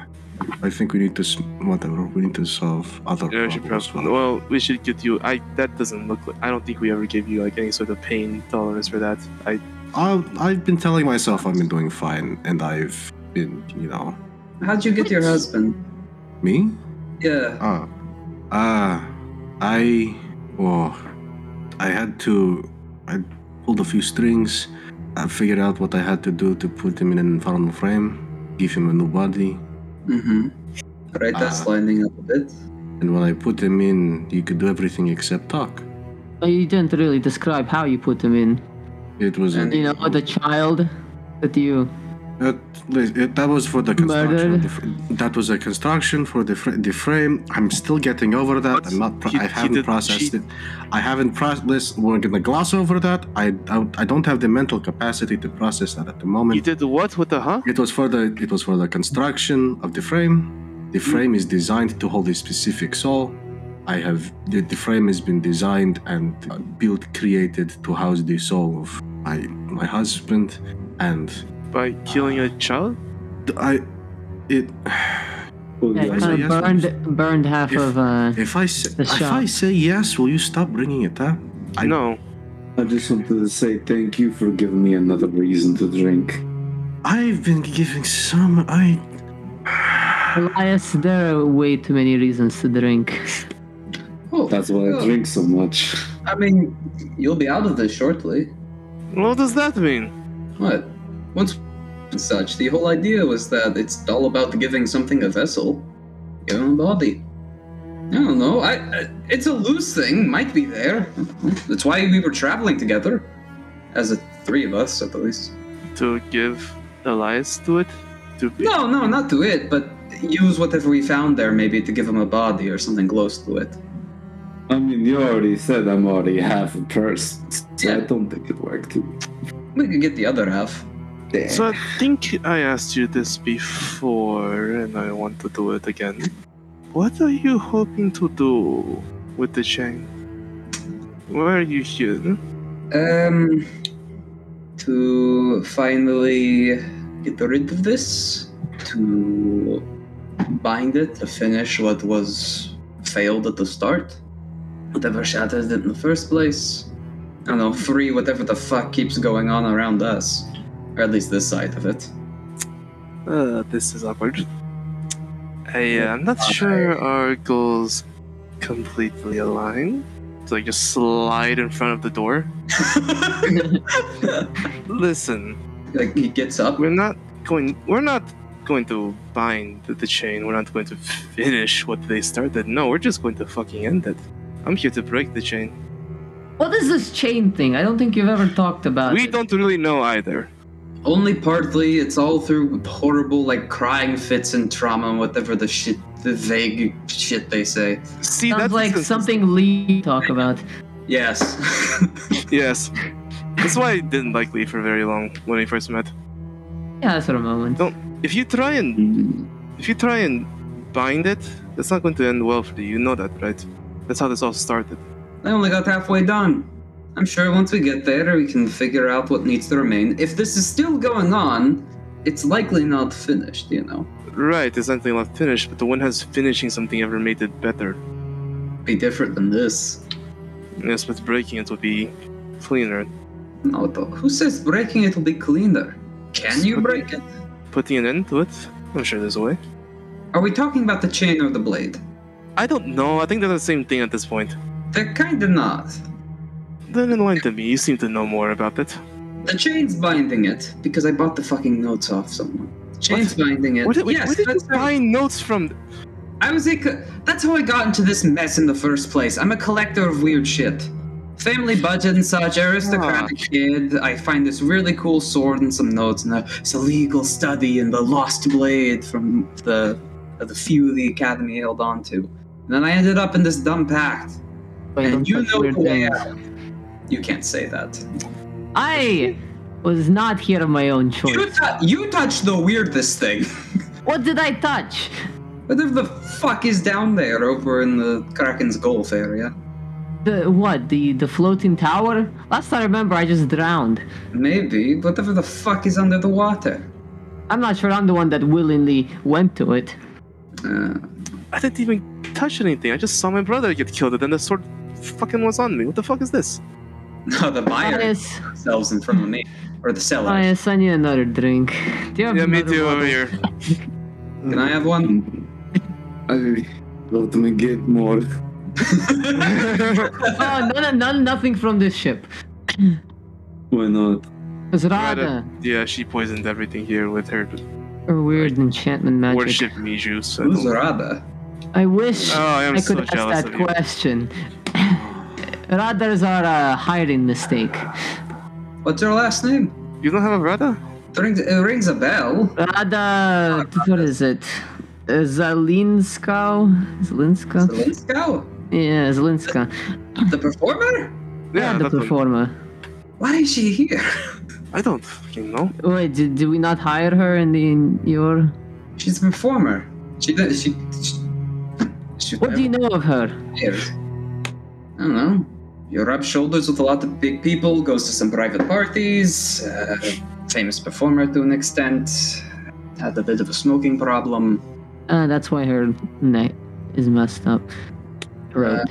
Speaker 5: I think we need to, s- whatever, we need to solve other
Speaker 3: Yeah, we should
Speaker 5: problems.
Speaker 3: probably. Well, we should get you. I that doesn't look like. I don't think we ever gave you like any sort of pain tolerance for that. I
Speaker 5: I, I've been telling myself I've been doing fine, and I've been, you know,
Speaker 2: How'd you get your husband?
Speaker 5: me?
Speaker 2: Yeah.
Speaker 5: Ah, ah, I, well, I had to, I pulled a few strings. I figured out what I had to do to put him in an infernal frame, give him a new body,
Speaker 2: Mm-hmm. Right, that's
Speaker 5: Uh,
Speaker 2: lining up a bit.
Speaker 5: and when I put him in, he could do everything except talk.
Speaker 7: Uh, You didn't really describe how you put them in.
Speaker 5: It was a,
Speaker 2: And-
Speaker 7: You know, the child that you.
Speaker 5: it, it- that was for the construction.
Speaker 7: Murdered.
Speaker 5: of the fr- that was a construction for the, fr- the frame. I'm still getting over that. I'm not. Pro-
Speaker 3: He-
Speaker 5: I
Speaker 3: he
Speaker 5: haven't
Speaker 3: did
Speaker 5: processed
Speaker 3: cheat.
Speaker 5: it. I haven't processed. We're gonna gloss over that. I, I I don't have the mental capacity to process that at the moment.
Speaker 3: you did what with the huh?
Speaker 5: It was for the it was for the construction of the frame.
Speaker 3: Hmm.
Speaker 5: The frame is designed to hold a specific soul. I have the, the frame has been designed and uh, built created to house the soul of my my husband and
Speaker 3: By killing a child?
Speaker 5: I it
Speaker 8: Well,
Speaker 7: Yeah,
Speaker 5: I
Speaker 7: kinda
Speaker 5: say yes,
Speaker 7: burned, burned half
Speaker 5: If-
Speaker 7: of. Uh,
Speaker 5: if I say
Speaker 7: The
Speaker 5: if
Speaker 7: shop.
Speaker 5: I say yes, will you stop bringing it up? I-
Speaker 3: no.
Speaker 8: I just wanted to say thank you for giving me another reason to drink.
Speaker 5: I've been giving some I
Speaker 7: Elias, there are way too many reasons to drink.
Speaker 2: Oh,
Speaker 8: That's why I drink so much.
Speaker 2: I mean, you'll be out of this shortly.
Speaker 3: What does that mean?
Speaker 2: What? Once and such, the whole idea was that it's all about giving something a vessel, giving a body. I don't know. I, I it's a loose thing. Might be there. That's why we were traveling together, as a three of us at least.
Speaker 3: To give Elias to it? To be
Speaker 2: No, no, not to it, but use whatever we found there maybe to give him a body or something close to it.
Speaker 8: I mean, you already said I'm already half a person, so I
Speaker 2: Yeah.
Speaker 8: don't think it worked.
Speaker 2: We could get the other half.
Speaker 3: So I think I asked you this before, and I want to do it again. What are you hoping to do with the chain? Why are you here?
Speaker 2: Um, to finally get rid of this, to bind it, to finish what was failed at the start, whatever shattered it in the first place. I don't know, free whatever the fuck keeps going on around us, or at least this side of it.
Speaker 3: Uh, this is awkward. I, uh, I'm not sure our goals completely align. So I just slide in front of the door. Listen,
Speaker 2: like he gets up.
Speaker 3: we're not going we're not going to bind the, the chain we're not going to finish what they started no we're just going to fucking end it i'm here to break the chain
Speaker 7: What is this chain thing? I don't think you've ever talked about
Speaker 3: we
Speaker 7: it.
Speaker 3: don't really know either
Speaker 2: Only partly. It's all through horrible, like, crying fits and trauma and whatever the shit, the vague shit they say.
Speaker 3: See,
Speaker 7: Sounds
Speaker 3: that's
Speaker 7: like
Speaker 3: that's-
Speaker 7: something Lee talk about.
Speaker 2: Yes.
Speaker 3: Yes. That's why I didn't like Lee for very long when we first met.
Speaker 7: Yeah, that sort of moment.
Speaker 3: If you try and if you try and bind it, that's not going to end well for you. You know that, right? That's how this all started.
Speaker 2: I only got halfway done. I'm sure once we get there, we can figure out what needs to remain. If this is still going on, it's likely not finished, you know.
Speaker 3: Right, there's nothing left finished, but the one has finishing something ever made it better.
Speaker 2: Be different than this.
Speaker 3: Yes, but breaking it will be cleaner.
Speaker 2: No, though. Who says breaking it will be cleaner? Can you break it?
Speaker 3: Putting an end to it, I'm sure there's a way.
Speaker 2: Are we talking about the chain or the blade?
Speaker 3: I don't know. I think they're the same thing at this point.
Speaker 2: They're kinda not.
Speaker 3: Then enlighten me. You seem to know more about it.
Speaker 2: The chain's binding it because I bought the fucking notes off someone. Chain's binding it.
Speaker 3: Where did, wait,
Speaker 2: yes,
Speaker 3: where did you
Speaker 2: that's how-
Speaker 3: find notes from?
Speaker 2: I was a. co- That's how I got into this mess in the first place. I'm a collector of weird shit. Family budget and such, aristocratic kid. I find this really cool sword and some notes, and a, it's a legal study and the lost blade from the uh, the few the academy held on to. And then I ended up in this dumb pact.
Speaker 7: Wait,
Speaker 2: and
Speaker 7: don't
Speaker 2: you
Speaker 7: touch
Speaker 2: know
Speaker 7: weird
Speaker 2: the way
Speaker 7: things.
Speaker 2: out. You can't say that.
Speaker 7: I was not here of my own
Speaker 2: You,
Speaker 7: choice.
Speaker 2: tou- you touched the weirdest thing.
Speaker 7: What did I touch?
Speaker 2: Whatever the fuck is down there over in the Kraken's Gulf area.
Speaker 7: The what? The the floating tower? Last I remember, I just drowned.
Speaker 2: Maybe. Whatever the fuck is under the water.
Speaker 7: I'm not sure I'm the one that willingly went to it.
Speaker 2: Uh,
Speaker 3: I didn't even touch anything. I just saw my brother get killed, and then the sword fucking was on me. What the fuck is this?
Speaker 2: no, the buyer
Speaker 7: Elias,
Speaker 2: themselves in front of me. Or the seller.
Speaker 7: Elias, I need another drink. Do you have
Speaker 3: Yeah, me
Speaker 7: another
Speaker 3: too.
Speaker 7: one?
Speaker 3: Over here.
Speaker 2: Can I have one?
Speaker 8: I let me get more.
Speaker 7: Oh, no, no, no, nothing from this ship.
Speaker 8: Why not?
Speaker 7: It's
Speaker 3: Rada-
Speaker 7: Rada,
Speaker 3: Yeah, she poisoned everything here with her
Speaker 7: her weird enchantment magic.
Speaker 3: worship me juice. I
Speaker 2: Who's
Speaker 3: don't-
Speaker 2: Rada?
Speaker 7: I wish
Speaker 3: Oh, I am
Speaker 7: I
Speaker 3: so
Speaker 7: could
Speaker 3: jealous
Speaker 7: ask that
Speaker 3: of you.
Speaker 7: question. Radars are a hiring mistake.
Speaker 2: What's her last name?
Speaker 3: You don't have a brother?
Speaker 2: It rings, it rings a bell.
Speaker 7: Rada, what is it? Zalinska? Zalinska?
Speaker 2: Zelensko?
Speaker 7: Yeah, Zalinska.
Speaker 2: The performer?
Speaker 3: Yeah,
Speaker 7: the
Speaker 3: that one.
Speaker 7: performer.
Speaker 2: Why is she here?
Speaker 3: I don't fucking know.
Speaker 7: Wait, did, did we not hire her in the in your?
Speaker 2: She's a performer. She does. She. she, she
Speaker 7: What do you know of her?
Speaker 2: cares? I don't know. You rub shoulders with a lot of big people, goes to some private parties, uh, famous performer to an extent, had a bit of a smoking problem.
Speaker 7: Uh, that's why her neck is messed up. Right.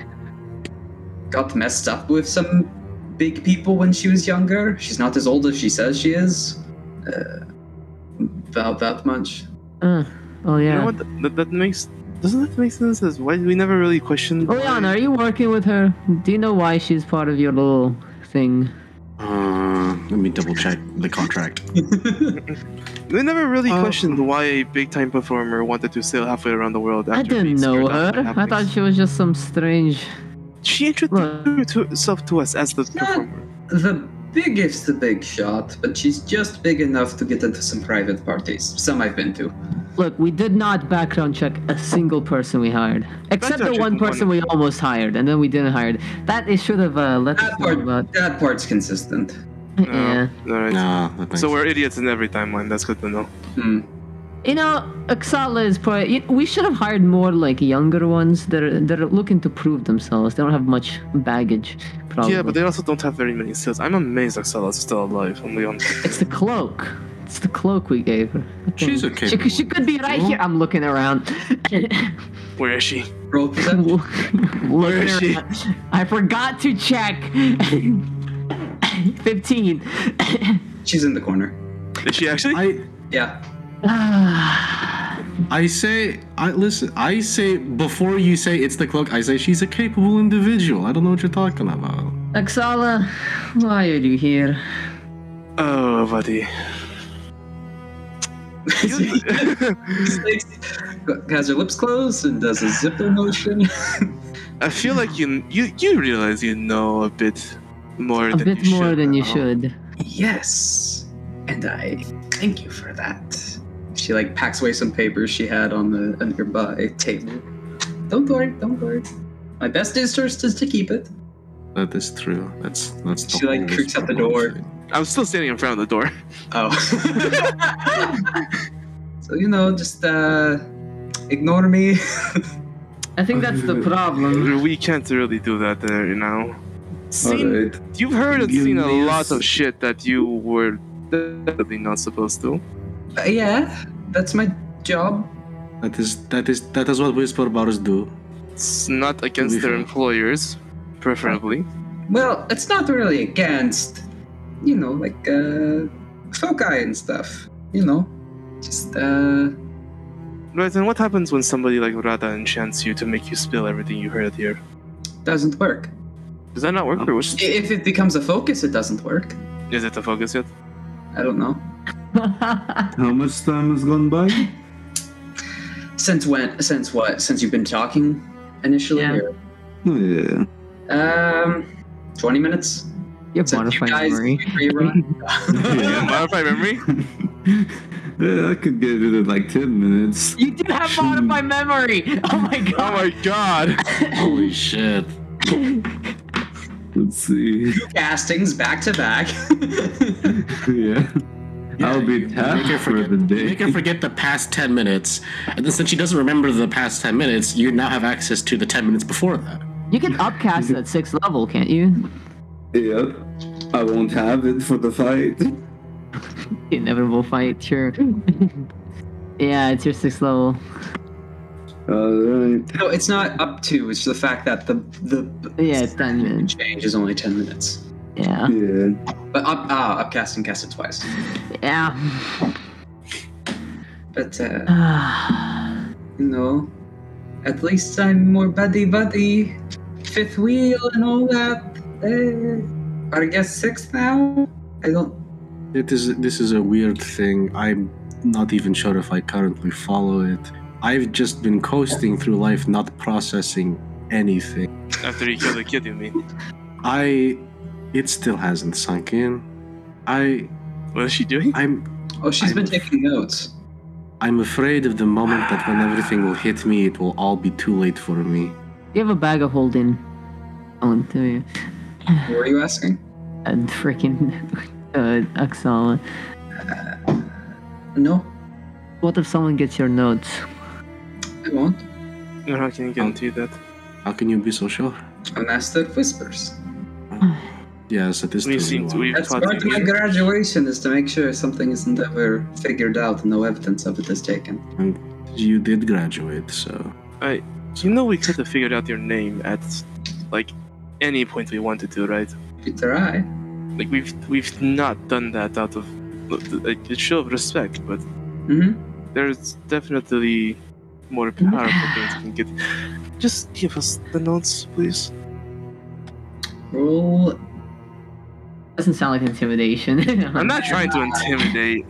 Speaker 2: got messed up with some big people when she was younger. She's not as old as she says she is. Uh, about that much.
Speaker 7: Uh, oh yeah.
Speaker 3: You know what? That, that makes doesn't that make sense? As why we never really questioned.
Speaker 7: Oleana, Oh, are you working with her? Do you know why she's part of your little thing?
Speaker 5: Uh, let me double check the contract.
Speaker 3: We never really
Speaker 7: Oh.
Speaker 5: Uh,
Speaker 3: questioned why a big time performer wanted to sail halfway around the world. After
Speaker 7: I didn't
Speaker 3: being
Speaker 7: know
Speaker 3: scared off
Speaker 7: her.
Speaker 3: by
Speaker 7: I thought
Speaker 3: happenings.
Speaker 7: she was just some strange.
Speaker 3: she introduced herself to us as the
Speaker 2: not-
Speaker 3: performer.
Speaker 2: The biggest, the big shot, but she's just big enough to get into some private parties. Some I've been to.
Speaker 7: Look, we did not background check a single person we hired,
Speaker 3: Background
Speaker 7: except the
Speaker 3: check
Speaker 7: one
Speaker 3: the one-
Speaker 7: person we almost hired, and then we didn't hire. That is should have uh, let
Speaker 2: That
Speaker 7: us know about.
Speaker 2: part, that part's consistent.
Speaker 7: Yeah.
Speaker 3: All right.
Speaker 5: Nah, that makes
Speaker 3: Oh, So we're idiots in every timeline. That's good to know.
Speaker 2: Hmm.
Speaker 7: You know, Oxala is probably. you- We should have hired more like younger ones that are that are looking to prove themselves. They don't have much baggage. Probably.
Speaker 3: Yeah, but they also don't have very many skills. I'm amazed Axela's still alive. I'm beyond.
Speaker 7: It's the cloak. It's the cloak we gave her.
Speaker 5: She's a
Speaker 7: She, could- she could be right here. I'm looking around.
Speaker 3: Where is she?
Speaker 2: Roll perception.
Speaker 7: Looking
Speaker 3: is she?
Speaker 7: around. I forgot to check. 15.
Speaker 2: She's in the corner.
Speaker 3: Is she actually?
Speaker 5: I
Speaker 2: Yeah.
Speaker 5: I say I listen. I say before you say it's the cloak. I say she's a capable individual. I don't know what you're talking about.
Speaker 7: Oxala, why are you here?
Speaker 3: Oh, buddy.
Speaker 2: Has her lips closed and does a zipper motion.
Speaker 3: I feel like you you you realize you know a bit more
Speaker 7: A
Speaker 3: than
Speaker 7: bit
Speaker 3: you
Speaker 7: more
Speaker 3: should
Speaker 7: than you
Speaker 3: now.
Speaker 7: should.
Speaker 2: yes. and I thank you for that. She like packs away some papers she had on the a nearby table. Don't worry, don't worry. My best interest is to keep it.
Speaker 5: That is true. That's that's.
Speaker 2: She, like,
Speaker 5: whole
Speaker 2: creaks out the
Speaker 5: responsibility.
Speaker 2: door.
Speaker 3: I'm still standing in front of the door.
Speaker 2: Oh. so you know, just uh, ignore me.
Speaker 7: I think that's the problem.
Speaker 3: We can't really do that there, you know. Seen,
Speaker 8: Alright.
Speaker 3: You've heard and seen a
Speaker 8: Gilneas.
Speaker 3: lot of shit that you were definitely not supposed to.
Speaker 2: Uh, yeah, that's my job.
Speaker 5: That is that is that is what whisper bars do.
Speaker 3: It's not against their employers, preferably.
Speaker 2: Well, it's not really against, you know, like uh, foci and stuff. You know, just uh,
Speaker 3: Right, and what happens when somebody like Rada enchants you to make you spill everything you heard here?
Speaker 2: doesn't work.
Speaker 3: Does that not work, or what's,
Speaker 2: I- If it becomes a focus, it doesn't work.
Speaker 3: is it the focus yet?
Speaker 2: I don't know.
Speaker 8: How much time has gone by?
Speaker 2: Since when? Since what? Since you've been talking initially?
Speaker 7: Yeah.
Speaker 2: or-
Speaker 8: Oh, Yeah.
Speaker 2: Um, twenty minutes.
Speaker 7: You're
Speaker 2: Since you
Speaker 7: modifying
Speaker 2: guys
Speaker 7: memory.
Speaker 2: rerun.
Speaker 3: Yeah, modify memory.
Speaker 8: yeah, I could get it in like 10 minutes.
Speaker 7: You do have modified memory. Oh my
Speaker 3: Oh
Speaker 7: god.
Speaker 3: my god!
Speaker 5: Holy shit!
Speaker 8: Let's see.
Speaker 2: Two castings back to back.
Speaker 8: Yeah. I'll be
Speaker 6: Make her
Speaker 8: tapped for
Speaker 6: forget,
Speaker 8: the day.
Speaker 6: make her forget the past 10 minutes. And then since she doesn't remember the past 10 minutes, you now have access to the 10 minutes before that.
Speaker 7: You can upcast at sixth level, can't you?
Speaker 8: Yeah. I won't have it for the fight.
Speaker 7: Inevitable fight, sure. yeah, it's your sixth level.
Speaker 8: Alright.
Speaker 2: no, it's not up to. It's the fact that the the
Speaker 7: Yeah, it's done. man.
Speaker 2: change is only ten minutes.
Speaker 7: Yeah.
Speaker 8: Yeah.
Speaker 2: But up, ah, upcast and cast it twice. But uh,
Speaker 7: Yeah.
Speaker 2: you know, at least I'm more buddy buddy, fifth wheel and all that. Uh, or I guess sixth now. I don't.
Speaker 5: It is this is a weird thing. I'm not even sure if I currently follow it. I've just been coasting through life, not processing anything.
Speaker 3: After you kill the kid, you mean?
Speaker 5: I, it still hasn't sunk in. I
Speaker 3: What is she doing?
Speaker 5: I'm
Speaker 2: Oh, she's
Speaker 5: I'm-
Speaker 2: been taking notes.
Speaker 5: I'm afraid of the moment that when everything will hit me, it will all be too late for me.
Speaker 7: You have a bag of holding. I want to tell you.
Speaker 2: What were you asking?
Speaker 7: And freaking uh, Axala.
Speaker 2: No,
Speaker 7: What if someone gets your notes?
Speaker 2: I won't.
Speaker 3: No, how can you guarantee that?
Speaker 5: How can you be so sure?
Speaker 2: A master whispers.
Speaker 5: Yes, it is
Speaker 3: We
Speaker 5: true.
Speaker 3: seem to.
Speaker 5: you
Speaker 3: We've
Speaker 2: That's
Speaker 3: taught
Speaker 2: part of my
Speaker 3: you.
Speaker 2: graduation is to make sure something isn't ever figured out and no evidence of it is taken.
Speaker 5: are. You did graduate, so
Speaker 3: You know we could have figured out your name at like any point we wanted to, right?
Speaker 2: Peter, I.
Speaker 3: Like we've we've not done that out of like a show of respect, but
Speaker 2: Mm-hmm.
Speaker 3: there's definitely more powerful things we can get. Just give us the notes, please.
Speaker 2: Roll.
Speaker 7: Doesn't sound like intimidation.
Speaker 3: I'm not trying to intimidate.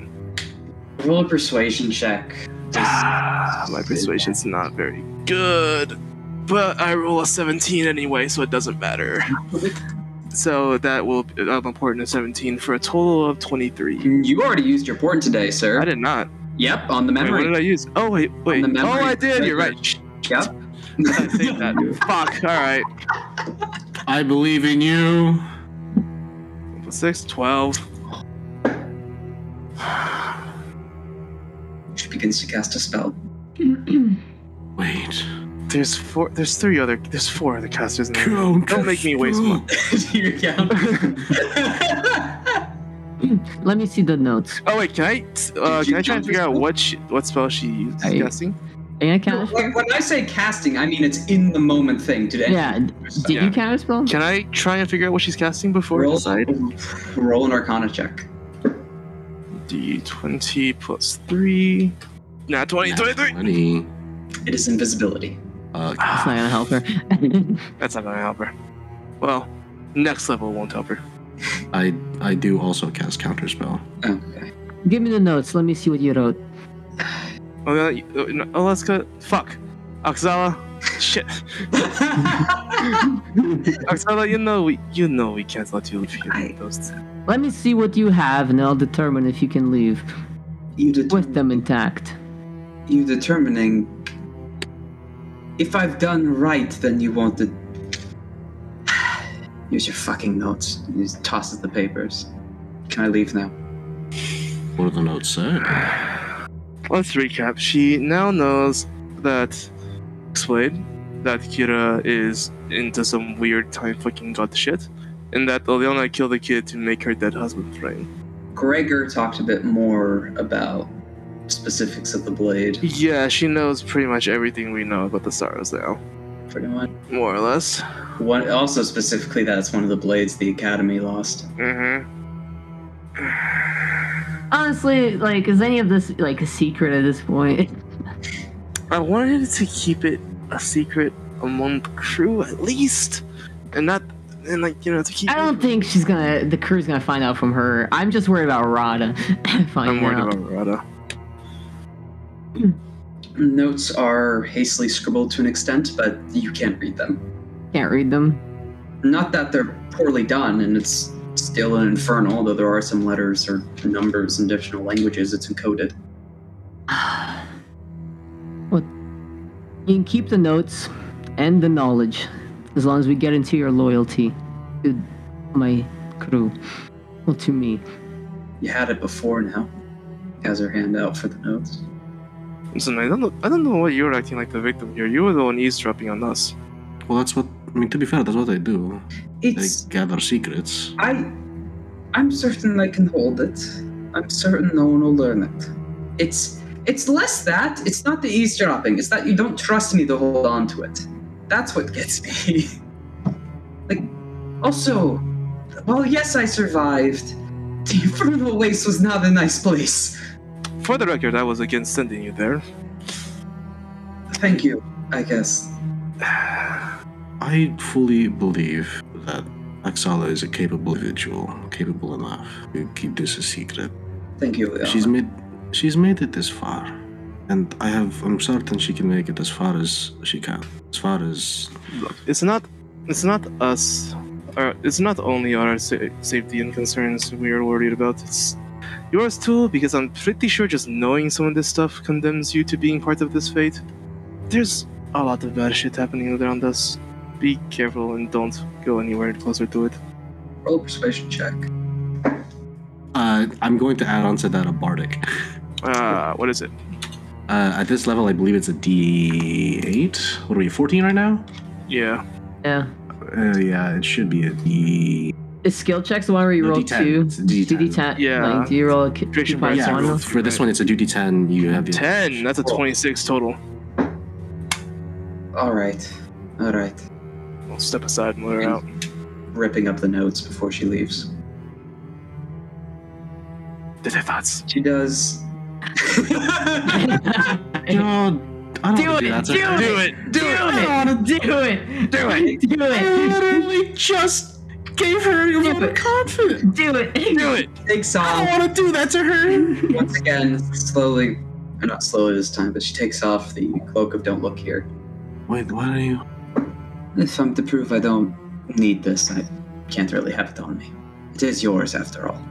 Speaker 2: Roll a persuasion check.
Speaker 3: Ah, my persuasion's not very good, but I roll a 17 anyway, so it doesn't matter. So that will I'm important to 17 for a total of 23.
Speaker 2: You already used your port today, sir.
Speaker 3: I did not.
Speaker 2: Yep, on the
Speaker 3: Wait,
Speaker 2: memory.
Speaker 3: what did I use? Oh wait, wait.
Speaker 2: the
Speaker 3: Oh,
Speaker 2: memory.
Speaker 3: I did. You're right. Shh,
Speaker 2: Yep.
Speaker 3: I saved that. Fuck. All right.
Speaker 6: I believe in you.
Speaker 3: Six, twelve.
Speaker 2: She begins to cast a spell.
Speaker 5: wait.
Speaker 3: There's four. There's three other. There's four other casters. In there. Don't make me waste money.
Speaker 2: Your count.
Speaker 7: Let me see the notes.
Speaker 3: Oh wait, can I? Uh,
Speaker 2: Did you
Speaker 3: can I try
Speaker 2: count
Speaker 3: and figure
Speaker 2: this
Speaker 3: out
Speaker 2: one?
Speaker 3: what she, what spell she is
Speaker 7: I-
Speaker 3: casting?
Speaker 7: Are you gonna
Speaker 2: No,
Speaker 7: counter spell?
Speaker 2: like, when I say casting, I mean it's in the moment thing. Did any
Speaker 7: Yeah. Did you counter spell?
Speaker 3: Can I try and figure out what she's casting before I
Speaker 2: roll,
Speaker 3: decide?
Speaker 2: roll an arcana check?
Speaker 3: D20 plus three. Nah, 20, 23.
Speaker 5: Money.
Speaker 2: It is invisibility.
Speaker 5: Fuck.
Speaker 7: That's not gonna help her.
Speaker 3: That's not gonna help her. Well, next level won't help her.
Speaker 5: I I do also cast counterspell.
Speaker 2: Okay.
Speaker 7: Give me the notes. Let me see what you wrote.
Speaker 3: Oh, uh, you- uh, no, Alaska. Fuck. Oxala. Shit. Oxella, you know we, you know we can't let you leave here.
Speaker 2: I-
Speaker 3: with those two.
Speaker 7: Let me see what you have, and I'll determine if you can leave
Speaker 2: You determine,
Speaker 7: with them intact.
Speaker 2: You determining. If I've done right, then you wanted. Use your fucking notes. He just tosses the papers. Can I leave now?
Speaker 5: What are the notes say?
Speaker 3: Let's recap. She now knows that explained that Kira is into some weird time fucking god shit, and that Oleana killed the kid to make her dead husband frame.
Speaker 2: Gregor talked a bit more about specifics of the blade,
Speaker 3: Yeah, she knows pretty much everything we know about the sorrows now,
Speaker 2: pretty much.
Speaker 3: more or less.
Speaker 2: One, also specifically, that's one of the blades the Academy lost.
Speaker 3: Mm-hmm.
Speaker 7: Honestly, like, is any of this like a secret at this point?
Speaker 3: I wanted to keep it a secret among the crew at least, and not and like you know to keep.
Speaker 7: I don't think she's gonna. The crew's gonna find out from her. I'm just worried about Rada
Speaker 3: I'm
Speaker 7: finding
Speaker 3: worried
Speaker 7: out.
Speaker 3: about Rada.
Speaker 2: Notes are hastily scribbled to an extent, but you can't read them.
Speaker 7: Can't read them.
Speaker 2: Not that they're poorly done, and it's still an infernal, though there are some letters or numbers in additional languages. It's encoded.
Speaker 7: What? You can keep the notes and the knowledge, as long as we get into your loyalty to my crew. Well, to me.
Speaker 2: You had it before now. Has her hand out for the notes.
Speaker 3: Listen, I don't know. I don't know why you're acting like the victim here. You were the one eavesdropping on us.
Speaker 5: Well, that's what. I mean, to be fair, that's what I do. I
Speaker 2: It's
Speaker 5: gather secrets.
Speaker 2: I I'm certain I can hold it. I'm certain no one will learn it. It's it's less that, it's not the eavesdropping, it's that you don't trust me to hold on to it. That's what gets me. like also, well yes I survived. The infernal waste was not a nice place.
Speaker 3: For the record, I was against sending you there.
Speaker 2: Thank you, I guess.
Speaker 5: I fully believe that Axala is a capable individual, capable enough to keep this a secret.
Speaker 2: Thank you, Leon.
Speaker 5: She's made she's made it this far. And I have I'm certain she can make it as far as she can. As far as
Speaker 3: Look, it's not. It's not us. Or it's not only our sa- safety and concerns we are worried about. It's yours too, because I'm pretty sure just knowing some of this stuff condemns you to being part of this fate. There's a lot of bad shit happening around us. Be careful and don't go anywhere closer to it.
Speaker 2: roll persuasion check.
Speaker 5: uh, I'm going to add on to that a bardic.
Speaker 3: Ah, what is it?
Speaker 5: Uh, at this level I believe it's a D eight. What are we, fourteen right now?
Speaker 3: Yeah.
Speaker 7: Yeah.
Speaker 5: Uh, yeah, it should be a D
Speaker 7: Is skill checks the one where you
Speaker 5: No,
Speaker 7: roll
Speaker 5: D10.
Speaker 7: two?
Speaker 5: It's a D10.
Speaker 7: D10.
Speaker 3: Yeah.
Speaker 7: Like, do you roll a ki-
Speaker 3: Creation
Speaker 7: two parts
Speaker 5: yeah,
Speaker 3: Sorry,
Speaker 7: one?
Speaker 3: roll.
Speaker 5: for this one it's a duty ten, you have the
Speaker 3: Ten. That's a twenty-six total.
Speaker 2: Alright. Alright.
Speaker 3: I'll step aside and let her out.
Speaker 2: Ripping up the notes before she leaves.
Speaker 3: Did her thoughts.
Speaker 2: She does
Speaker 5: No, I don't
Speaker 7: Do
Speaker 5: wanna
Speaker 7: it,
Speaker 5: do that to
Speaker 7: do
Speaker 5: her.
Speaker 7: it.
Speaker 3: it.
Speaker 7: Do it! Do it! Do it! Do it!
Speaker 5: literally just gave her your vote of confidence.
Speaker 7: Do it!
Speaker 3: Do it.
Speaker 2: takes
Speaker 5: I
Speaker 2: off.
Speaker 5: don't want to do that to her.
Speaker 2: Once again, slowly, or not slowly this time, but she takes off the cloak of Don't Look Here.
Speaker 5: Wait, what are you?
Speaker 2: If I'm to prove I don't need this, I can't really have it on me. It is yours, after all.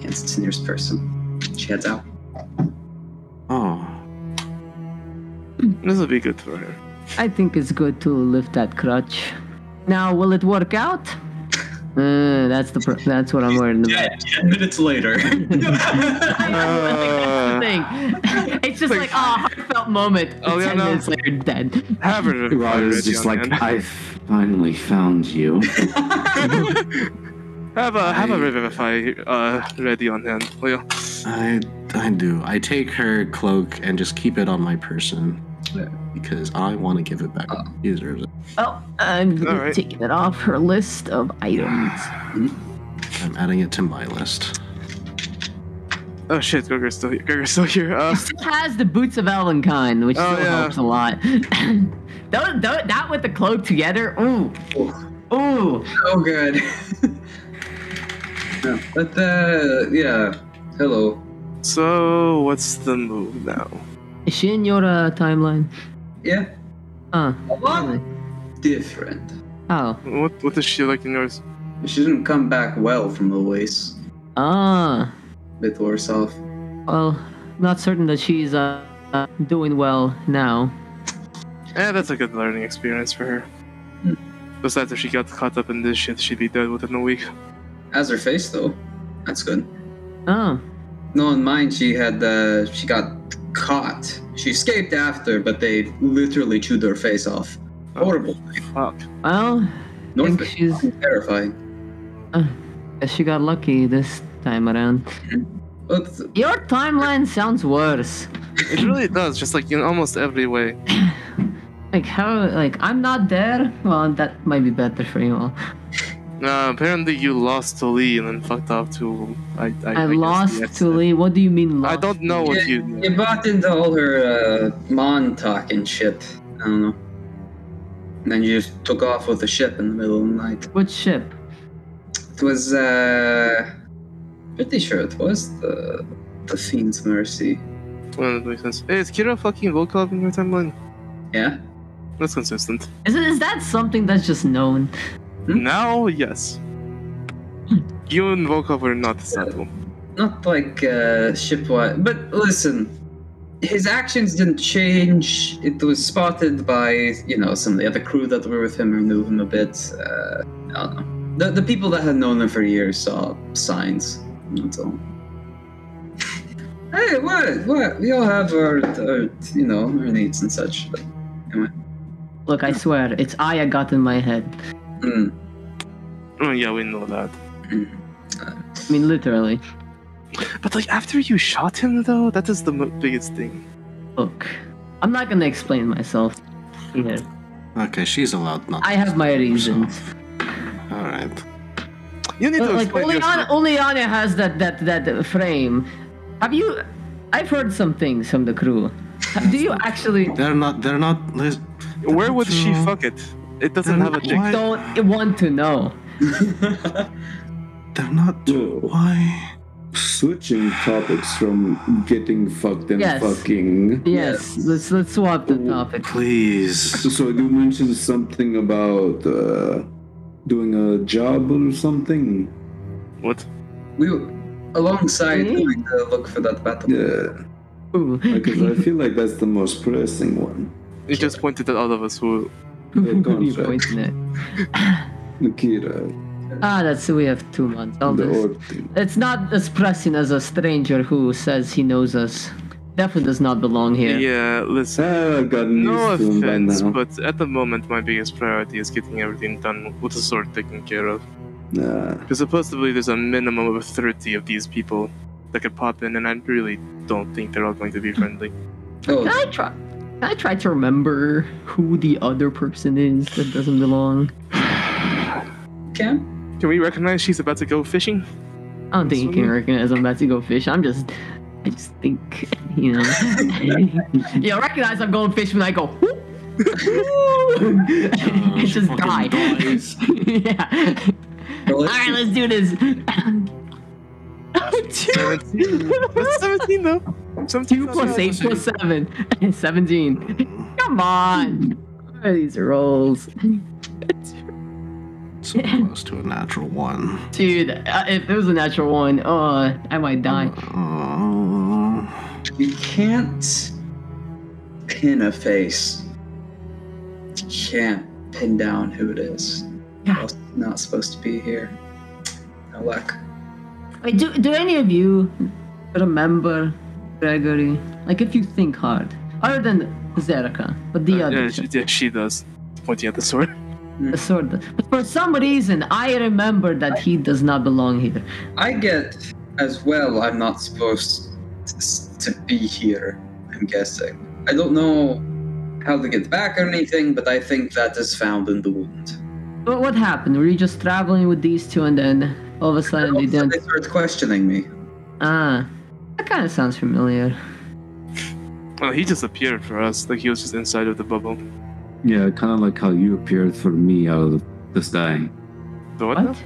Speaker 2: Hands it to the nearest person. She heads out.
Speaker 5: Oh,
Speaker 3: This will be good for her.
Speaker 7: I think it's good to lift that crutch. Now, will it work out? Uh, that's the pr- that's what I'm worried about.
Speaker 4: Ten minutes later.
Speaker 7: I know, like, that's the thing. It's just like a heartfelt moment. and
Speaker 3: Oh, yeah,
Speaker 7: Ten
Speaker 3: no.
Speaker 7: minutes later, dead.
Speaker 3: Have her.
Speaker 8: Rada's just like, I finally found you.
Speaker 3: Have a have a revivify uh, ready on hand. Oh, yeah.
Speaker 5: I I do. I take her cloak and just keep it on my person because I want to give it back. She deserves it.
Speaker 7: Oh, I'm
Speaker 3: All right.
Speaker 7: taking it off her list of items.
Speaker 5: I'm adding it to my list.
Speaker 3: Oh shit, Gregor's still here. Gregor's still here. Uh,
Speaker 7: Still has the boots of Elvenkind, which
Speaker 3: Oh,
Speaker 7: still
Speaker 3: yeah.
Speaker 7: helps a lot. Tho- tho- that with the cloak together, ooh, ooh.
Speaker 2: Oh, good. Yeah, but the yeah, hello.
Speaker 3: so what's the move now?
Speaker 7: Is she in your uh, timeline?
Speaker 2: Yeah,
Speaker 7: Huh.
Speaker 2: What?
Speaker 7: really?
Speaker 4: different.
Speaker 7: Oh.
Speaker 3: What what does she like in yours?
Speaker 4: She didn't come back well from the waste
Speaker 7: Ah.
Speaker 4: with herself.
Speaker 7: Well, not certain that she's uh, uh, doing well now.
Speaker 3: Eh, that's a good learning experience for her. Besides, if she got caught up in this shit, she'd be dead within a week.
Speaker 4: As her face though, that's good.
Speaker 7: Oh.
Speaker 4: No, in mine she had uh, she got caught. She escaped after, but they literally chewed her face off. Horrible.
Speaker 3: Fuck.
Speaker 7: Well,
Speaker 4: North
Speaker 7: think she's-
Speaker 4: terrifying.
Speaker 7: guess she got lucky this time around.
Speaker 4: But
Speaker 7: Your timeline sounds worse.
Speaker 3: It really does, just like in almost every way.
Speaker 7: Like how? Like I'm not there. Well, that might be better for you all.
Speaker 3: Uh, apparently, you lost to Lee and then fucked off to. I, I,
Speaker 7: I,
Speaker 3: guess the
Speaker 7: lost
Speaker 3: accident.
Speaker 7: to Lee. What do you mean
Speaker 3: I
Speaker 7: lost?
Speaker 3: don't know what you.
Speaker 4: you bought into all her uh, Mon talk and shit. I don't know. And then you just took off with the ship in the middle of the night.
Speaker 7: What ship?
Speaker 4: It was uh, pretty sure it was the the Fiend's Mercy.
Speaker 3: Well, that makes sense. Hey, is Kira fucking Volkov in your timeline?
Speaker 4: Yeah.
Speaker 3: That's consistent.
Speaker 7: Is, it, is that something that's just known? Hmm?
Speaker 3: Now, yes. You and Volkov are not settled.
Speaker 4: not like uh, shipwise, but listen, his actions didn't change. It was spotted by you know some of the other crew that were with him or knew him a bit. Uh, I don't know. The, the people that had known him for years saw signs. That's all. Hey, what? What? We all have our, our you know, our needs and such. But,
Speaker 7: Look, I swear, it's Aya got in my head.
Speaker 4: mm,
Speaker 3: Oh, yeah, we know that.
Speaker 7: I mean, literally.
Speaker 3: But, like, after you shot him, though, that is the mo- biggest thing.
Speaker 7: Look, I'm not gonna explain myself here.
Speaker 5: Okay, she's allowed not.
Speaker 7: I have my reasons.
Speaker 5: All right.
Speaker 3: You need
Speaker 7: But
Speaker 3: to
Speaker 7: like
Speaker 3: explain
Speaker 7: only Anna,
Speaker 3: yourself.
Speaker 7: only Anna has that that that frame. Have you? I've heard some things from the crew. Do you actually
Speaker 5: They're not. They're not. lis-
Speaker 3: Where would she
Speaker 5: True.
Speaker 3: fuck it? It doesn't
Speaker 5: Then
Speaker 3: have a dick.
Speaker 5: why-
Speaker 7: don't want to know?
Speaker 5: They're not.
Speaker 8: No.
Speaker 5: Why?
Speaker 8: Switching topics from getting fucked and
Speaker 7: Yes.
Speaker 8: fucking.
Speaker 7: Yes, let's let's swap the topic.
Speaker 5: Please.
Speaker 8: So, so you mentioned something about uh, doing a job or something.
Speaker 3: What?
Speaker 4: we, alongside,
Speaker 7: Mhm.
Speaker 4: going to look for that battle.
Speaker 8: Yeah,
Speaker 7: Ooh.
Speaker 8: because I feel like that's the most pressing one.
Speaker 3: You just pointed at all of us who.
Speaker 7: Who are you
Speaker 8: contract.
Speaker 7: pointing at?
Speaker 8: Nikita,
Speaker 7: Ah, that's we have two months. All
Speaker 8: the
Speaker 7: this.
Speaker 8: orc thing.
Speaker 7: It's not as pressing as a stranger who says he knows us. Definitely does not belong
Speaker 3: Yeah,
Speaker 7: here.
Speaker 3: listen.
Speaker 8: Ah, I've gotten
Speaker 3: No
Speaker 8: used to him by
Speaker 3: offense,
Speaker 8: now.
Speaker 3: but at the moment, my biggest priority is getting everything done with the sword taken care of.
Speaker 8: Nah.
Speaker 3: Because supposedly there's a minimum of 30 of these people that could pop in, and I really don't think they're all going to be friendly.
Speaker 7: Can
Speaker 4: Oh,
Speaker 7: I try? Can I try to remember who the other person is that doesn't belong?
Speaker 4: Cam?
Speaker 3: Can we recognize she's about to go fishing?
Speaker 7: I don't think you can recognize I'm about to go fish. I'm just, I just think, you know. you know, recognize I'm going fish when I go. whoop.
Speaker 5: Uh,
Speaker 7: it
Speaker 5: she
Speaker 7: just
Speaker 5: fucking
Speaker 7: die.
Speaker 5: dies.
Speaker 7: yeah. All right, let's do this. Two
Speaker 3: 17. That's 17 though. 17
Speaker 7: Two plus eight plus seven. Seventeen. Come on. What are these rolls?
Speaker 5: So close to a natural one.
Speaker 7: Dude, uh, if it was a natural one, oh, I might die.
Speaker 5: Uh,
Speaker 4: You can't pin a face. You can't pin down who it is.
Speaker 7: Yeah.
Speaker 4: It's not supposed to be here. No luck.
Speaker 7: Wait, do, do any of you remember Gregory? Like, if you think hard, other than Zerka, but the other,
Speaker 3: Uh, Yeah, she, yeah, she does. Pointing at the sword.
Speaker 7: the sword. But for some reason, I remember that he does not belong here.
Speaker 4: I get as well, I'm not supposed to, to be here, I'm guessing. I don't know how to get back or anything, but I think that is found in the wound.
Speaker 7: But what happened? Were you just traveling with these two, and then all of a sudden they
Speaker 4: Also,
Speaker 7: didn't?
Speaker 4: they started questioning me.
Speaker 7: Ah, that kind of sounds familiar.
Speaker 3: Well, he just appeared for us. Like he was just inside of the bubble.
Speaker 8: Yeah, kind of like how you appeared for me out of the sky.
Speaker 3: The what?
Speaker 7: What?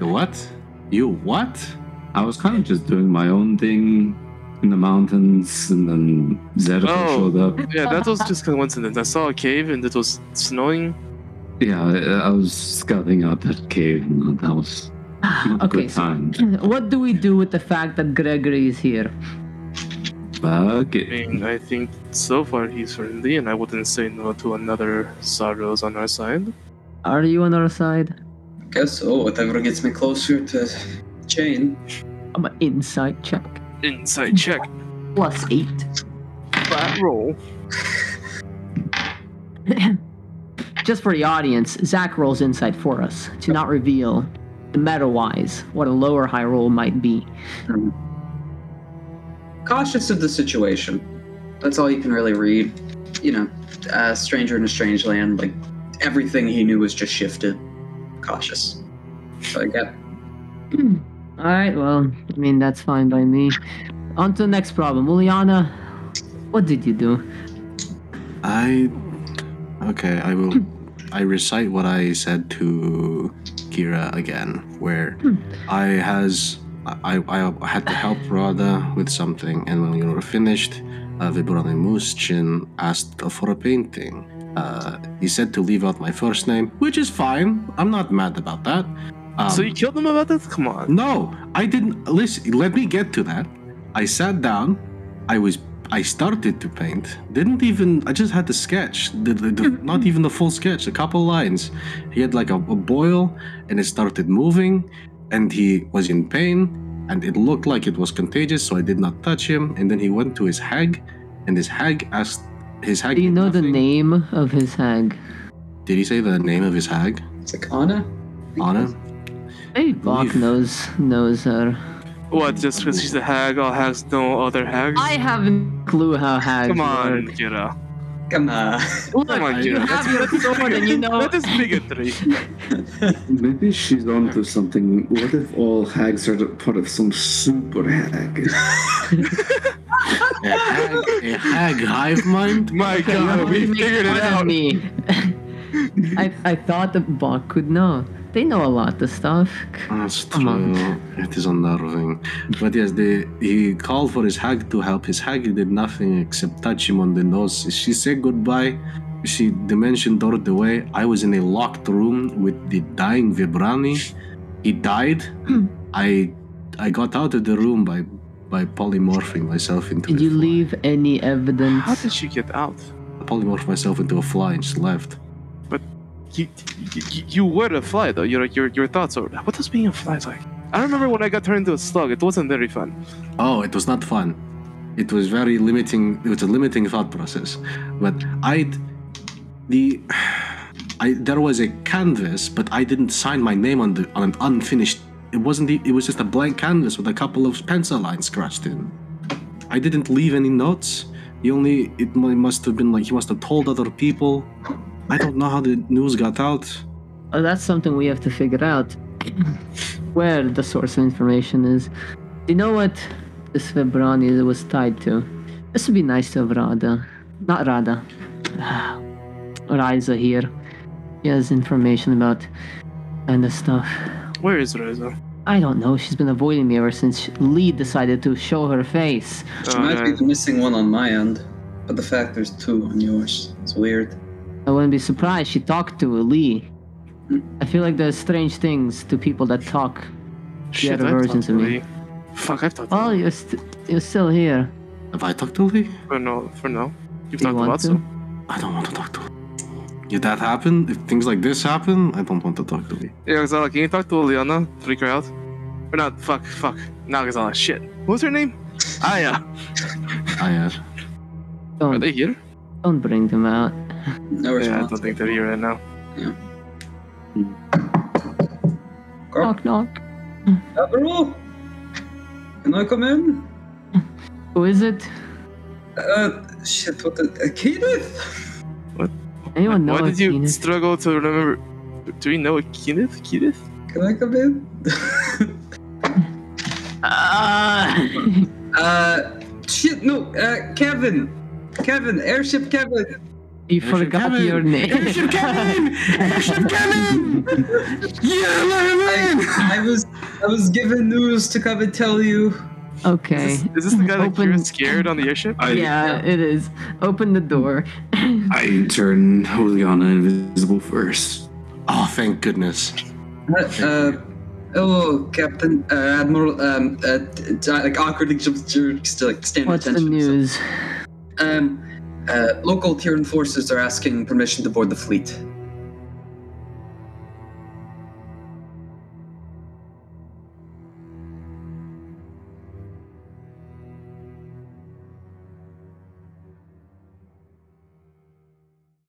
Speaker 5: the what? You what?
Speaker 8: I was kind of just doing my own thing in the mountains, and then Zerika
Speaker 3: Oh.
Speaker 8: showed up.
Speaker 3: Yeah, that was just coincidence. I saw a cave and it was snowing,
Speaker 8: Yeah, I, I was scouting out that cave, and that was not a
Speaker 7: Ah, okay,
Speaker 8: good
Speaker 7: so
Speaker 8: time.
Speaker 7: what do we do with the fact that Gregory is here?
Speaker 8: Fuck
Speaker 3: I
Speaker 8: it.
Speaker 3: mean, I think so far he's friendly, and I wouldn't say no to another sorrows on our side.
Speaker 7: Are you on our side?
Speaker 2: Guess oh, so. Whatever gets me closer to Jane.
Speaker 7: I'm an insight check.
Speaker 3: Insight check,
Speaker 7: Plus eight.
Speaker 3: flat roll.
Speaker 7: Just for the audience, Zach rolls insight for us to not reveal the meta wise what a lower high roll might be.
Speaker 2: Cautious of the situation. That's all you can really read. You know, uh, stranger in a strange land. Like everything he knew was just shifted. Cautious. So I got
Speaker 7: All right, well, I mean, that's fine by me. On to the next problem. Juliana, what did you do?
Speaker 5: I. Okay, I will. I recite what I said to Kira again, where I has I, I, I had to help Rada with something, and when we were finished, uh, Vibrane Muschin asked for a painting. Uh, he said to leave out my first name, which is fine. I'm not mad about that. Um,
Speaker 3: so you killed him about this? Come on.
Speaker 5: no, I didn't. Listen, let me get to that. I sat down. I was. I started to paint. Didn't even. I just had the sketch. The, the, the, not even the full sketch. A couple lines. He had like a, a boil, and it started moving, and he was in pain, and it looked like it was contagious. So I did not touch him. And then he went to his hag, and his hag asked. His hag.
Speaker 7: Do you
Speaker 5: did
Speaker 7: know the
Speaker 5: nothing.
Speaker 7: name of his hag?
Speaker 5: Did he say the name of his hag?
Speaker 2: it's like Anna.
Speaker 5: Anna.
Speaker 7: Hey, Bach
Speaker 5: believe-
Speaker 7: knows knows her.
Speaker 3: What, just because she's a hag, all hags know other hags?
Speaker 7: I haven't clue how hags
Speaker 3: Come on,
Speaker 7: work.
Speaker 3: Kira.
Speaker 2: Come on.
Speaker 7: Look,
Speaker 3: Come on,
Speaker 7: you
Speaker 3: Kira.
Speaker 7: have your sword and you know.
Speaker 3: That is bigotry.
Speaker 8: Maybe she's onto something. What if all hags are part of some super hag?
Speaker 5: A hag, a hag hive mind.
Speaker 3: My god, we
Speaker 7: Make
Speaker 3: figured it
Speaker 7: fun of
Speaker 3: out.
Speaker 7: Me. I, I thought that Bach could know. They know a lot of stuff.
Speaker 5: That's
Speaker 7: Come
Speaker 5: true.
Speaker 7: on.
Speaker 5: uh, It is unnerving. But yes, they, he called for his hag to help. His hag did nothing except touch him on the nose. She said goodbye. She dimension doored away. I was in a locked room with the dying Vibrani. He died.
Speaker 7: Hmm.
Speaker 5: I I got out of the room by by polymorphing myself into
Speaker 7: Did
Speaker 5: a
Speaker 7: you
Speaker 5: fly.
Speaker 7: leave any evidence?
Speaker 3: How did she get out?
Speaker 5: I polymorphed myself into a fly and just left.
Speaker 3: You, you, you were a fly, though. Your, your, your thoughts are. What does being a fly like? I remember when I got turned into a slug. It wasn't very fun.
Speaker 5: Oh, it was not fun. It was very limiting. It was a limiting thought process. But I, the, I there was a canvas, but I didn't sign my name on the on an unfinished. It wasn't. The, it was just a blank canvas with a couple of pencil lines scratched in. I didn't leave any notes. He only. It mu- must have been like he must have told other people. I don't know how the news got out.
Speaker 7: Oh, that's something we have to figure out. Where the source of information is. You know what this Vibrani was tied to? This would be nice to have Rada. Not Rada. Riza here. She has information about kind of stuff.
Speaker 3: Where is Reza?
Speaker 7: I don't know. She's been avoiding me ever since Lee decided to show her face.
Speaker 2: She might be the missing one on my end, but the fact there's two on yours. It's weird.
Speaker 7: I wouldn't be surprised she talked to Lee. I feel like there's strange things to people that talk.
Speaker 3: Shit,
Speaker 7: other
Speaker 3: I've
Speaker 7: version
Speaker 3: talked to
Speaker 7: to me.
Speaker 3: Lee. Fuck, I've talked
Speaker 7: Well,
Speaker 3: to
Speaker 7: you're, st- you're still here.
Speaker 5: Have I talked to Lee?
Speaker 3: Lee. For no, for no. You've
Speaker 7: Do you
Speaker 3: talked
Speaker 7: want
Speaker 3: about
Speaker 7: to?
Speaker 3: some.
Speaker 5: I don't want to talk to. Lee. If that happened, if things like this happen, I don't want to talk to Lee.
Speaker 3: Yeah, Gazala, can you talk to Liana? Freak her out? Or not, fuck, fuck. Not Gazala, shit. What's her name? Aya.
Speaker 7: Um,
Speaker 5: I have.
Speaker 3: Are
Speaker 7: Don't,
Speaker 3: they here?
Speaker 7: don't bring them out.
Speaker 2: No
Speaker 3: Yeah, I
Speaker 2: response.
Speaker 3: don't think they're here right now.
Speaker 2: Girl,
Speaker 7: Knock, knock.
Speaker 2: Avril? Can I come in?
Speaker 7: Who is it?
Speaker 2: Uh, shit, what the. Uh, Kenneth?
Speaker 7: Anyone know
Speaker 3: Why
Speaker 7: a
Speaker 3: did you
Speaker 7: penis?
Speaker 3: struggle to remember? Do we know a Kenneth? Kenneth?
Speaker 2: Can I come in?
Speaker 7: Ah!
Speaker 2: uh, shit, no, uh, Kevin. Kevin, airship Kevin.
Speaker 7: you forgot
Speaker 5: Kevin.
Speaker 7: your name.
Speaker 2: I, I was I was given news to come and tell you.
Speaker 7: okay.
Speaker 3: Is this the guy that
Speaker 7: Open-
Speaker 3: Kira scared on the airship?
Speaker 8: I,
Speaker 7: yeah, it is. Open the door.
Speaker 8: I turn Juliana invisible first.
Speaker 5: Oh, thank goodness.
Speaker 2: Uh, oh, Captain, uh, Admiral, um, uh, d- d- like awkwardly just, just like standing
Speaker 7: What's the
Speaker 2: attention.
Speaker 7: news?
Speaker 2: Um, uh, local Tyrian forces are asking permission to board the fleet.